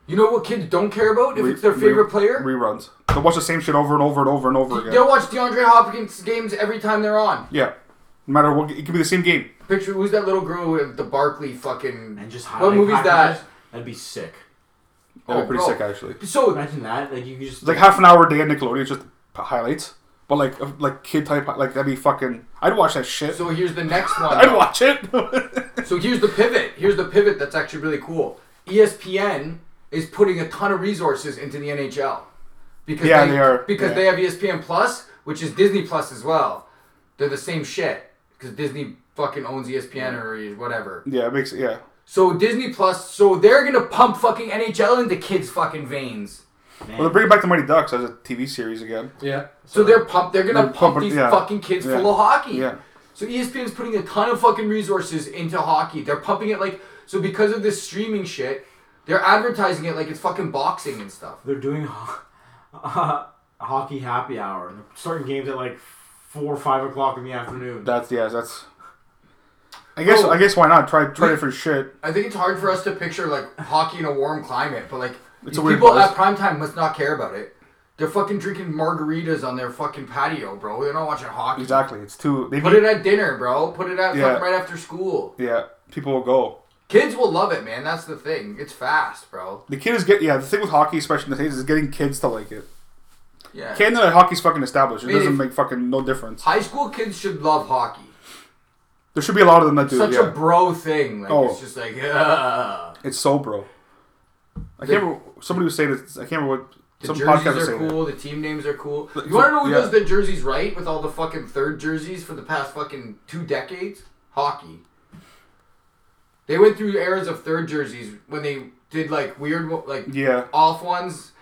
Speaker 5: You know what kids don't care about if
Speaker 2: Re-
Speaker 5: it's their
Speaker 2: re-
Speaker 5: favorite player.
Speaker 2: Reruns. They watch the same shit over and over and over and over again.
Speaker 5: They'll watch DeAndre Hopkins games every time they're on.
Speaker 2: Yeah, no matter what, it could be the same game.
Speaker 5: Picture who's that little girl with the Barkley fucking.
Speaker 3: And just
Speaker 5: what
Speaker 3: highlight
Speaker 5: movie's that?
Speaker 3: packages. That'd be sick.
Speaker 2: Oh,
Speaker 5: Oh,
Speaker 2: pretty
Speaker 5: bro.
Speaker 2: sick actually.
Speaker 5: So
Speaker 3: Imagine that. Like you could just
Speaker 2: It's like half an hour a day on Nickelodeon, it's just highlights. But like of- like kid type like that'd be fucking. I'd watch that shit.
Speaker 5: so here's the next
Speaker 2: I'd
Speaker 5: one.
Speaker 2: watch it.
Speaker 5: so here's the pivot. Here's the pivot that's actually really cool. E ESPN is putting a ton of resources into the NHL because
Speaker 2: Yeah, they are.
Speaker 5: because
Speaker 2: Yeah.
Speaker 5: they have E ESPN Plus, which is Disney Plus as well. They're the same shit because Disney fucking owns E ESPN or whatever.
Speaker 2: yeah, it makes yeah.
Speaker 5: So Disney Plus, so they're gonna pump fucking NHL into kids' fucking veins.
Speaker 2: Well, they're bringing back the Mighty Ducks as a TV series again.
Speaker 4: Yeah.
Speaker 5: So they're pump. They're gonna
Speaker 2: They're
Speaker 5: pump
Speaker 2: pumping-
Speaker 5: these
Speaker 2: yeah.
Speaker 5: fucking kids
Speaker 2: Yeah.
Speaker 5: full of hockey.
Speaker 2: Yeah.
Speaker 5: So E ESPN's putting a ton of fucking resources into hockey. They're pumping it like so because of this streaming shit. They're advertising it like it's fucking boxing and stuff.
Speaker 3: they're doing ho- hockey happy hour and they're starting games at like four or five o'clock in the afternoon.
Speaker 2: That's yeah. That's. I guess
Speaker 5: Oh.
Speaker 2: I guess why not try try
Speaker 5: We-
Speaker 2: different shit.
Speaker 5: I think it's hard for us to picture like hockey in a warm climate, but like
Speaker 2: It's
Speaker 5: these
Speaker 2: a weird
Speaker 5: people
Speaker 2: buzz.
Speaker 5: at prime time must not care about it. They're fucking drinking margaritas on their fucking patio, bro. They're not watching hockey.
Speaker 2: Exactly, it's too. They
Speaker 5: Put it at dinner, bro. Put it at
Speaker 2: Yeah.
Speaker 5: fucking right after school.
Speaker 2: yeah, people will go.
Speaker 5: Kids will love it, man. That's the thing. It's fast, bro.
Speaker 2: The kid is get yeah. The thing with hockey, especially in the States, is getting kids to like it.
Speaker 5: Yeah.
Speaker 2: Canada hockey's fucking established. It
Speaker 5: Maybe-
Speaker 2: doesn't make fucking no difference.
Speaker 5: High school kids should love hockey.
Speaker 2: There should be a lot of them that do.
Speaker 5: Such
Speaker 2: yeah,
Speaker 5: a bro thing. Like
Speaker 2: Oh.
Speaker 5: it's just like ugh.
Speaker 2: it's so bro. I can't remember. Somebody was saying this. I can't remember what
Speaker 5: The
Speaker 2: some podcast was
Speaker 5: jerseys are
Speaker 2: saying. it.
Speaker 5: cool. The team names are cool.
Speaker 2: But-
Speaker 5: You want to know who
Speaker 2: yeah.
Speaker 5: does the jerseys right with all the fucking third jerseys for the past fucking two decades? Hockey. They went through eras of third jerseys when they did like weird, wo- like
Speaker 2: Yeah,
Speaker 5: off ones.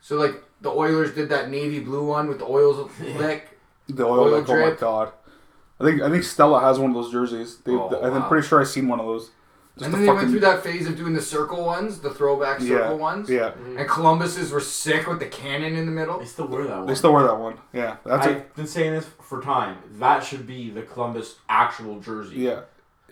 Speaker 5: So like the Oilers did that navy blue one with the oils lick.
Speaker 2: the oil.
Speaker 5: Oil
Speaker 2: like, oh my
Speaker 5: drip.
Speaker 2: god. I think I think Stella has one of those jerseys. They,
Speaker 5: Oh,
Speaker 2: I'm
Speaker 5: wow.
Speaker 2: pretty sure I seen one of those. Just
Speaker 5: and
Speaker 2: the
Speaker 5: then they went
Speaker 2: fucking-
Speaker 5: through that phase of doing the circle ones, the throwback circle
Speaker 2: yeah,
Speaker 5: ones.
Speaker 2: Yeah,
Speaker 5: And Columbus's were sick with the cannon in the middle.
Speaker 3: They still wear that one.
Speaker 2: they still wear that one. Yeah, that's it.
Speaker 3: I've been saying this for time. That should be the Columbus actual jersey.
Speaker 2: Yeah,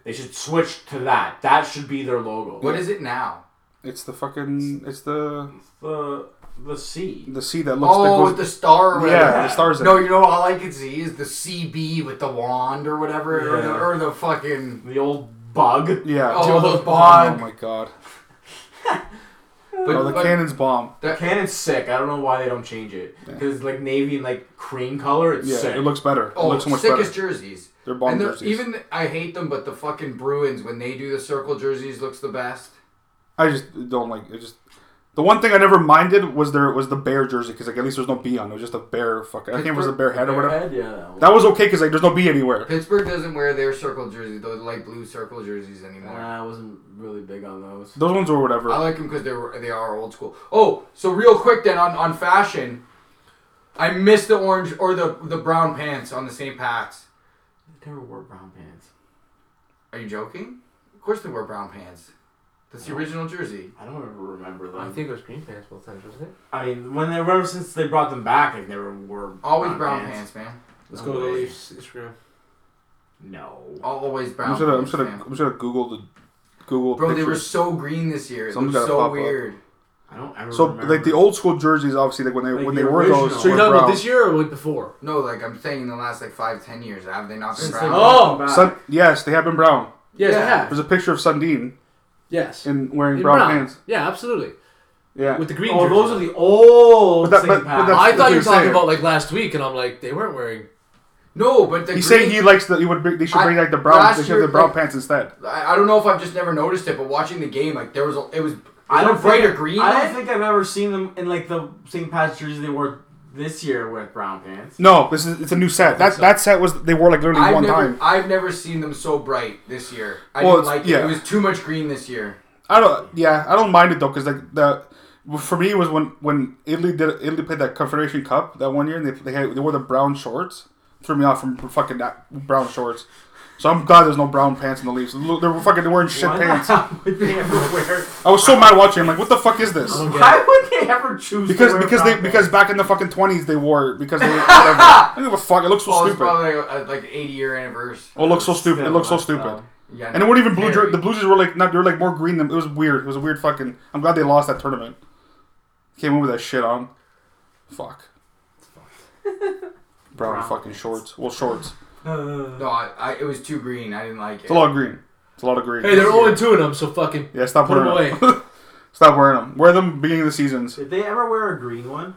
Speaker 3: They should switch to that. That should be their logo.
Speaker 5: What is it now?
Speaker 2: it's the fucking it's the
Speaker 3: the the C?
Speaker 2: the sea that looks.
Speaker 5: Oh,
Speaker 2: that
Speaker 5: with the star. Or whatever.
Speaker 2: yeah, the stars. in
Speaker 5: No,
Speaker 2: it.
Speaker 5: you know all I could see is the CB with the wand or whatever, or, the,
Speaker 3: Yeah.
Speaker 5: or the fucking
Speaker 3: The old bug.
Speaker 2: yeah.
Speaker 5: oh
Speaker 3: the
Speaker 5: the
Speaker 2: oh
Speaker 5: bog.
Speaker 2: my god!
Speaker 5: But,
Speaker 2: Oh, the
Speaker 5: but-
Speaker 2: cannon's bomb.
Speaker 3: That cannon's sick. I don't know why they don't change it. Because like navy and like cream color, it's
Speaker 2: Yeah,
Speaker 3: sick.
Speaker 2: it looks better.
Speaker 5: oh,
Speaker 2: it looks so much better.
Speaker 5: sickest jerseys.
Speaker 2: They're bomb
Speaker 5: and
Speaker 2: jerseys.
Speaker 5: Even I hate them, but the fucking Bruins when they do the circle jerseys looks the best.
Speaker 2: I just don't like it. Just the one thing I never minded was there was the bear jersey because like at least there's no B on it. It was just a bear fucking. I think it was a bear head or whatever.
Speaker 3: Red, yeah.
Speaker 2: That was okay because like there's no B anywhere.
Speaker 5: Pittsburgh doesn't wear their circle jerseys, those light blue circle jerseys anymore.
Speaker 3: Nah, I wasn't really big on those.
Speaker 2: Those ones were whatever.
Speaker 5: I like them because they were they are old school. Oh, so real quick then on, on fashion, I miss the orange or the the brown pants on the St. Pat's.
Speaker 3: I never wore brown pants.
Speaker 5: Are you joking? Of course they wore brown pants. That's the original jersey.
Speaker 3: I don't ever remember them.
Speaker 4: I think it was green pants both times, wasn't it?
Speaker 3: I mean, when they ever since they brought them back, I've never wore
Speaker 5: Always brown pants, man.
Speaker 4: Let's
Speaker 3: No
Speaker 4: go to
Speaker 3: way.
Speaker 4: the Leafs Instagram.
Speaker 3: No.
Speaker 5: Always brown.
Speaker 2: I'm just gonna I'm
Speaker 5: pants,
Speaker 2: just gonna
Speaker 5: man.
Speaker 2: I'm just gonna Google the Google
Speaker 5: Bro, they
Speaker 2: pictures.
Speaker 5: were so green this year. It
Speaker 2: Something's
Speaker 5: was
Speaker 2: gotta pop
Speaker 5: so
Speaker 2: up.
Speaker 5: weird.
Speaker 3: I don't ever.
Speaker 2: so
Speaker 3: remember.
Speaker 2: like the old school jerseys, obviously like when they
Speaker 3: Like
Speaker 2: when
Speaker 3: the
Speaker 2: they wore
Speaker 3: original.
Speaker 2: those.
Speaker 3: So
Speaker 4: So
Speaker 2: were
Speaker 4: you're talking about
Speaker 2: brown.
Speaker 4: this year or like before?
Speaker 5: No, like I'm saying, in the last like five, ten years, have they not been
Speaker 3: Since
Speaker 5: brown?
Speaker 3: they
Speaker 4: Oh,
Speaker 3: brought them back.
Speaker 2: Sun, yes, they have been brown.
Speaker 4: Yes,
Speaker 5: Yeah.
Speaker 4: I have.
Speaker 2: There's a picture of Sundin
Speaker 4: Yes.
Speaker 2: in wearing
Speaker 4: In
Speaker 2: brown, pants.
Speaker 4: Yeah, absolutely.
Speaker 2: Yeah,
Speaker 4: With the green.
Speaker 3: Oh,
Speaker 4: jersey.
Speaker 3: those are the
Speaker 2: But
Speaker 3: old
Speaker 2: that-
Speaker 3: St.
Speaker 2: but- but
Speaker 3: Pat.
Speaker 2: that's-
Speaker 4: I
Speaker 2: what
Speaker 4: thought you
Speaker 2: you're
Speaker 4: were talking
Speaker 2: saying.
Speaker 4: about like last week, and I'm like, they weren't wearing.
Speaker 5: No, but the
Speaker 2: he's
Speaker 5: green,
Speaker 2: saying he likes the. He would. bring- They should
Speaker 5: I-
Speaker 2: bring like the brown.
Speaker 5: last
Speaker 2: They should
Speaker 5: year,
Speaker 2: have the brown
Speaker 5: like-
Speaker 2: pants instead.
Speaker 5: I, I don't know if I've just never noticed it, but watching the game, like there was, a, it was.
Speaker 3: I don't
Speaker 5: brighter
Speaker 3: think,
Speaker 5: green.
Speaker 3: I
Speaker 5: on
Speaker 3: don't
Speaker 5: it?
Speaker 3: think I've ever seen them in like the St. Pat's jersey they wore this year with brown pants.
Speaker 2: No, this is it's a new set. That that set was they wore like literally
Speaker 5: I've
Speaker 2: one
Speaker 5: never,
Speaker 2: time.
Speaker 5: I've never seen them so bright this year. I
Speaker 2: Well,
Speaker 5: didn't
Speaker 2: it's-
Speaker 5: like it.
Speaker 2: yeah.
Speaker 5: It was too much green this year.
Speaker 2: I don't. Yeah, I don't mind it though, because like the for me it was when when Italy did Italy played that Confederation Cup that one year, and they they, had, they wore the brown shorts. Threw me off from fucking that brown shorts. So I'm glad there's no brown pants in the Leafs. Look, They're fucking they're wearing shit
Speaker 3: Why
Speaker 2: pants.
Speaker 3: not would they ever wear?
Speaker 2: I was so mad watching. I'm like, what the fuck is this?
Speaker 4: I don't get it.
Speaker 3: Why would they ever choose?
Speaker 2: Because
Speaker 3: to wear
Speaker 2: because
Speaker 3: brown
Speaker 2: they because
Speaker 3: pants?
Speaker 2: back in the fucking twenties they wore it because they whatever. I don't give a fuck. It looks so
Speaker 5: Oh, it's
Speaker 2: stupid.
Speaker 5: probably like, a, like an 80 year anniversary.
Speaker 2: oh, it looks so stupid. It
Speaker 3: Still
Speaker 2: looks so
Speaker 3: looks
Speaker 2: stupid.
Speaker 3: dumb.
Speaker 5: Yeah,
Speaker 2: And it weren't even blue. Jer- the blue jerseys were like not. They were like more green than it was weird. It was a weird fucking. I'm glad they lost that tournament. Came in with that shit on. Fuck. Brown,
Speaker 3: Brown
Speaker 2: fucking shorts. Well, shorts.
Speaker 3: Uh,
Speaker 5: No, I, I, it was too green. I didn't like it.
Speaker 2: It's a lot of green. It's a lot of green.
Speaker 4: Hey, they're 0 2 and I'm so fucking.
Speaker 2: yeah, stop
Speaker 4: Put
Speaker 2: wearing
Speaker 4: 'em away.
Speaker 2: them. stop wearing them. Wear them beginning of the seasons.
Speaker 3: did they ever wear a green one?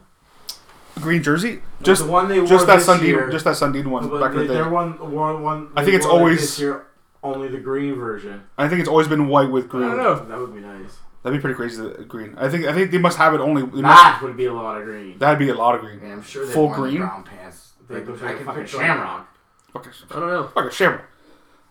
Speaker 2: Green jersey. Just
Speaker 3: the one they wore
Speaker 2: just that
Speaker 3: this year.
Speaker 2: Sundin. Just that Sundin one
Speaker 3: But
Speaker 2: back in
Speaker 3: they,
Speaker 2: the
Speaker 3: their
Speaker 2: day.
Speaker 3: one, one, one,
Speaker 2: I
Speaker 3: they
Speaker 2: think it's
Speaker 3: wore it
Speaker 2: always-
Speaker 3: this year only the green version.
Speaker 2: I think it's always been white with
Speaker 4: I
Speaker 2: green.
Speaker 4: don't know.
Speaker 3: That would be nice.
Speaker 2: That'd be pretty crazy. the Green. I think. I think they must have it only. They must,
Speaker 3: That would be a lot of green.
Speaker 2: that'd be a lot of green.
Speaker 5: Man, I'm sure they
Speaker 2: Full
Speaker 5: wanted
Speaker 2: green?
Speaker 5: brown pants.
Speaker 3: They
Speaker 5: Like,
Speaker 3: look like a fucking
Speaker 5: picture-
Speaker 3: shamrock.
Speaker 2: Fucking
Speaker 4: I don't know.
Speaker 2: fucking shamrock.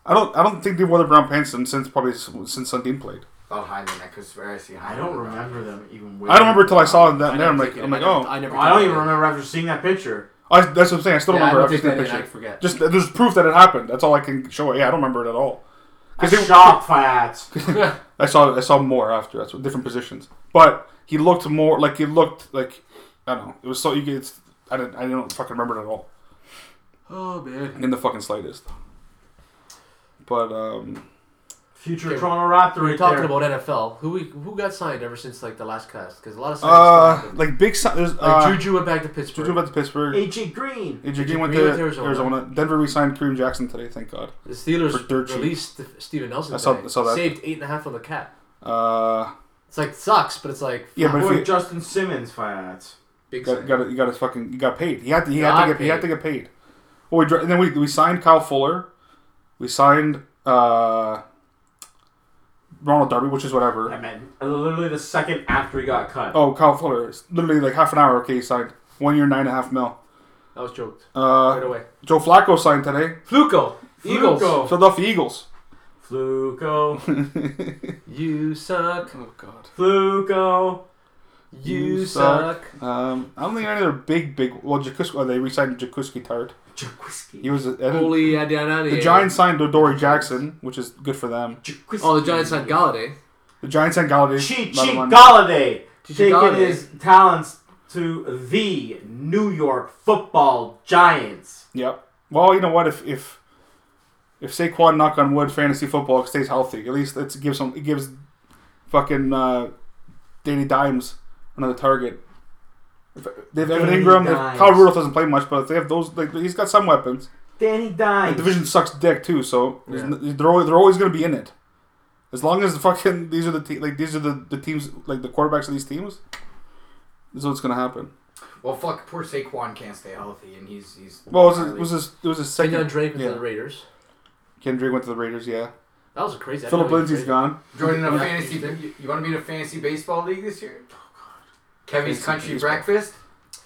Speaker 2: I don't. I don't think they wore the brown pants since, since probably s- since Sundin played.
Speaker 5: I'll hide in that because I see.
Speaker 3: I don't remember them even.
Speaker 2: I don't remember until I saw that.
Speaker 4: I
Speaker 2: There, I'm
Speaker 4: never
Speaker 2: like,
Speaker 4: take it.
Speaker 2: I'm like,
Speaker 4: I never-
Speaker 2: oh,
Speaker 4: I never.
Speaker 3: I don't
Speaker 4: take
Speaker 3: even
Speaker 4: it.
Speaker 3: remember after seeing that picture.
Speaker 2: I, that's what I'm saying. I still don't
Speaker 4: Yeah, I
Speaker 2: remember.
Speaker 4: don't
Speaker 2: I've
Speaker 4: take
Speaker 2: seen that
Speaker 4: that in. I
Speaker 2: picture.
Speaker 4: forget.
Speaker 2: Just there's proof that it happened. That's all I can show. it. Yeah, I don't remember it at all.
Speaker 3: I
Speaker 2: Because they,
Speaker 3: shop fats.
Speaker 2: I saw I saw more after. That's what different positions. But he looked more like he looked like I don't know. It was so you. could- It's I didn't. I don't fucking remember it at all.
Speaker 4: Oh, man.
Speaker 2: In the fucking slightest. But um.
Speaker 3: Future
Speaker 4: Okay.
Speaker 3: Toronto Raptor.
Speaker 4: We're
Speaker 3: right
Speaker 4: talking
Speaker 3: there.
Speaker 4: about NFL. Who we, who got signed ever since like the last cast? Because a lot of signings.
Speaker 2: Uh,
Speaker 4: happened.
Speaker 2: like big. si- There's,
Speaker 4: Like,
Speaker 2: uh,
Speaker 4: Juju went back to Pittsburgh.
Speaker 2: Juju went to Pittsburgh.
Speaker 3: AJ Green.
Speaker 2: AJ
Speaker 4: Green
Speaker 2: Green went
Speaker 4: went
Speaker 2: to
Speaker 4: to Arizona.
Speaker 2: Arizona. Denver re-signed Kareem Jackson today. Thank God. for
Speaker 4: the
Speaker 2: dirt
Speaker 4: Steelers
Speaker 2: cheap.
Speaker 4: released Steven Nelson.
Speaker 2: I saw-
Speaker 4: today.
Speaker 2: I saw that.
Speaker 4: Saved eight and a half on the cap.
Speaker 2: Uh,
Speaker 4: It's like sucks, but it's like
Speaker 2: yeah, but
Speaker 3: Boy,
Speaker 2: if you
Speaker 3: Justin Simmons fats.
Speaker 4: big.
Speaker 2: got,
Speaker 4: signing.
Speaker 2: got to, you got to fucking you got paid. He had to. He
Speaker 4: Got
Speaker 2: had to get. He had to get paid. Well, we dra- and then we we signed Kyle Fuller. We signed uh, Ronald Darby, which is
Speaker 3: I
Speaker 2: whatever.
Speaker 3: meant literally the second after he got cut.
Speaker 2: Oh, Kyle Fuller. It's literally like half an hour. Okay, he signed one year, nine and a half mil.
Speaker 4: I was joked right
Speaker 2: Uh,
Speaker 4: away.
Speaker 2: Joe Flacco signed today.
Speaker 4: Fluco, Eagles,
Speaker 3: Fluco.
Speaker 2: Philadelphia Eagles.
Speaker 3: Fluco.
Speaker 4: you suck.
Speaker 2: Oh God.
Speaker 3: Fluco.
Speaker 4: You suck.
Speaker 2: Um, I don't think any other big, big. Well, Jakuski. Oh, they re-signed Jakuski Tart.
Speaker 3: Jaquiski.
Speaker 2: He was. and then
Speaker 4: Holy Adianani.
Speaker 2: the Giants signed Dory Jackson, which is good for them.
Speaker 4: Oh, the Giants signed Galladay.
Speaker 2: The Giants signed Galladay.
Speaker 3: Cheat
Speaker 2: another
Speaker 3: Cheat
Speaker 2: one.
Speaker 3: Galladay taking
Speaker 4: Galladay.
Speaker 3: his talents to the New York Football Giants.
Speaker 2: Yep. Well, you know what? If if if Saquon knock on wood fantasy football stays healthy, at least it's, it gives him it gives fucking uh, Danny Dimes another target. If they have Evan
Speaker 3: Danny
Speaker 2: Ingram. they have-
Speaker 3: Dimes.
Speaker 2: Kyle Rudolph doesn't play much, but if they have those, like he's got some weapons.
Speaker 3: Danny
Speaker 2: The
Speaker 3: Dimes.
Speaker 2: division sucks dick too, so there's
Speaker 4: Yeah.
Speaker 2: n- they're always, they're always going to be in it. As long as the fucking these are the te- like these are the, the teams like the quarterbacks of these teams, this is what's going to happen.
Speaker 5: Well, fuck, poor Saquon can't stay healthy, and he's he's.
Speaker 2: Well, it was, it was his it was his second.
Speaker 4: Kenyon Drake went to the
Speaker 2: yeah.
Speaker 4: Raiders.
Speaker 2: Kendrick went to the Raiders. Yeah,
Speaker 4: That was a crazy. I
Speaker 2: Philip
Speaker 4: didn't know he was
Speaker 2: Lindsay's
Speaker 4: traded.
Speaker 2: gone.
Speaker 5: joining a
Speaker 4: Yeah.
Speaker 5: fantasy. You, want to be in a fantasy baseball league this year?
Speaker 3: Oh,
Speaker 2: Fantasy
Speaker 5: Kevin's Country
Speaker 2: baseball.
Speaker 5: Breakfast.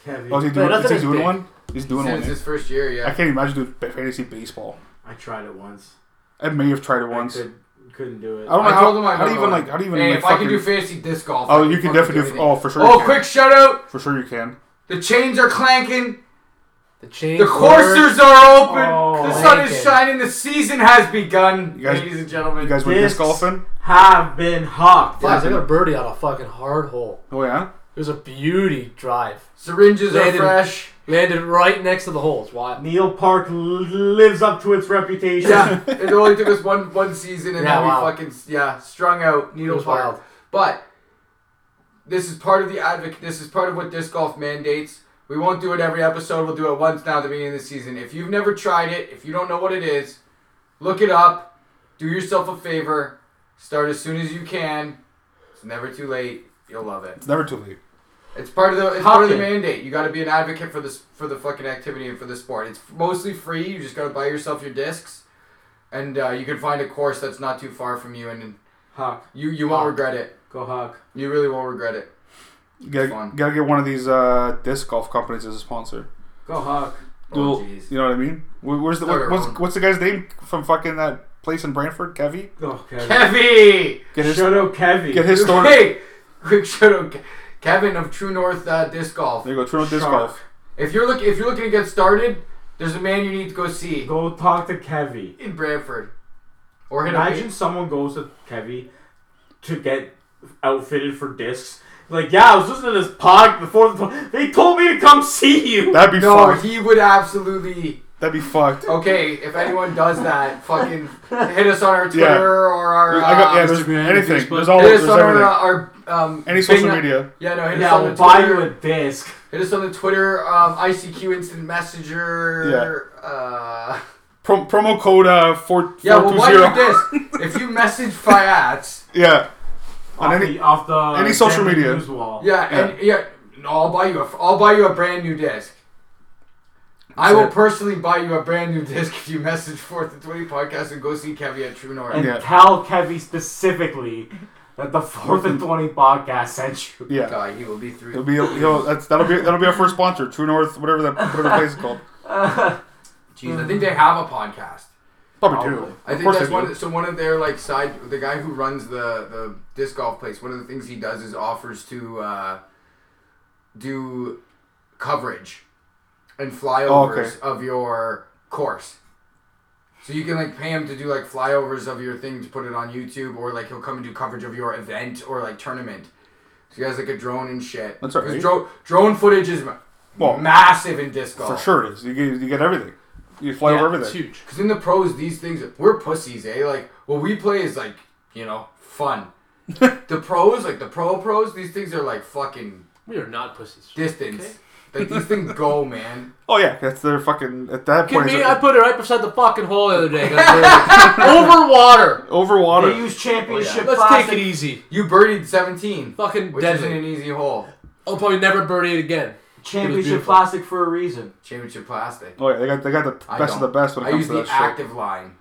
Speaker 3: Kevin.
Speaker 2: Oh, is he
Speaker 4: But
Speaker 2: doing,
Speaker 4: nothing
Speaker 2: is he
Speaker 4: is
Speaker 2: doing
Speaker 4: big.
Speaker 2: one? He's doing
Speaker 5: Since
Speaker 2: one. eh?
Speaker 5: his first year, yeah.
Speaker 2: I can't imagine doing ba- fantasy baseball.
Speaker 3: I tried it once.
Speaker 2: I may have tried it once.
Speaker 3: I
Speaker 2: I,
Speaker 3: could, couldn't do it.
Speaker 2: don't know
Speaker 5: I
Speaker 2: how.
Speaker 5: told him I
Speaker 2: how do you even
Speaker 5: don't know.
Speaker 2: like? How do you even
Speaker 5: Hey,
Speaker 2: like?
Speaker 5: if I can
Speaker 2: fucking-
Speaker 5: do fantasy disc golf. I
Speaker 2: oh, you can
Speaker 5: fucking
Speaker 2: definitely do.
Speaker 5: everything.
Speaker 2: Oh, for sure. you
Speaker 5: Oh,
Speaker 2: can.
Speaker 5: quick shout out!
Speaker 2: For sure you can.
Speaker 5: The chains are clanking.
Speaker 4: The chain.
Speaker 5: The coursers are open.
Speaker 3: Oh,
Speaker 5: the sun is
Speaker 4: clanking.
Speaker 5: shining. The season has begun,
Speaker 2: You guys-
Speaker 5: ladies and gentlemen.
Speaker 2: You guys went disc
Speaker 3: Discs.
Speaker 2: golfing.
Speaker 3: Have been hawked.
Speaker 4: Guys, I got a birdie out of fucking hard hole.
Speaker 2: Oh yeah.
Speaker 4: It was a beauty drive.
Speaker 5: Syringes are
Speaker 4: Landon.
Speaker 5: fresh.
Speaker 4: Landed right next to the hole. It's wild.
Speaker 3: Neil Park l- lives up to its reputation.
Speaker 5: Yeah, it only took us one one season, and
Speaker 4: Yeah,
Speaker 5: then we
Speaker 4: wow.
Speaker 5: fucking yeah strung out
Speaker 4: It
Speaker 5: needles
Speaker 4: was
Speaker 5: wild.
Speaker 4: wild.
Speaker 5: But this is part of the advocate. This is part of what disc golf mandates. We won't do it every episode. We'll do it once now at the beginning of the season. If you've never tried it, if you don't know what it is, look it up. Do yourself a favor. Start as soon as you can. It's never too late. You'll love it.
Speaker 2: It's never too late.
Speaker 5: It's part of the it's part of the
Speaker 3: Hawking.
Speaker 5: mandate. You got to be an advocate for this for the fucking activity and for the sport. It's mostly free. You just got to buy yourself your discs, and uh, you can find a course that's not too far from you, and
Speaker 3: Hawk.
Speaker 5: you you won't
Speaker 3: Hawk.
Speaker 5: regret it.
Speaker 3: Go Hawk.
Speaker 5: You really won't regret it.
Speaker 2: You gotta,
Speaker 5: Fun.
Speaker 2: gotta get one of these uh, disc golf companies as a sponsor.
Speaker 3: Go Hawk.
Speaker 5: Oh,
Speaker 2: Dual-
Speaker 5: jeez.
Speaker 2: you know what I mean? Where- Where's the
Speaker 5: Start our
Speaker 2: what, what's,
Speaker 5: own.
Speaker 2: what's the guy's name from fucking that place in Brantford? Kevy.
Speaker 3: Go Kevin.
Speaker 5: Kevin,
Speaker 2: Get his
Speaker 3: Shout out Kevin.
Speaker 2: get his story.
Speaker 5: hey, quick shout out, Ke- Kevin of True North uh, Disc Golf.
Speaker 2: There you go. True North disc
Speaker 3: Shark.
Speaker 2: golf.
Speaker 5: If you're looking if you're looking to get started, there's a man you need to go see
Speaker 3: Go talk to Kevin.
Speaker 5: in Brantford, or hit
Speaker 3: Imagine
Speaker 5: Imagine.
Speaker 3: someone goes to Kevy to get outfitted for discs. Like, yeah, I was listening to this pod before the, they told me to come see you.
Speaker 2: That'd be
Speaker 5: No,
Speaker 2: fucked.
Speaker 5: he would absolutely.
Speaker 2: That'd be fucked.
Speaker 5: Okay, if anyone does that, fucking hit us on our Twitter
Speaker 2: Yeah.
Speaker 5: or our. Uh,
Speaker 2: I got, yeah, there's
Speaker 4: Instagram,
Speaker 2: anything.
Speaker 4: Facebook.
Speaker 2: There's all
Speaker 5: hit
Speaker 2: there's
Speaker 5: us on our,
Speaker 2: everything.
Speaker 5: uh, our um,
Speaker 2: Any social
Speaker 5: thing-
Speaker 2: media.
Speaker 5: Yeah, no, hit
Speaker 3: yeah,
Speaker 5: us on the
Speaker 3: I'll buy you a
Speaker 5: Twitter.
Speaker 3: disc.
Speaker 5: Hit us on the Twitter, um, ICQ Instant Messenger. Yeah. Uh,
Speaker 2: Pro- promo code uh, four
Speaker 5: yeah, well, why do
Speaker 2: 420.
Speaker 5: this? If you message Fiat,
Speaker 2: Yeah.
Speaker 3: Off,
Speaker 2: On any-
Speaker 3: the, off the
Speaker 2: any social
Speaker 3: Denver
Speaker 2: media.
Speaker 3: News wall.
Speaker 5: yeah, and yeah, no, I'll buy you a, I'll buy you a brand new disc. I
Speaker 2: That's
Speaker 5: will
Speaker 2: it.
Speaker 5: personally buy you a brand new disc if you message Fourth and Twenty Podcast and go see Kevy at True North.
Speaker 3: And
Speaker 2: Yeah.
Speaker 3: tell Kevy specifically that the 4th and 20 podcast sent you.
Speaker 2: Yeah.
Speaker 5: God, he will be through.
Speaker 2: It'll be he'll, that's that'll be that'll be our first sponsor, True North, whatever that whatever place is called.
Speaker 5: Jeez, I think they have a podcast.
Speaker 2: Probably do. Mm-hmm.
Speaker 5: I
Speaker 2: Of
Speaker 5: think
Speaker 2: course they
Speaker 5: that's one.
Speaker 2: do.
Speaker 5: Of, so one of their like side, the guy who runs the the disc golf place. One of the things he does is offers to uh, do coverage and
Speaker 2: Oh,
Speaker 5: flyovers of your course. So you can like pay him to do like flyovers of your thing to put it on YouTube, or like he'll come and do coverage of your event or like tournament. So he has like a drone and shit.
Speaker 2: That's all
Speaker 5: 'Cause
Speaker 2: right.
Speaker 5: dro- drone footage is ma-
Speaker 2: Well,
Speaker 5: massive in disc golf.
Speaker 2: For sure it is. You get you get everything. You fly over
Speaker 4: It's
Speaker 2: everything.
Speaker 4: huge.
Speaker 5: Because in the pros, these things we're pussies, eh? Like what we play is like you know fun. the pros, like the pro pros, these things are like fucking
Speaker 4: We are not pussies.
Speaker 5: distance.
Speaker 4: Okay.
Speaker 5: Like these things go, man.
Speaker 2: Oh yeah, that's their fucking at that
Speaker 4: Look
Speaker 2: point.
Speaker 4: at me,
Speaker 2: it's
Speaker 4: I put it right beside the fucking hole the other day. God damn it. Over water.
Speaker 2: over
Speaker 3: They
Speaker 2: water.
Speaker 3: use championship
Speaker 4: Let's
Speaker 3: plastic.
Speaker 4: take it easy.
Speaker 5: You birdied seventeen,
Speaker 4: Fucking
Speaker 5: which isn't an
Speaker 4: deadly.
Speaker 5: easy hole.
Speaker 4: I'll probably never birdie it again.
Speaker 3: Championship
Speaker 4: beautiful.
Speaker 3: plastic for a reason.
Speaker 5: Championship plastic.
Speaker 2: Oh yeah, they got they got the
Speaker 5: I
Speaker 2: best of the
Speaker 5: don't.
Speaker 2: best when it
Speaker 5: I
Speaker 2: comes
Speaker 5: use
Speaker 2: to
Speaker 5: the
Speaker 2: that shit.
Speaker 5: active line.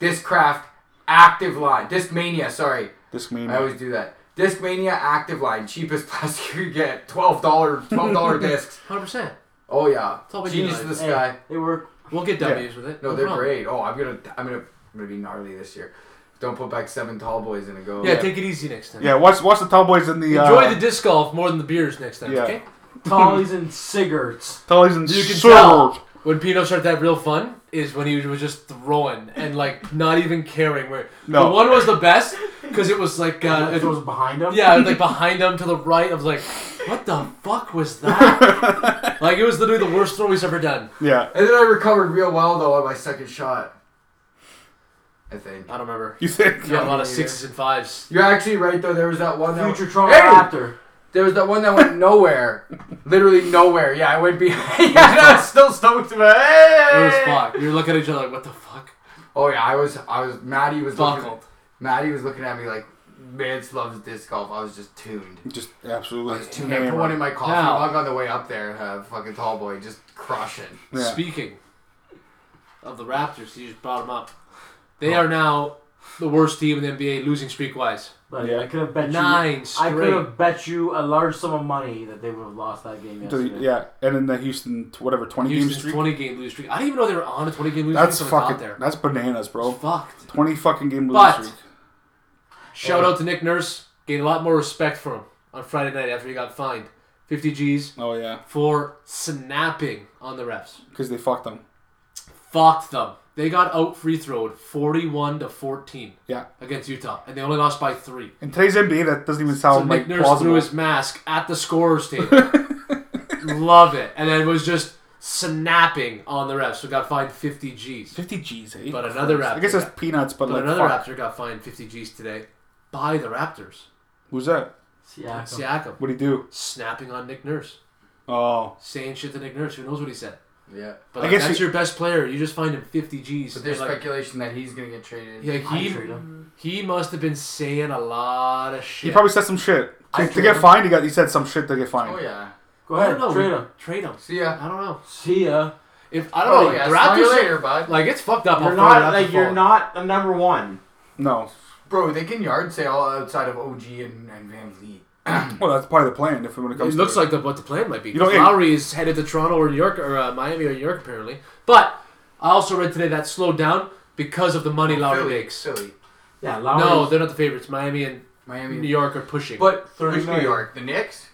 Speaker 5: Disc craft active line. Disc mania. Sorry,
Speaker 2: Disc mania.
Speaker 5: I always do that. Disc mania active line. Cheapest plastic you get. Twelve dollar. Twelve dollar discs.
Speaker 4: 100%.
Speaker 5: Oh yeah.
Speaker 4: all we do,
Speaker 5: Genius
Speaker 4: like,
Speaker 5: of the
Speaker 3: Hey,
Speaker 5: sky.
Speaker 3: They work.
Speaker 4: We'll get W's with it.
Speaker 5: No,
Speaker 4: No
Speaker 5: they're
Speaker 4: problem.
Speaker 5: great. Oh, I'm gonna, I'm gonna, I'm gonna be gnarly this year. Don't put back seven tall boys in a go.
Speaker 4: Yeah, take it easy next time.
Speaker 2: yeah, watch watch the Cowboys in the
Speaker 4: Enjoy
Speaker 2: uh,
Speaker 4: the disc golf more than the beers next time,
Speaker 2: Yeah.
Speaker 4: okay?
Speaker 3: Tollies and cigarettes.
Speaker 2: Tullies and
Speaker 4: You can
Speaker 2: Surge.
Speaker 4: tell when Pino started to have real fun is when he was just throwing and like not even caring. Where
Speaker 2: No.
Speaker 4: the one was the best because it was like uh,
Speaker 3: if it was behind him.
Speaker 4: yeah, like behind him to the right. I was like, what the fuck was that? like it was literally the worst throw he's ever done.
Speaker 2: Yeah.
Speaker 5: And then I recovered real well though on my second shot. I think.
Speaker 4: I don't remember.
Speaker 2: You think?
Speaker 4: He had a lot of sixes and fives.
Speaker 5: You're actually right though. There was that one that
Speaker 3: Future
Speaker 5: went,
Speaker 3: Toronto Raptor.
Speaker 5: There was that one that went nowhere, literally nowhere. Yeah, I went behind. yeah, and I was still stoked about. Hey!
Speaker 4: It was fuck. You're looking at each other like, what the fuck?
Speaker 5: Oh yeah, I was. I was. Maddie was looking.
Speaker 4: Buckled.
Speaker 5: Maddie was looking at me like, Mance loves disc golf. I was just tuned.
Speaker 2: Just
Speaker 5: I
Speaker 2: absolutely.
Speaker 5: was tuned. I put one in my coffee
Speaker 4: Now-
Speaker 5: mug on the way up there. Uh, fucking tall boy, just crushing.
Speaker 2: Yeah.
Speaker 4: Speaking of the Raptors, you just brought them up. They are now the worst team in the NBA, losing streak wise.
Speaker 3: Like,
Speaker 2: Yeah.
Speaker 3: I could have bet you.
Speaker 4: Nine
Speaker 3: I could
Speaker 4: straight.
Speaker 3: have bet you a large sum of money that they would have lost that game
Speaker 2: To
Speaker 3: yesterday.
Speaker 2: the- yeah, and then the Houston, t- whatever, 20 game
Speaker 4: Houston's
Speaker 2: streak.
Speaker 4: 20 game losing streak. I didn't even know they were on a 20 game losing
Speaker 2: That's
Speaker 4: streak. when I got
Speaker 2: fucking.
Speaker 4: there.
Speaker 2: That's bananas,
Speaker 4: It's
Speaker 2: bro.
Speaker 4: fucked.
Speaker 2: 20 fucking game losing
Speaker 4: But-
Speaker 2: streak.
Speaker 4: Shout out to Nick Nurse. Gained a lot more respect from him on Friday night after he got fined 50 G's
Speaker 2: Oh, yeah.
Speaker 4: for snapping on the refs.
Speaker 2: Because they fucked them.
Speaker 4: Fucked them. They got out free throwed 41 to 14
Speaker 2: Yeah.
Speaker 4: against Utah, and they only lost by three.
Speaker 2: In today's NBA, that doesn't even
Speaker 4: So
Speaker 2: sound
Speaker 4: Nick
Speaker 2: Oh, like
Speaker 4: Nurse
Speaker 2: plausible.
Speaker 4: threw his mask at the scorer's table. Love it. And then was just snapping on the refs. So got fined 50 G's.
Speaker 2: 50 G's, eh?
Speaker 4: But another Raptor.
Speaker 2: I guess that's
Speaker 4: got-
Speaker 2: peanuts, but,
Speaker 4: but
Speaker 2: like,
Speaker 4: another
Speaker 2: fuck.
Speaker 4: Raptor got fined 50 G's today by the Raptors.
Speaker 2: Who's that?
Speaker 3: Yeah.
Speaker 4: Siakam
Speaker 2: What'd he do?
Speaker 4: snapping on Nick Nurse,
Speaker 2: Oh.
Speaker 4: saying shit to Nick Nurse. Who knows what he said?
Speaker 5: Yeah.
Speaker 4: But
Speaker 2: I
Speaker 4: like,
Speaker 2: guess
Speaker 4: that's
Speaker 2: you-
Speaker 4: your best player. You just find him 50 G's.
Speaker 5: But there's
Speaker 4: And, like,
Speaker 5: speculation that he's gonna get traded.
Speaker 4: yeah,
Speaker 3: I
Speaker 4: he
Speaker 3: trade him.
Speaker 4: he must have been saying a lot of
Speaker 2: He
Speaker 4: shit.
Speaker 2: probably said some shit.
Speaker 5: I
Speaker 2: To, to get
Speaker 5: trade-
Speaker 2: fined, he got he said some shit to get fined.
Speaker 5: Oh yeah.
Speaker 3: Go
Speaker 4: I
Speaker 3: ahead,
Speaker 4: don't know.
Speaker 3: trade
Speaker 4: we-
Speaker 3: him.
Speaker 4: Trade him.
Speaker 5: See ya.
Speaker 4: I don't know.
Speaker 3: See ya.
Speaker 4: If I don't
Speaker 5: Oh
Speaker 4: know,
Speaker 5: yeah.
Speaker 4: the
Speaker 5: See you
Speaker 4: Raptors
Speaker 5: later, bud.
Speaker 4: like it's fucked up.
Speaker 3: You're
Speaker 4: how far
Speaker 3: not
Speaker 4: the Raptors
Speaker 3: like you're
Speaker 4: fall.
Speaker 3: not a number one.
Speaker 2: No.
Speaker 5: Bro, they can yard sale outside of OG and, and Van Vliet.
Speaker 2: Well, that's probably the plan if when it comes
Speaker 4: It
Speaker 2: to
Speaker 4: looks like the, what the plan might be.
Speaker 2: You know,
Speaker 4: 'cause
Speaker 2: it-
Speaker 4: Lowry is headed to Toronto or New York or uh, Miami or New York apparently. But I also read today that slowed down because of the money Lowry
Speaker 5: Oh, Philly,
Speaker 4: makes.
Speaker 5: Philly,
Speaker 3: Yeah,
Speaker 4: No,
Speaker 3: Lowry.
Speaker 4: they're not the favorites. Miami and
Speaker 5: Miami,
Speaker 4: New York are pushing.
Speaker 5: But
Speaker 3: Thirty
Speaker 5: which New
Speaker 3: million.
Speaker 5: York? The Knicks?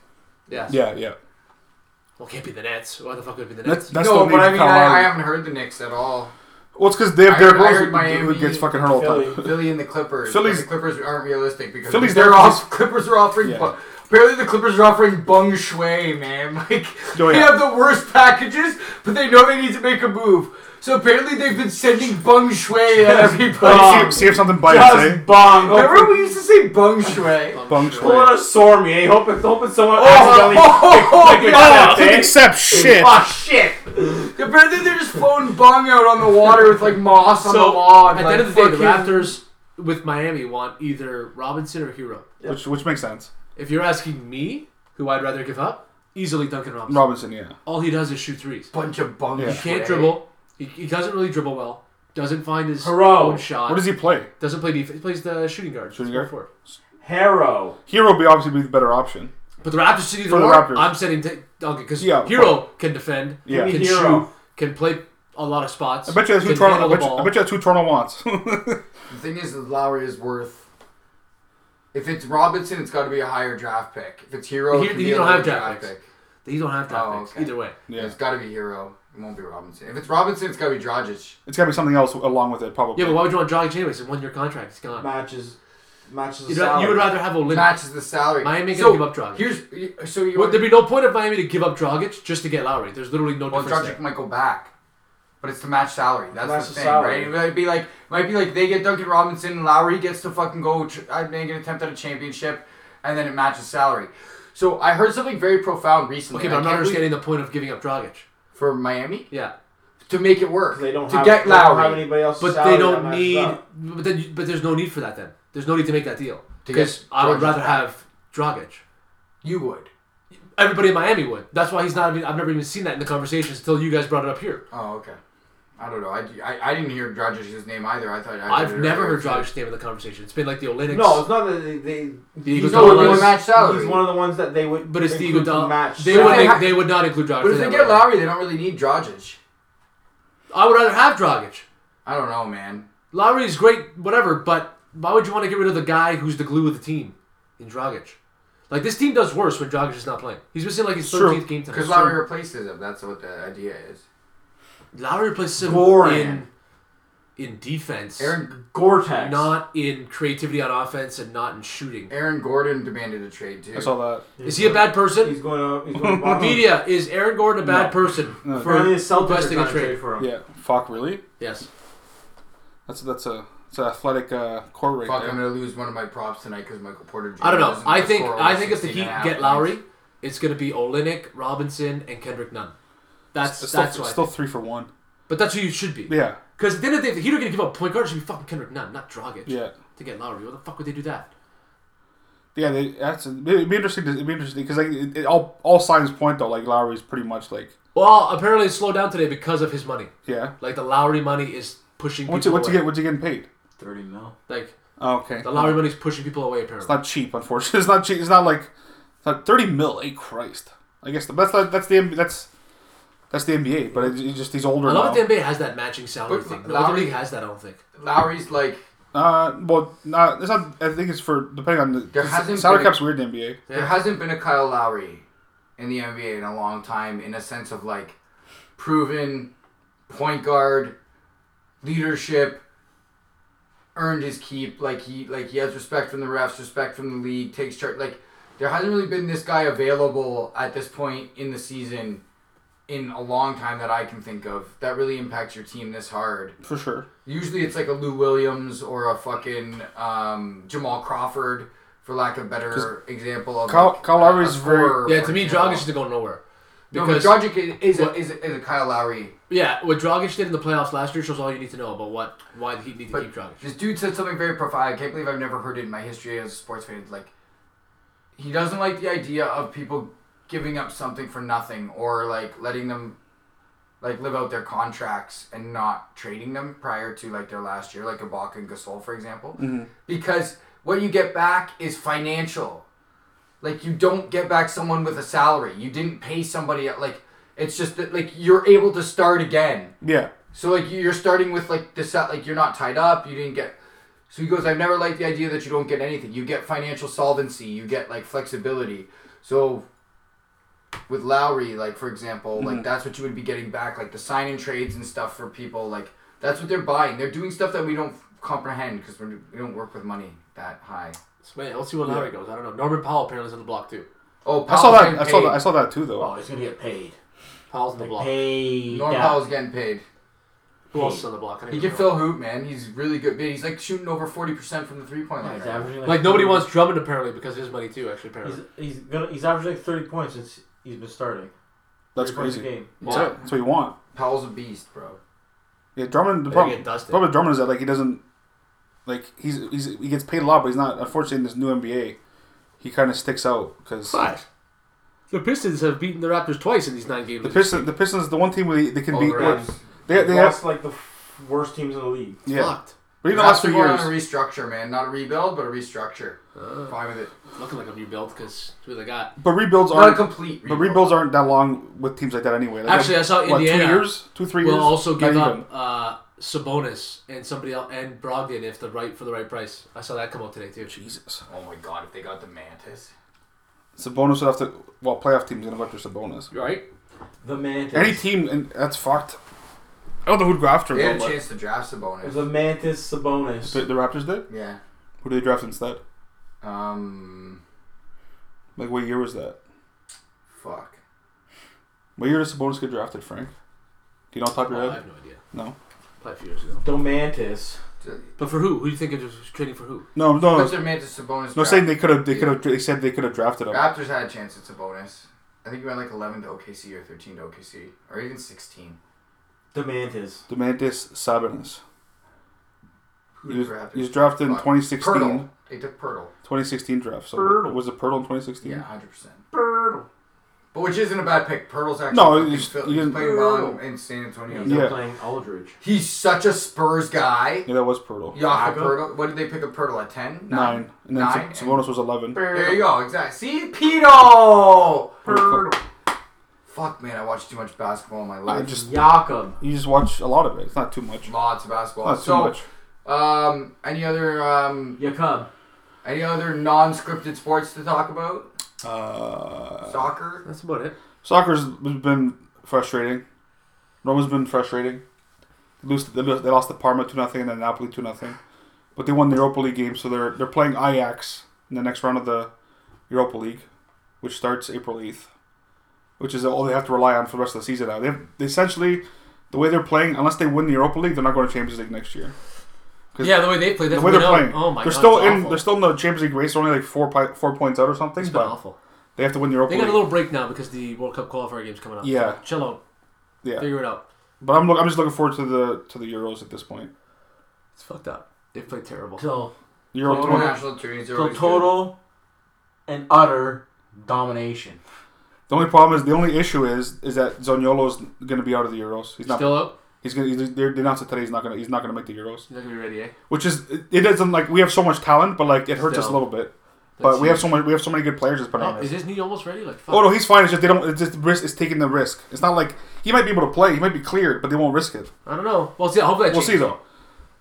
Speaker 4: yes.
Speaker 2: Yeah, yeah.
Speaker 4: Well, can't be the Nets. Why the fuck would it be the
Speaker 2: That's,
Speaker 4: Nets?
Speaker 2: that's
Speaker 5: no,
Speaker 2: the
Speaker 5: but I mean,
Speaker 2: Kyle
Speaker 5: I, I
Speaker 2: Lowry.
Speaker 5: haven't heard the Knicks at all.
Speaker 2: Well, it's because they're,
Speaker 5: I
Speaker 2: they're
Speaker 5: heard- I heard Miami,
Speaker 2: who gets fucking hurt all the time.
Speaker 3: Philly.
Speaker 5: Philly and the Clippers. but
Speaker 2: Philly's-
Speaker 5: the Clippers aren't realistic because
Speaker 2: Philly's
Speaker 5: they're
Speaker 2: there
Speaker 5: off. Clippers are offering.
Speaker 2: Yeah.
Speaker 5: bu- Apparently, the Clippers are offering bung shui, man. Like
Speaker 2: Oh,
Speaker 5: they
Speaker 2: yeah.
Speaker 5: have the worst packages, but they know they need to make a move. So apparently, they've been sending bung shui at everybody.
Speaker 2: Like, see, see if something bites, eh?
Speaker 3: Just bong.
Speaker 5: Remember
Speaker 3: Hope-
Speaker 5: we used to say bung shui.
Speaker 2: Bung
Speaker 3: Pulling a sore me. eh? Hoping, hoping someone accidentally.
Speaker 5: Oh,
Speaker 3: Oh,
Speaker 2: Didn't accept shit.
Speaker 3: Oh shit!
Speaker 5: apparently they're just throwing bung out on the water with like moss on
Speaker 4: So,
Speaker 5: the wall.
Speaker 4: At
Speaker 5: And,
Speaker 4: the
Speaker 5: like,
Speaker 4: end of the day, the
Speaker 5: fucking-
Speaker 4: Raptors with Miami want either Robinson or Hero.
Speaker 2: Which, which makes sense.
Speaker 4: If you're asking me, who I'd rather give up, easily Duncan Robinson.
Speaker 2: Robinson, yeah.
Speaker 4: All he does is shoot threes.
Speaker 5: bunch of bung
Speaker 2: Yeah.
Speaker 5: shui.
Speaker 4: He can't dribble. He, he doesn't really dribble well. Doesn't find his
Speaker 3: Hero.
Speaker 4: own shot.
Speaker 2: What does he play?
Speaker 4: Doesn't play defense. He plays the shooting guard.
Speaker 2: Shooting
Speaker 4: That's
Speaker 2: guard?
Speaker 4: what he's
Speaker 3: Harrow.
Speaker 2: Hero would be obviously be the better option.
Speaker 4: for. But the Raptors should either
Speaker 2: For the
Speaker 4: or.
Speaker 2: Raptors.
Speaker 4: I'm setting t- Duncan because
Speaker 2: Yeah,
Speaker 4: Hero can defend.
Speaker 2: Yeah.
Speaker 4: Can
Speaker 3: Hero.
Speaker 4: shoot. Can play a lot of spots.
Speaker 2: I bet you that's who
Speaker 4: can
Speaker 2: Toronto. I
Speaker 4: handle the
Speaker 2: bet you, I
Speaker 4: ball.
Speaker 2: bet you that's who Toronto wants.
Speaker 5: The thing is, that Lowry is worth. If it's Robinson, it's got to be a higher draft pick. If it's Hero,
Speaker 4: He-
Speaker 5: it can
Speaker 4: he
Speaker 5: be a
Speaker 4: don't
Speaker 5: lower
Speaker 4: have draft picks. You don't have draft
Speaker 5: Oh,
Speaker 4: picks
Speaker 5: okay.
Speaker 4: either way.
Speaker 2: yeah,
Speaker 5: It's got to be Hero. It won't be Robinson. If it's Robinson, it's got to be Dragic.
Speaker 2: it's gotta be something else along with it, probably.
Speaker 4: Yeah, but why would you want Dragic anyways? It's a one-year contract. It's gone.
Speaker 3: Matches. Matches.
Speaker 4: You'd
Speaker 3: the
Speaker 4: ra- you would
Speaker 3: salary.
Speaker 4: rather have Olympic.
Speaker 5: Matches the salary.
Speaker 4: Miami
Speaker 5: so
Speaker 4: gonna give up Dragic.
Speaker 5: Here's so you.
Speaker 4: Would there be no point of Miami to give up Dragic just to get Lowry? There's literally no
Speaker 5: well,
Speaker 4: difference
Speaker 5: Dragic might go back, but it's to match salary. That's
Speaker 3: Match
Speaker 5: the
Speaker 3: the
Speaker 5: thing, right?
Speaker 3: salary.
Speaker 5: It might be like might be like they get Duncan Robinson, and Lowry gets to fucking go tr- uh, make an attempt at a championship, and then it matches salary. So I heard something very profound recently.
Speaker 4: Okay,
Speaker 5: I
Speaker 4: but I'm not
Speaker 5: can't believe-
Speaker 4: understanding the point of giving up Dragic.
Speaker 5: for Miami
Speaker 4: Yeah,
Speaker 5: to make it work.
Speaker 3: They don't
Speaker 5: to
Speaker 3: have,
Speaker 5: get
Speaker 3: they don't have
Speaker 5: Lowry.
Speaker 3: anybody else.
Speaker 4: but
Speaker 3: salary
Speaker 4: they
Speaker 3: that
Speaker 4: don't
Speaker 3: matches
Speaker 4: need.
Speaker 3: up.
Speaker 4: But then, but there's no need for that. Then there's no need to make that deal
Speaker 5: To
Speaker 4: because
Speaker 5: get
Speaker 4: I would
Speaker 5: Dragic
Speaker 4: rather
Speaker 5: back.
Speaker 4: have Dragic.
Speaker 5: You would.
Speaker 4: Everybody in Miami would. That's why he's not. even- I've never even seen that in the conversations until you guys brought it up here.
Speaker 5: Oh, okay. I don't know. I, I, I didn't hear Dragic's name either. I thought I
Speaker 4: I've
Speaker 5: heard it
Speaker 4: never
Speaker 5: earlier.
Speaker 4: heard Dragic's name in the conversation. It's been like the Olympics.
Speaker 3: No, it's not that they. they
Speaker 4: the Eagles.
Speaker 5: No, it
Speaker 4: Dallas.
Speaker 5: would match salary.
Speaker 3: He's one of the ones that they would.
Speaker 4: but it's the
Speaker 3: include to
Speaker 4: Iguodala.
Speaker 3: match
Speaker 4: They
Speaker 3: salary.
Speaker 4: would.
Speaker 5: They
Speaker 4: Make,
Speaker 5: ha-
Speaker 4: they would not include Dragic.
Speaker 5: but if
Speaker 4: in
Speaker 5: they
Speaker 4: that
Speaker 5: get
Speaker 4: lineup.
Speaker 5: Lowry, they don't really need Dragic.
Speaker 4: I would rather have Dragic.
Speaker 5: I don't know, man.
Speaker 4: Lowry's great, whatever, but why would you want to get rid of the guy who's the glue of the team in Dragic? Like, this team does worse when Dragic is not playing. He's missing like his
Speaker 2: True.
Speaker 4: 13th game
Speaker 5: Because
Speaker 4: tonight.
Speaker 5: Lowry replaces him. That's what the idea is.
Speaker 4: Lowry plays him
Speaker 3: Goran.
Speaker 4: in in defense,
Speaker 5: Aaron
Speaker 3: Gore-Tex.
Speaker 4: not in creativity on offense, and not in shooting.
Speaker 5: Aaron Gordon demanded a trade too.
Speaker 2: I saw that.
Speaker 4: Is he a bad person?
Speaker 3: He's going to. He's going to
Speaker 4: Media is Aaron Gordon a bad
Speaker 3: No.
Speaker 4: person for
Speaker 3: Apparently, the Celtics are
Speaker 4: requesting
Speaker 3: trying
Speaker 4: a
Speaker 3: to trade
Speaker 4: trade?
Speaker 3: for him.
Speaker 2: Yeah. Fuck. Really?
Speaker 4: Yes.
Speaker 2: That's that's a it's an athletic uh, core right
Speaker 5: Fuck, I'm
Speaker 2: there.
Speaker 5: gonna lose one of my props tonight because Michael Porter. Jr.
Speaker 4: I don't know.
Speaker 5: doesn't
Speaker 4: I
Speaker 5: wanna
Speaker 4: think
Speaker 5: score
Speaker 4: I
Speaker 5: over
Speaker 4: think if the
Speaker 5: 16
Speaker 4: Heat
Speaker 5: and a half
Speaker 4: get
Speaker 5: points.
Speaker 4: Lowry, it's going to be Olenek, Robinson, and Kendrick Nunn. That's
Speaker 2: It's
Speaker 4: that's
Speaker 2: still,
Speaker 4: why.
Speaker 2: it's still three for one.
Speaker 4: but that's who you should be.
Speaker 2: Yeah.
Speaker 4: Because at the end of the day, if the Heat are going to give up point guard, it should be fucking Kendrick Nunn, not Dragic.
Speaker 2: Yeah.
Speaker 4: To get Lowry, why the fuck would they do that?
Speaker 2: Yeah, they, that's it'd be interesting. To, it'd be interesting because like it, it, all all signs point though. Like Lowry's pretty much like
Speaker 4: Well, apparently it's slowed down today because of his money.
Speaker 2: yeah.
Speaker 4: Like the Lowry money is pushing
Speaker 2: What's
Speaker 4: people
Speaker 2: you what's you
Speaker 4: away.
Speaker 2: get what's you getting paid?
Speaker 3: Thirty mil.
Speaker 4: Like
Speaker 2: Oh, okay,
Speaker 4: the Lowry money's pushing people away. Apparently,
Speaker 2: it's not cheap. Unfortunately, it's not cheap. It's not like it's not thirty mil. Hey Christ! I guess the, that's not, that's the NBA that's that's the NBA. But it, it's just these older.
Speaker 4: I love
Speaker 2: now.
Speaker 4: that the NBA has that matching salary
Speaker 5: But
Speaker 4: thing. No other
Speaker 5: Lowry-
Speaker 4: league has that. I don't think.
Speaker 5: Lowry's like
Speaker 2: Uh, well, not it's not. I think it's for depending on the
Speaker 5: There hasn't
Speaker 2: salary
Speaker 5: been a-
Speaker 2: cap's weird in the NBA.
Speaker 4: Yeah.
Speaker 5: there hasn't been a Kyle Lowry in the NBA in a long time in a sense of like proven point guard leadership earned his keep like he like he has respect from the refs respect from the league takes charge like there hasn't really been this guy available at this point in the season in a long time that I can think of that really impacts your team this hard
Speaker 2: for sure.
Speaker 5: Usually it's like a Lou Williams or a fucking um, Jamal Crawford, for lack of a better example of
Speaker 2: Kyle-
Speaker 5: like,
Speaker 2: Kyle Lowry is
Speaker 5: a scorer,
Speaker 4: Yeah,
Speaker 5: for
Speaker 4: to me,
Speaker 5: example.
Speaker 4: Dragic is going nowhere.
Speaker 5: No, but
Speaker 4: Because
Speaker 5: Dragic is, is, a,
Speaker 4: What-
Speaker 5: is, a, is a Kyle Lowry.
Speaker 4: yeah, what Dragic did in the playoffs last year shows all you need to know about what why the Heat need to
Speaker 5: But
Speaker 4: keep Dragic.
Speaker 5: this dude said something very profound. I can't believe I've never heard it in my history as a sports fan. It's Like he doesn't like the idea of people giving up something for nothing or like letting them like live out their contracts and not trading them prior to like their last year, like Ibaka and Gasol, for example. Because what you get back is financial. Like you don't get back someone with a salary. You didn't pay somebody like it's just that like you're able to start again.
Speaker 2: Yeah,
Speaker 5: So like you're starting with like this uh, like you're not tied up. You didn't get. So he goes, I've never liked the idea that you don't get anything. You get financial solvency. You get like flexibility. So with Lowry, like for example,
Speaker 2: Mm-hmm.
Speaker 5: like that's what you would be getting back, like the sign and trades and stuff for people. Like that's what they're buying. They're doing stuff that we don't comprehend because we don't work with money that high.
Speaker 4: So, man, let's see where Lowry goes. I don't know. Norman Powell apparently is on the block too.
Speaker 5: Oh,
Speaker 2: I saw
Speaker 5: Powell's
Speaker 2: that.
Speaker 5: getting
Speaker 2: I saw that.
Speaker 5: paid.
Speaker 2: I saw that too, though.
Speaker 3: Oh, he's gonna get paid.
Speaker 4: Powell's on the block.
Speaker 3: Paid.
Speaker 5: Norm
Speaker 3: Yeah.
Speaker 5: Powell's getting paid.
Speaker 4: Who else is on the block? I don't
Speaker 5: He
Speaker 4: even
Speaker 5: can
Speaker 4: know.
Speaker 5: fill hoop, man. He's really good. He's like shooting over forty percent from the three point line.
Speaker 3: He's
Speaker 5: right now.
Speaker 3: averaging like,
Speaker 4: Like nobody
Speaker 3: 30
Speaker 4: wants Drummond apparently because of his money too. Actually,
Speaker 3: He's,
Speaker 4: apparently.
Speaker 3: he's gonna. He's averaging like thirty points since he's been starting.
Speaker 2: That's
Speaker 3: 30 points a
Speaker 2: crazy.
Speaker 3: game.
Speaker 2: That's
Speaker 4: Yeah.
Speaker 2: it. That's what you want.
Speaker 5: Powell's a beast, bro.
Speaker 2: Yeah, Drummond. The
Speaker 4: They
Speaker 2: problem,
Speaker 4: get dusted.
Speaker 2: problem with Drummond is that like he doesn't, like he's, he's he gets paid a lot, but he's not. Unfortunately, in this new NBA, he kind of sticks out because the
Speaker 4: But the Pistons have beaten the Raptors twice in these nine games.
Speaker 2: Pistons, the Pistons, the one team where they, they can
Speaker 5: Oh,
Speaker 2: beat.
Speaker 5: the
Speaker 2: They,
Speaker 5: Raptors.
Speaker 2: they,
Speaker 3: They
Speaker 2: have,
Speaker 3: lost like the f- worst teams in the league.
Speaker 2: yeah.
Speaker 4: Fucked.
Speaker 2: But even the
Speaker 5: Raptors
Speaker 2: last few
Speaker 5: going
Speaker 2: years,
Speaker 5: on a restructure, man. Not a rebuild, but a restructure. Fine with it.
Speaker 4: Looking like a new build because who they got.
Speaker 2: but rebuilds
Speaker 5: Not a
Speaker 2: aren't.
Speaker 5: complete
Speaker 2: But
Speaker 5: rebuild.
Speaker 2: rebuilds aren't that long with teams like that anyway. Like,
Speaker 4: Actually, I saw
Speaker 2: what,
Speaker 4: Indiana
Speaker 2: two years, two three years.
Speaker 4: We'll also
Speaker 2: Not
Speaker 4: give
Speaker 2: even.
Speaker 4: up uh, Sabonis and somebody else and Brogdon if the right for the right price. I saw that come out today too.
Speaker 2: Jesus.
Speaker 5: Oh my god, if they got the Mantis.
Speaker 2: Sabonis would have to. Well, playoff team's gonna go after Sabonis.
Speaker 4: You Right?
Speaker 3: The Mantis.
Speaker 2: Any team and that's fucked. I don't know who'd go after
Speaker 5: They
Speaker 2: him.
Speaker 5: had a
Speaker 2: though,
Speaker 5: chance to draft
Speaker 3: It was a
Speaker 5: Sabonis.
Speaker 3: Mantis
Speaker 2: but-
Speaker 3: Sabonis.
Speaker 2: The, the Raptors did.
Speaker 5: Yeah.
Speaker 2: Who did they draft instead?
Speaker 5: Um.
Speaker 2: Like what year was that?
Speaker 5: Fuck.
Speaker 2: What year did Sabonis get drafted, Frank? Do you know off the top of
Speaker 4: Oh,
Speaker 2: your
Speaker 4: I
Speaker 2: head?
Speaker 4: have no idea.
Speaker 2: No.
Speaker 4: Probably a few years ago.
Speaker 3: Domantis.
Speaker 4: But for who? Who do you think it was trading for who?
Speaker 2: No, no.
Speaker 5: What's
Speaker 2: No,
Speaker 5: their Mantis Sabonis?
Speaker 2: no
Speaker 5: draft?
Speaker 2: saying they could have. They could have. They said they could have drafted him.
Speaker 5: Raptors had a chance at Sabonis. I think he went like 11 to OKC or 13 to OKC or even 16.
Speaker 3: Domantis.
Speaker 2: Demantis Sabonis.
Speaker 5: Who
Speaker 2: He
Speaker 5: did
Speaker 2: was,
Speaker 5: Raptors?
Speaker 2: he was drafted in
Speaker 5: Fuck.
Speaker 2: 2016.
Speaker 5: Pirtle. They took Pirtle.
Speaker 2: 2016 draft. So
Speaker 3: Pirtle.
Speaker 2: was it Pirtle in 2016?
Speaker 5: Yeah, 100. percent But which isn't a bad pick. Pirtle's actually
Speaker 2: No,
Speaker 5: fucking
Speaker 2: he's-
Speaker 5: fil-
Speaker 2: he
Speaker 5: he's
Speaker 2: didn't-
Speaker 5: playing well in San Antonio.
Speaker 3: He's not
Speaker 2: Yeah.
Speaker 3: playing Aldridge.
Speaker 5: He's such a Spurs guy.
Speaker 2: Yeah, that was Pirtle.
Speaker 5: Jakob
Speaker 3: Jakob.
Speaker 5: Pertl. What did they pick up Pertl at? 10?
Speaker 2: Nine. And then
Speaker 5: Nine.
Speaker 2: Sab- Sabonis was 11.
Speaker 5: There you go. Exactly. See? Pito! Fuck, man. I watch too much basketball in my
Speaker 2: I
Speaker 5: life.
Speaker 2: just
Speaker 3: Jakob.
Speaker 2: you just watch a lot of it. It's not too much.
Speaker 5: Lots of basketball.
Speaker 2: Not too
Speaker 5: so,
Speaker 2: much.
Speaker 5: um, any other, um,
Speaker 3: Jakob.
Speaker 5: any other non-scripted sports to talk about?
Speaker 2: Uh,
Speaker 5: Soccer?
Speaker 4: That's about it.
Speaker 2: soccer's been frustrating. Roma's been frustrating. They lose, they lose- they lost to Parma two nothing and then Napoli two nothing, but they won the Europa League game, so they're they're playing Ajax in the next round of the Europa League, which starts April eighth, which is all they have to rely on for the rest of the season now. They, have, they essentially the way they're playing, unless they win the Europa League, they're not going to Champions League next year.
Speaker 4: Yeah, the way they play,
Speaker 2: The
Speaker 4: that's
Speaker 2: way they're
Speaker 4: without-
Speaker 2: playing,
Speaker 4: Oh my
Speaker 2: they're
Speaker 4: god,
Speaker 2: still
Speaker 4: it's
Speaker 2: in.
Speaker 4: awful.
Speaker 2: They're still in the Champions League race. They're only like four pi- four points out or something,
Speaker 4: It's been
Speaker 2: but
Speaker 4: awful.
Speaker 2: they have to win the Europa
Speaker 4: They got a
Speaker 2: League.
Speaker 4: little break now because the World Cup qualifier game's coming up.
Speaker 2: Yeah.
Speaker 4: So chill out.
Speaker 2: Yeah.
Speaker 4: Figure it out.
Speaker 2: But I'm look, I'm just looking forward to the to the Euros at this point.
Speaker 4: It's fucked up. They played terrible.
Speaker 3: So
Speaker 2: Euro
Speaker 4: Oh,
Speaker 3: Total
Speaker 2: 20
Speaker 5: International tourneys are
Speaker 3: So
Speaker 5: always
Speaker 3: total and utter domination.
Speaker 2: The only problem is the only issue is is that Zaniolo's going to be out of the Euros. He's not.
Speaker 4: Still out?
Speaker 2: he's going. to They announced it today. He's not going. to He's not going to make the Euros.
Speaker 4: You're not gonna be ready, eh?
Speaker 2: Which is it it doesn't like we have so much talent, but like it hurts us a
Speaker 4: Still.
Speaker 2: little bit.
Speaker 4: That's
Speaker 2: But we have
Speaker 4: huge.
Speaker 2: so much. We have so many good players. Just put on
Speaker 4: Oh, is
Speaker 2: this.
Speaker 4: his knee almost ready? Like fuck.
Speaker 2: Oh no, he's fine. It's just they don't. It's just the risk. It's taking the risk. It's not like he might be able to play. He might be cleared, but they won't risk it.
Speaker 4: I don't know. We'll see. I hope that
Speaker 2: We'll
Speaker 4: changes.
Speaker 2: see though.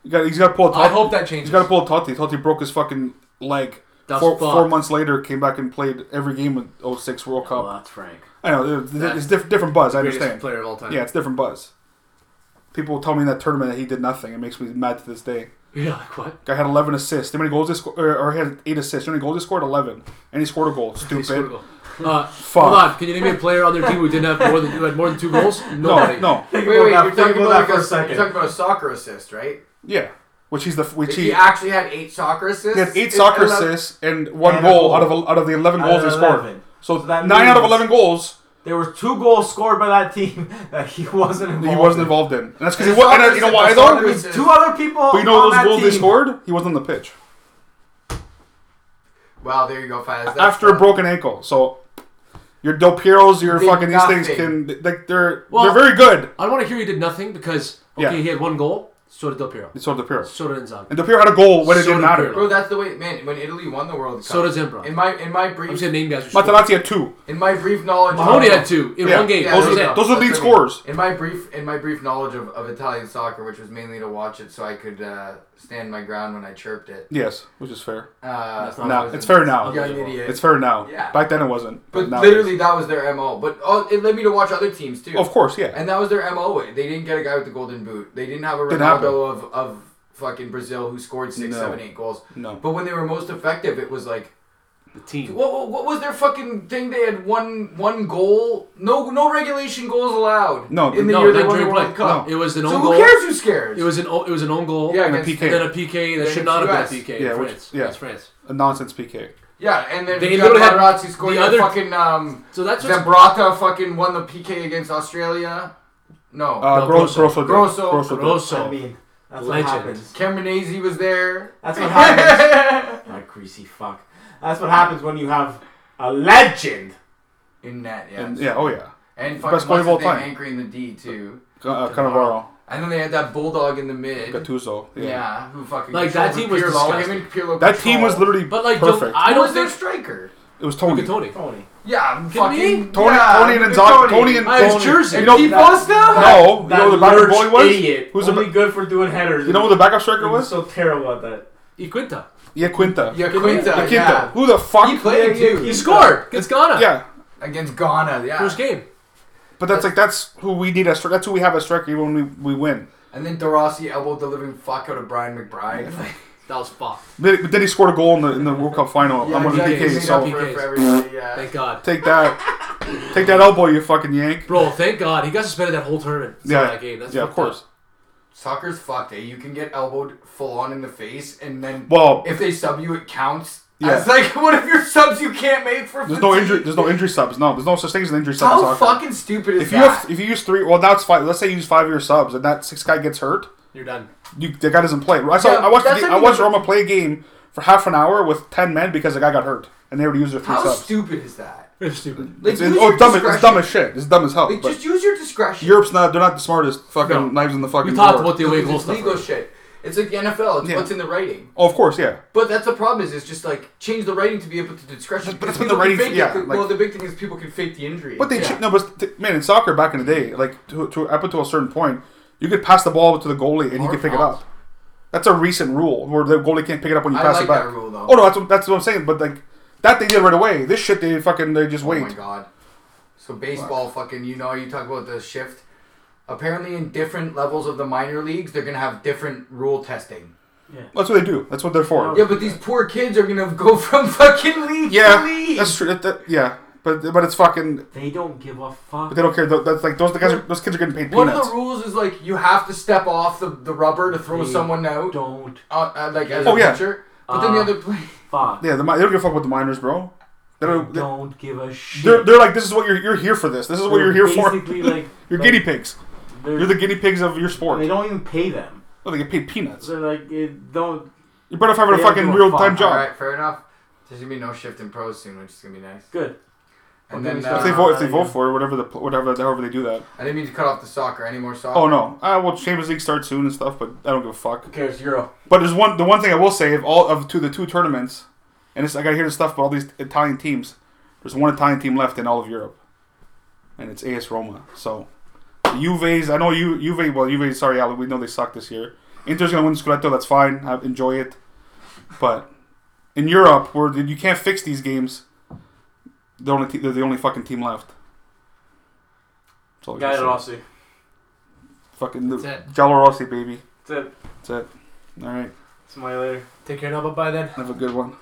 Speaker 2: You got. He's got to pull. A
Speaker 4: I hope that changes.
Speaker 2: He's got to pull a Totti. Totti broke his fucking leg.
Speaker 4: That's
Speaker 2: Four, four
Speaker 4: fucked. Oh,
Speaker 2: months later, came back and played every game with 06 World Cup.
Speaker 3: Well, that's Frank.
Speaker 2: I know it's, it's
Speaker 4: That's
Speaker 2: diff- different buzz. I
Speaker 4: Greatest
Speaker 2: understand.
Speaker 4: player of all time.
Speaker 2: Yeah, it's different buzz. People tell me in that tournament that he did nothing. It makes me mad to this day.
Speaker 4: Yeah, like what?
Speaker 2: Guy had 11 assists. How many goals he scored? Or, or he had eight assists. How many goals he scored? 11. And he scored a goal.
Speaker 4: He scored a
Speaker 2: Stupid.
Speaker 4: goal. Uh,
Speaker 2: Fuck.
Speaker 4: Hold on. Can you name me a player on their team who didn't have more than who had more than two goals?
Speaker 2: No,
Speaker 4: Nobody.
Speaker 2: no.
Speaker 5: Good. Wait, wait, you're talking about,
Speaker 3: that
Speaker 5: like
Speaker 3: for
Speaker 5: a,
Speaker 3: a
Speaker 5: you're
Speaker 3: second.
Speaker 5: talking about a soccer assist, right?
Speaker 2: Yeah. Which he's the which
Speaker 5: If
Speaker 2: he,
Speaker 5: he
Speaker 2: he
Speaker 5: actually had eight soccer assists.
Speaker 2: had eight
Speaker 5: it-
Speaker 2: soccer
Speaker 5: it allowed-
Speaker 2: assists and one
Speaker 3: And a
Speaker 2: goal,
Speaker 3: goal.
Speaker 2: out of out of the 11
Speaker 3: Out
Speaker 2: goals
Speaker 3: of
Speaker 2: he scored.
Speaker 3: 11.
Speaker 2: So,
Speaker 3: So that
Speaker 2: nine out of
Speaker 3: means-
Speaker 2: 11 goals
Speaker 3: There were two goals scored by that team that he wasn't
Speaker 2: that
Speaker 3: involved.
Speaker 2: he wasn't
Speaker 3: in.
Speaker 2: involved in. And that's because he
Speaker 5: Soccer
Speaker 2: was. And you know
Speaker 5: assist-
Speaker 2: why
Speaker 5: a
Speaker 2: though?
Speaker 5: soccer
Speaker 3: There's
Speaker 5: assist.
Speaker 3: two other people.
Speaker 2: But you know
Speaker 3: on
Speaker 2: those
Speaker 3: that
Speaker 2: goals
Speaker 3: team.
Speaker 2: he scored? He wasn't on the pitch
Speaker 5: Well, there you go, Faz. That's
Speaker 2: after a
Speaker 5: the-
Speaker 2: broken ankle. So. Your Del Pieros, your
Speaker 5: Did
Speaker 2: fucking these things
Speaker 5: nothing.
Speaker 2: can like they're
Speaker 4: Well-
Speaker 2: they're very good.
Speaker 4: I don't want to hear he did nothing because okay,
Speaker 2: Yeah.
Speaker 4: he had one goal. So did Del Piero.
Speaker 2: It's all Del Piero.
Speaker 4: So did Inzaghi.
Speaker 2: And Del Piero had a goal when it
Speaker 4: So
Speaker 2: didn't
Speaker 4: did
Speaker 2: matter.
Speaker 4: Pirlo.
Speaker 5: Bro, that's the way, man. When Italy won the World Cup,
Speaker 4: So does Ibra.
Speaker 5: In my in my
Speaker 4: I'm
Speaker 5: brief
Speaker 4: just gonna name guys. who scored.
Speaker 2: Materazzi had two.
Speaker 5: in my brief knowledge,
Speaker 4: Mahoney had two in
Speaker 2: Yeah.
Speaker 4: one game. Oh, That
Speaker 5: Yeah,
Speaker 2: those,
Speaker 4: was
Speaker 5: there you
Speaker 4: it.
Speaker 2: are,
Speaker 5: go.
Speaker 2: those are lead
Speaker 5: That's what I mean.
Speaker 2: scorers.
Speaker 5: In my brief in my brief knowledge of, of Italian soccer, which was mainly to watch it so I could uh, stand my ground when I chirped it.
Speaker 2: Yes, which is fair.
Speaker 5: Uh,
Speaker 4: That's not-
Speaker 2: Now
Speaker 5: wasn't-
Speaker 2: it's fair now.
Speaker 5: Young idiot.
Speaker 2: It's fair now.
Speaker 5: Yeah.
Speaker 2: Back then it wasn't.
Speaker 5: but
Speaker 2: now it is.
Speaker 5: literally, that was their mo. But all, it led me to watch other teams too.
Speaker 2: of course, yeah.
Speaker 5: And that was their MO. They didn't get a guy with the golden boot. They didn't have a
Speaker 2: Didn't happen.
Speaker 5: Ronaldo of, of fucking Brazil who scored six,
Speaker 2: No.
Speaker 5: seven, eight goals.
Speaker 2: No.
Speaker 5: But when they were most effective, it was like
Speaker 4: The team.
Speaker 5: what, what, what was their fucking thing? They had one one goal. No no regulation goals allowed.
Speaker 2: No,
Speaker 5: in the
Speaker 4: no,
Speaker 5: year
Speaker 4: not
Speaker 5: they won the
Speaker 4: during
Speaker 5: World
Speaker 4: play.
Speaker 5: Cup.
Speaker 4: It was an
Speaker 5: so
Speaker 4: own
Speaker 5: who
Speaker 4: goal.
Speaker 5: cares? Who's scared?
Speaker 4: It was an o- it was an own goal.
Speaker 5: yeah,
Speaker 2: And a PK.
Speaker 5: against-
Speaker 4: And then a PK that
Speaker 5: Yeah,
Speaker 4: should not have
Speaker 5: against
Speaker 4: been a PK.
Speaker 2: Yeah,
Speaker 4: in
Speaker 2: which-
Speaker 4: France.
Speaker 2: yeah.
Speaker 4: That's France.
Speaker 2: A nonsense PK.
Speaker 5: Yeah, and then
Speaker 4: They
Speaker 5: they
Speaker 4: literally had
Speaker 5: Materazzi scored
Speaker 4: the
Speaker 5: the
Speaker 4: other-
Speaker 5: fucking um.
Speaker 4: So that's what's
Speaker 5: Zambrata fucking won the PK against Australia. No,
Speaker 2: Uh,
Speaker 4: No,
Speaker 2: Grosso.
Speaker 4: Grosso.
Speaker 2: Grosso.
Speaker 5: Grosso.
Speaker 2: Grosso.
Speaker 3: I
Speaker 4: Grosso.
Speaker 3: mean, that's
Speaker 4: Legend.
Speaker 3: what happens.
Speaker 5: Cameronese was there.
Speaker 3: That's what happens. that greasy fuck. That's what happens when you have a legend.
Speaker 5: In net, yeah.
Speaker 2: And, yeah. Oh yeah.
Speaker 5: And
Speaker 2: The
Speaker 5: fucking
Speaker 2: best player of
Speaker 5: what's his
Speaker 2: all
Speaker 5: name,
Speaker 2: time.
Speaker 5: anchoring the D too.
Speaker 2: Uh, Cannavaro.
Speaker 5: And then they had that bulldog in the mid.
Speaker 2: Gattuso. Yeah.
Speaker 5: yeah. who fucking
Speaker 4: Like, that
Speaker 5: controlled
Speaker 4: team was
Speaker 5: Pirlo. Him
Speaker 4: disgusting.
Speaker 5: and Pirlo
Speaker 2: That team was
Speaker 5: controlled.
Speaker 2: literally
Speaker 4: But like, don't-
Speaker 2: perfect.
Speaker 4: I
Speaker 5: Who was
Speaker 4: don't
Speaker 5: their
Speaker 4: think
Speaker 5: striker.
Speaker 2: it was Tony. Tony.
Speaker 4: Tony.
Speaker 3: Tony.
Speaker 5: Yeah, I'm
Speaker 4: Kidding me?
Speaker 5: fucking
Speaker 2: Tony,
Speaker 5: yeah,
Speaker 2: and
Speaker 5: who's
Speaker 2: Inzaghi. Tony and
Speaker 4: Ah, it's
Speaker 2: Tony.
Speaker 4: Jerzy.
Speaker 2: You know,
Speaker 5: He
Speaker 2: no.
Speaker 5: was now.
Speaker 3: Oh,
Speaker 2: You know who the backup
Speaker 3: lurch
Speaker 2: goalie was?
Speaker 3: Idiot.
Speaker 2: Who's the
Speaker 3: only
Speaker 2: ba-
Speaker 3: good for doing headers.
Speaker 2: You know who the backup striker
Speaker 3: He was
Speaker 2: was?
Speaker 3: so terrible at that.
Speaker 4: Iquinta.
Speaker 2: Yeah, Quinta.
Speaker 5: Yeah, Quinta.
Speaker 2: Quinta.
Speaker 5: Yeah.
Speaker 2: Who the
Speaker 5: He
Speaker 2: fuck?
Speaker 5: played
Speaker 3: Yeah,
Speaker 5: too.
Speaker 4: He scored against Ghana.
Speaker 2: Yeah.
Speaker 5: against Ghana. Yeah.
Speaker 4: First game.
Speaker 2: But that's like that's who we need as stri- that's who we have as striker even when we, we win.
Speaker 5: And then DeRossi elbowed the living fuck out of Brian McBride. Like,
Speaker 4: That was fucked.
Speaker 2: But but then he scored a goal in the in the World Cup final
Speaker 5: yeah,
Speaker 2: on one of the
Speaker 4: exactly.
Speaker 2: PKs.
Speaker 5: made
Speaker 2: So
Speaker 5: up for it for everybody, yeah.
Speaker 4: Thank God.
Speaker 2: take that, take that elbow, you fucking yank.
Speaker 4: Bro, thank God. He got suspended that whole tournament. for
Speaker 2: Yeah,
Speaker 4: That game. That's
Speaker 2: yeah, of
Speaker 4: fucked up.
Speaker 2: course.
Speaker 5: Soccer's fucked, eh? You can get elbowed full on in the face, and then
Speaker 2: Well,
Speaker 5: if they sub you, it counts.
Speaker 2: Yeah.
Speaker 5: It's like, what if your subs you can't make for
Speaker 2: there's no
Speaker 5: fatigue?
Speaker 2: injury. There's no injury subs. No, there's no such thing as an injury sub. in
Speaker 5: How
Speaker 2: soccer.
Speaker 5: fucking stupid is
Speaker 2: If you
Speaker 5: that?
Speaker 2: have, if you use three, well, now it's five. Let's say you use five of your subs, and that sixth guy gets hurt.
Speaker 4: You're done.
Speaker 2: You, the guy doesn't play. I saw.
Speaker 5: Yeah,
Speaker 2: I watched. The
Speaker 5: that's
Speaker 2: game,
Speaker 5: not
Speaker 2: I watched
Speaker 5: even-
Speaker 2: Roma play a game for half an hour with ten men because the guy got hurt, and they already used their three
Speaker 5: How
Speaker 2: subs.
Speaker 5: stupid is that?
Speaker 4: It's stupid.
Speaker 5: Like,
Speaker 2: It's,
Speaker 5: use
Speaker 2: it's,
Speaker 5: your
Speaker 2: oh, it's dumb. It's dumb
Speaker 5: discretion.
Speaker 2: as shit. It's dumb as hell.
Speaker 5: Like,
Speaker 2: but
Speaker 5: just use your discretion.
Speaker 2: Europe's not. They're not the smartest fucking
Speaker 4: No.
Speaker 2: knives in the fucking.
Speaker 4: We talked
Speaker 2: drawer.
Speaker 4: about the away
Speaker 5: Because
Speaker 4: goal
Speaker 5: it's
Speaker 4: stuff.
Speaker 5: legal
Speaker 4: right?
Speaker 5: shit. It's like the NFL. It's
Speaker 2: Yeah.
Speaker 5: what's in the writing.
Speaker 2: Oh, of course, yeah.
Speaker 5: But that's the problem. Is it's just like change the writing to be able to discretion.
Speaker 2: But- but
Speaker 5: because
Speaker 2: that's what
Speaker 5: people
Speaker 2: the writing-
Speaker 5: can fake
Speaker 2: yeah,
Speaker 5: it, 'cause-
Speaker 2: like-
Speaker 5: well, the big thing is people can fake the injury.
Speaker 2: But they
Speaker 4: Yeah.
Speaker 2: che- no, but t- man, in soccer back in the day, like to, to up until a certain point, you could pass the ball to the goalie and he
Speaker 5: Or
Speaker 2: could pick it
Speaker 5: fouls.
Speaker 2: up. That's a recent rule where the goalie can't pick it up when you
Speaker 5: I
Speaker 2: pass
Speaker 5: like
Speaker 2: it back.
Speaker 5: that rule, though.
Speaker 2: Oh no, that's what, that's what I'm saying. But like that they did right away. This shit they fucking they just
Speaker 5: oh
Speaker 2: wait.
Speaker 5: my god. So baseball, fucking, you know, you talk about the shift. Apparently, in different levels of the minor leagues, they're gonna have different rule testing.
Speaker 2: That's what they do. That's what they're for.
Speaker 5: Yeah, but these poor kids are gonna go from fucking league to
Speaker 2: Yeah,
Speaker 5: league.
Speaker 2: that's true. That, that- yeah, but but it's fucking.
Speaker 3: They don't give a
Speaker 2: But
Speaker 3: fuck.
Speaker 2: they don't care. Tho- That's like those the guys. Are, those kids are getting paid
Speaker 5: One of
Speaker 2: peanuts.
Speaker 5: the rules is like you have to step off the, the rubber to throw
Speaker 3: They
Speaker 5: someone out,
Speaker 3: Don't
Speaker 5: uh, uh, like as
Speaker 2: Oh,
Speaker 5: a
Speaker 2: yeah.
Speaker 5: pitcher. But then the
Speaker 3: Uh,
Speaker 5: other play,
Speaker 3: fuck.
Speaker 2: Yeah, the, mi- they don't give a fuck about the minors, bro. They
Speaker 3: They
Speaker 2: don't. They,
Speaker 3: don't give a shit.
Speaker 2: they're, they're like, this is what you're. You're here for this. This is what
Speaker 3: They're
Speaker 2: you're here for.
Speaker 3: Basically, like
Speaker 2: You're
Speaker 3: like,
Speaker 2: guinea pigs.
Speaker 3: they're-
Speaker 2: You're the guinea pigs of your sport.
Speaker 3: They don't even pay them.
Speaker 2: Oh, they get paid peanuts.
Speaker 3: So like, it don't.
Speaker 2: You're better off having a
Speaker 3: They don't
Speaker 2: fucking
Speaker 3: give a
Speaker 2: real time
Speaker 3: fuck.
Speaker 2: job.
Speaker 5: all right, fair enough. There's gonna be no shift in pros soon, which is gonna be nice.
Speaker 3: Good.
Speaker 5: And
Speaker 3: Okay,
Speaker 5: then
Speaker 3: so-
Speaker 5: uh,
Speaker 2: If they vote, if they
Speaker 3: Uh,
Speaker 2: vote
Speaker 3: yeah.
Speaker 2: for it, whatever the whatever however they do that.
Speaker 5: I didn't mean to cut off the soccer. Any more soccer?
Speaker 2: Oh no, uh, well Champions League starts soon and stuff, but I don't give a fuck.
Speaker 3: Who cares? Euro.
Speaker 2: But there's one the one thing I will say of all of to the two tournaments, and it's, I gotta hear this stuff about all these Italian teams. There's one Italian team left in all of Europe, and it's AS Roma. So the Juve's, I know you Juve. Well, Juve, sorry, Ali, we know they suck this year. Inter's gonna win Scudetto. That's fine. I enjoy it. But in Europe, where you can't fix these games, the only te- they're the only fucking team left. That's all I gotta
Speaker 3: Got it,
Speaker 2: say.
Speaker 3: Rossi.
Speaker 2: Fucking
Speaker 4: That's
Speaker 2: the-
Speaker 4: it.
Speaker 2: Giallo Rossi, baby.
Speaker 3: That's it.
Speaker 2: That's it. All right.
Speaker 3: Smile later.
Speaker 4: Take care now. Bye bye then.
Speaker 2: Have a good one.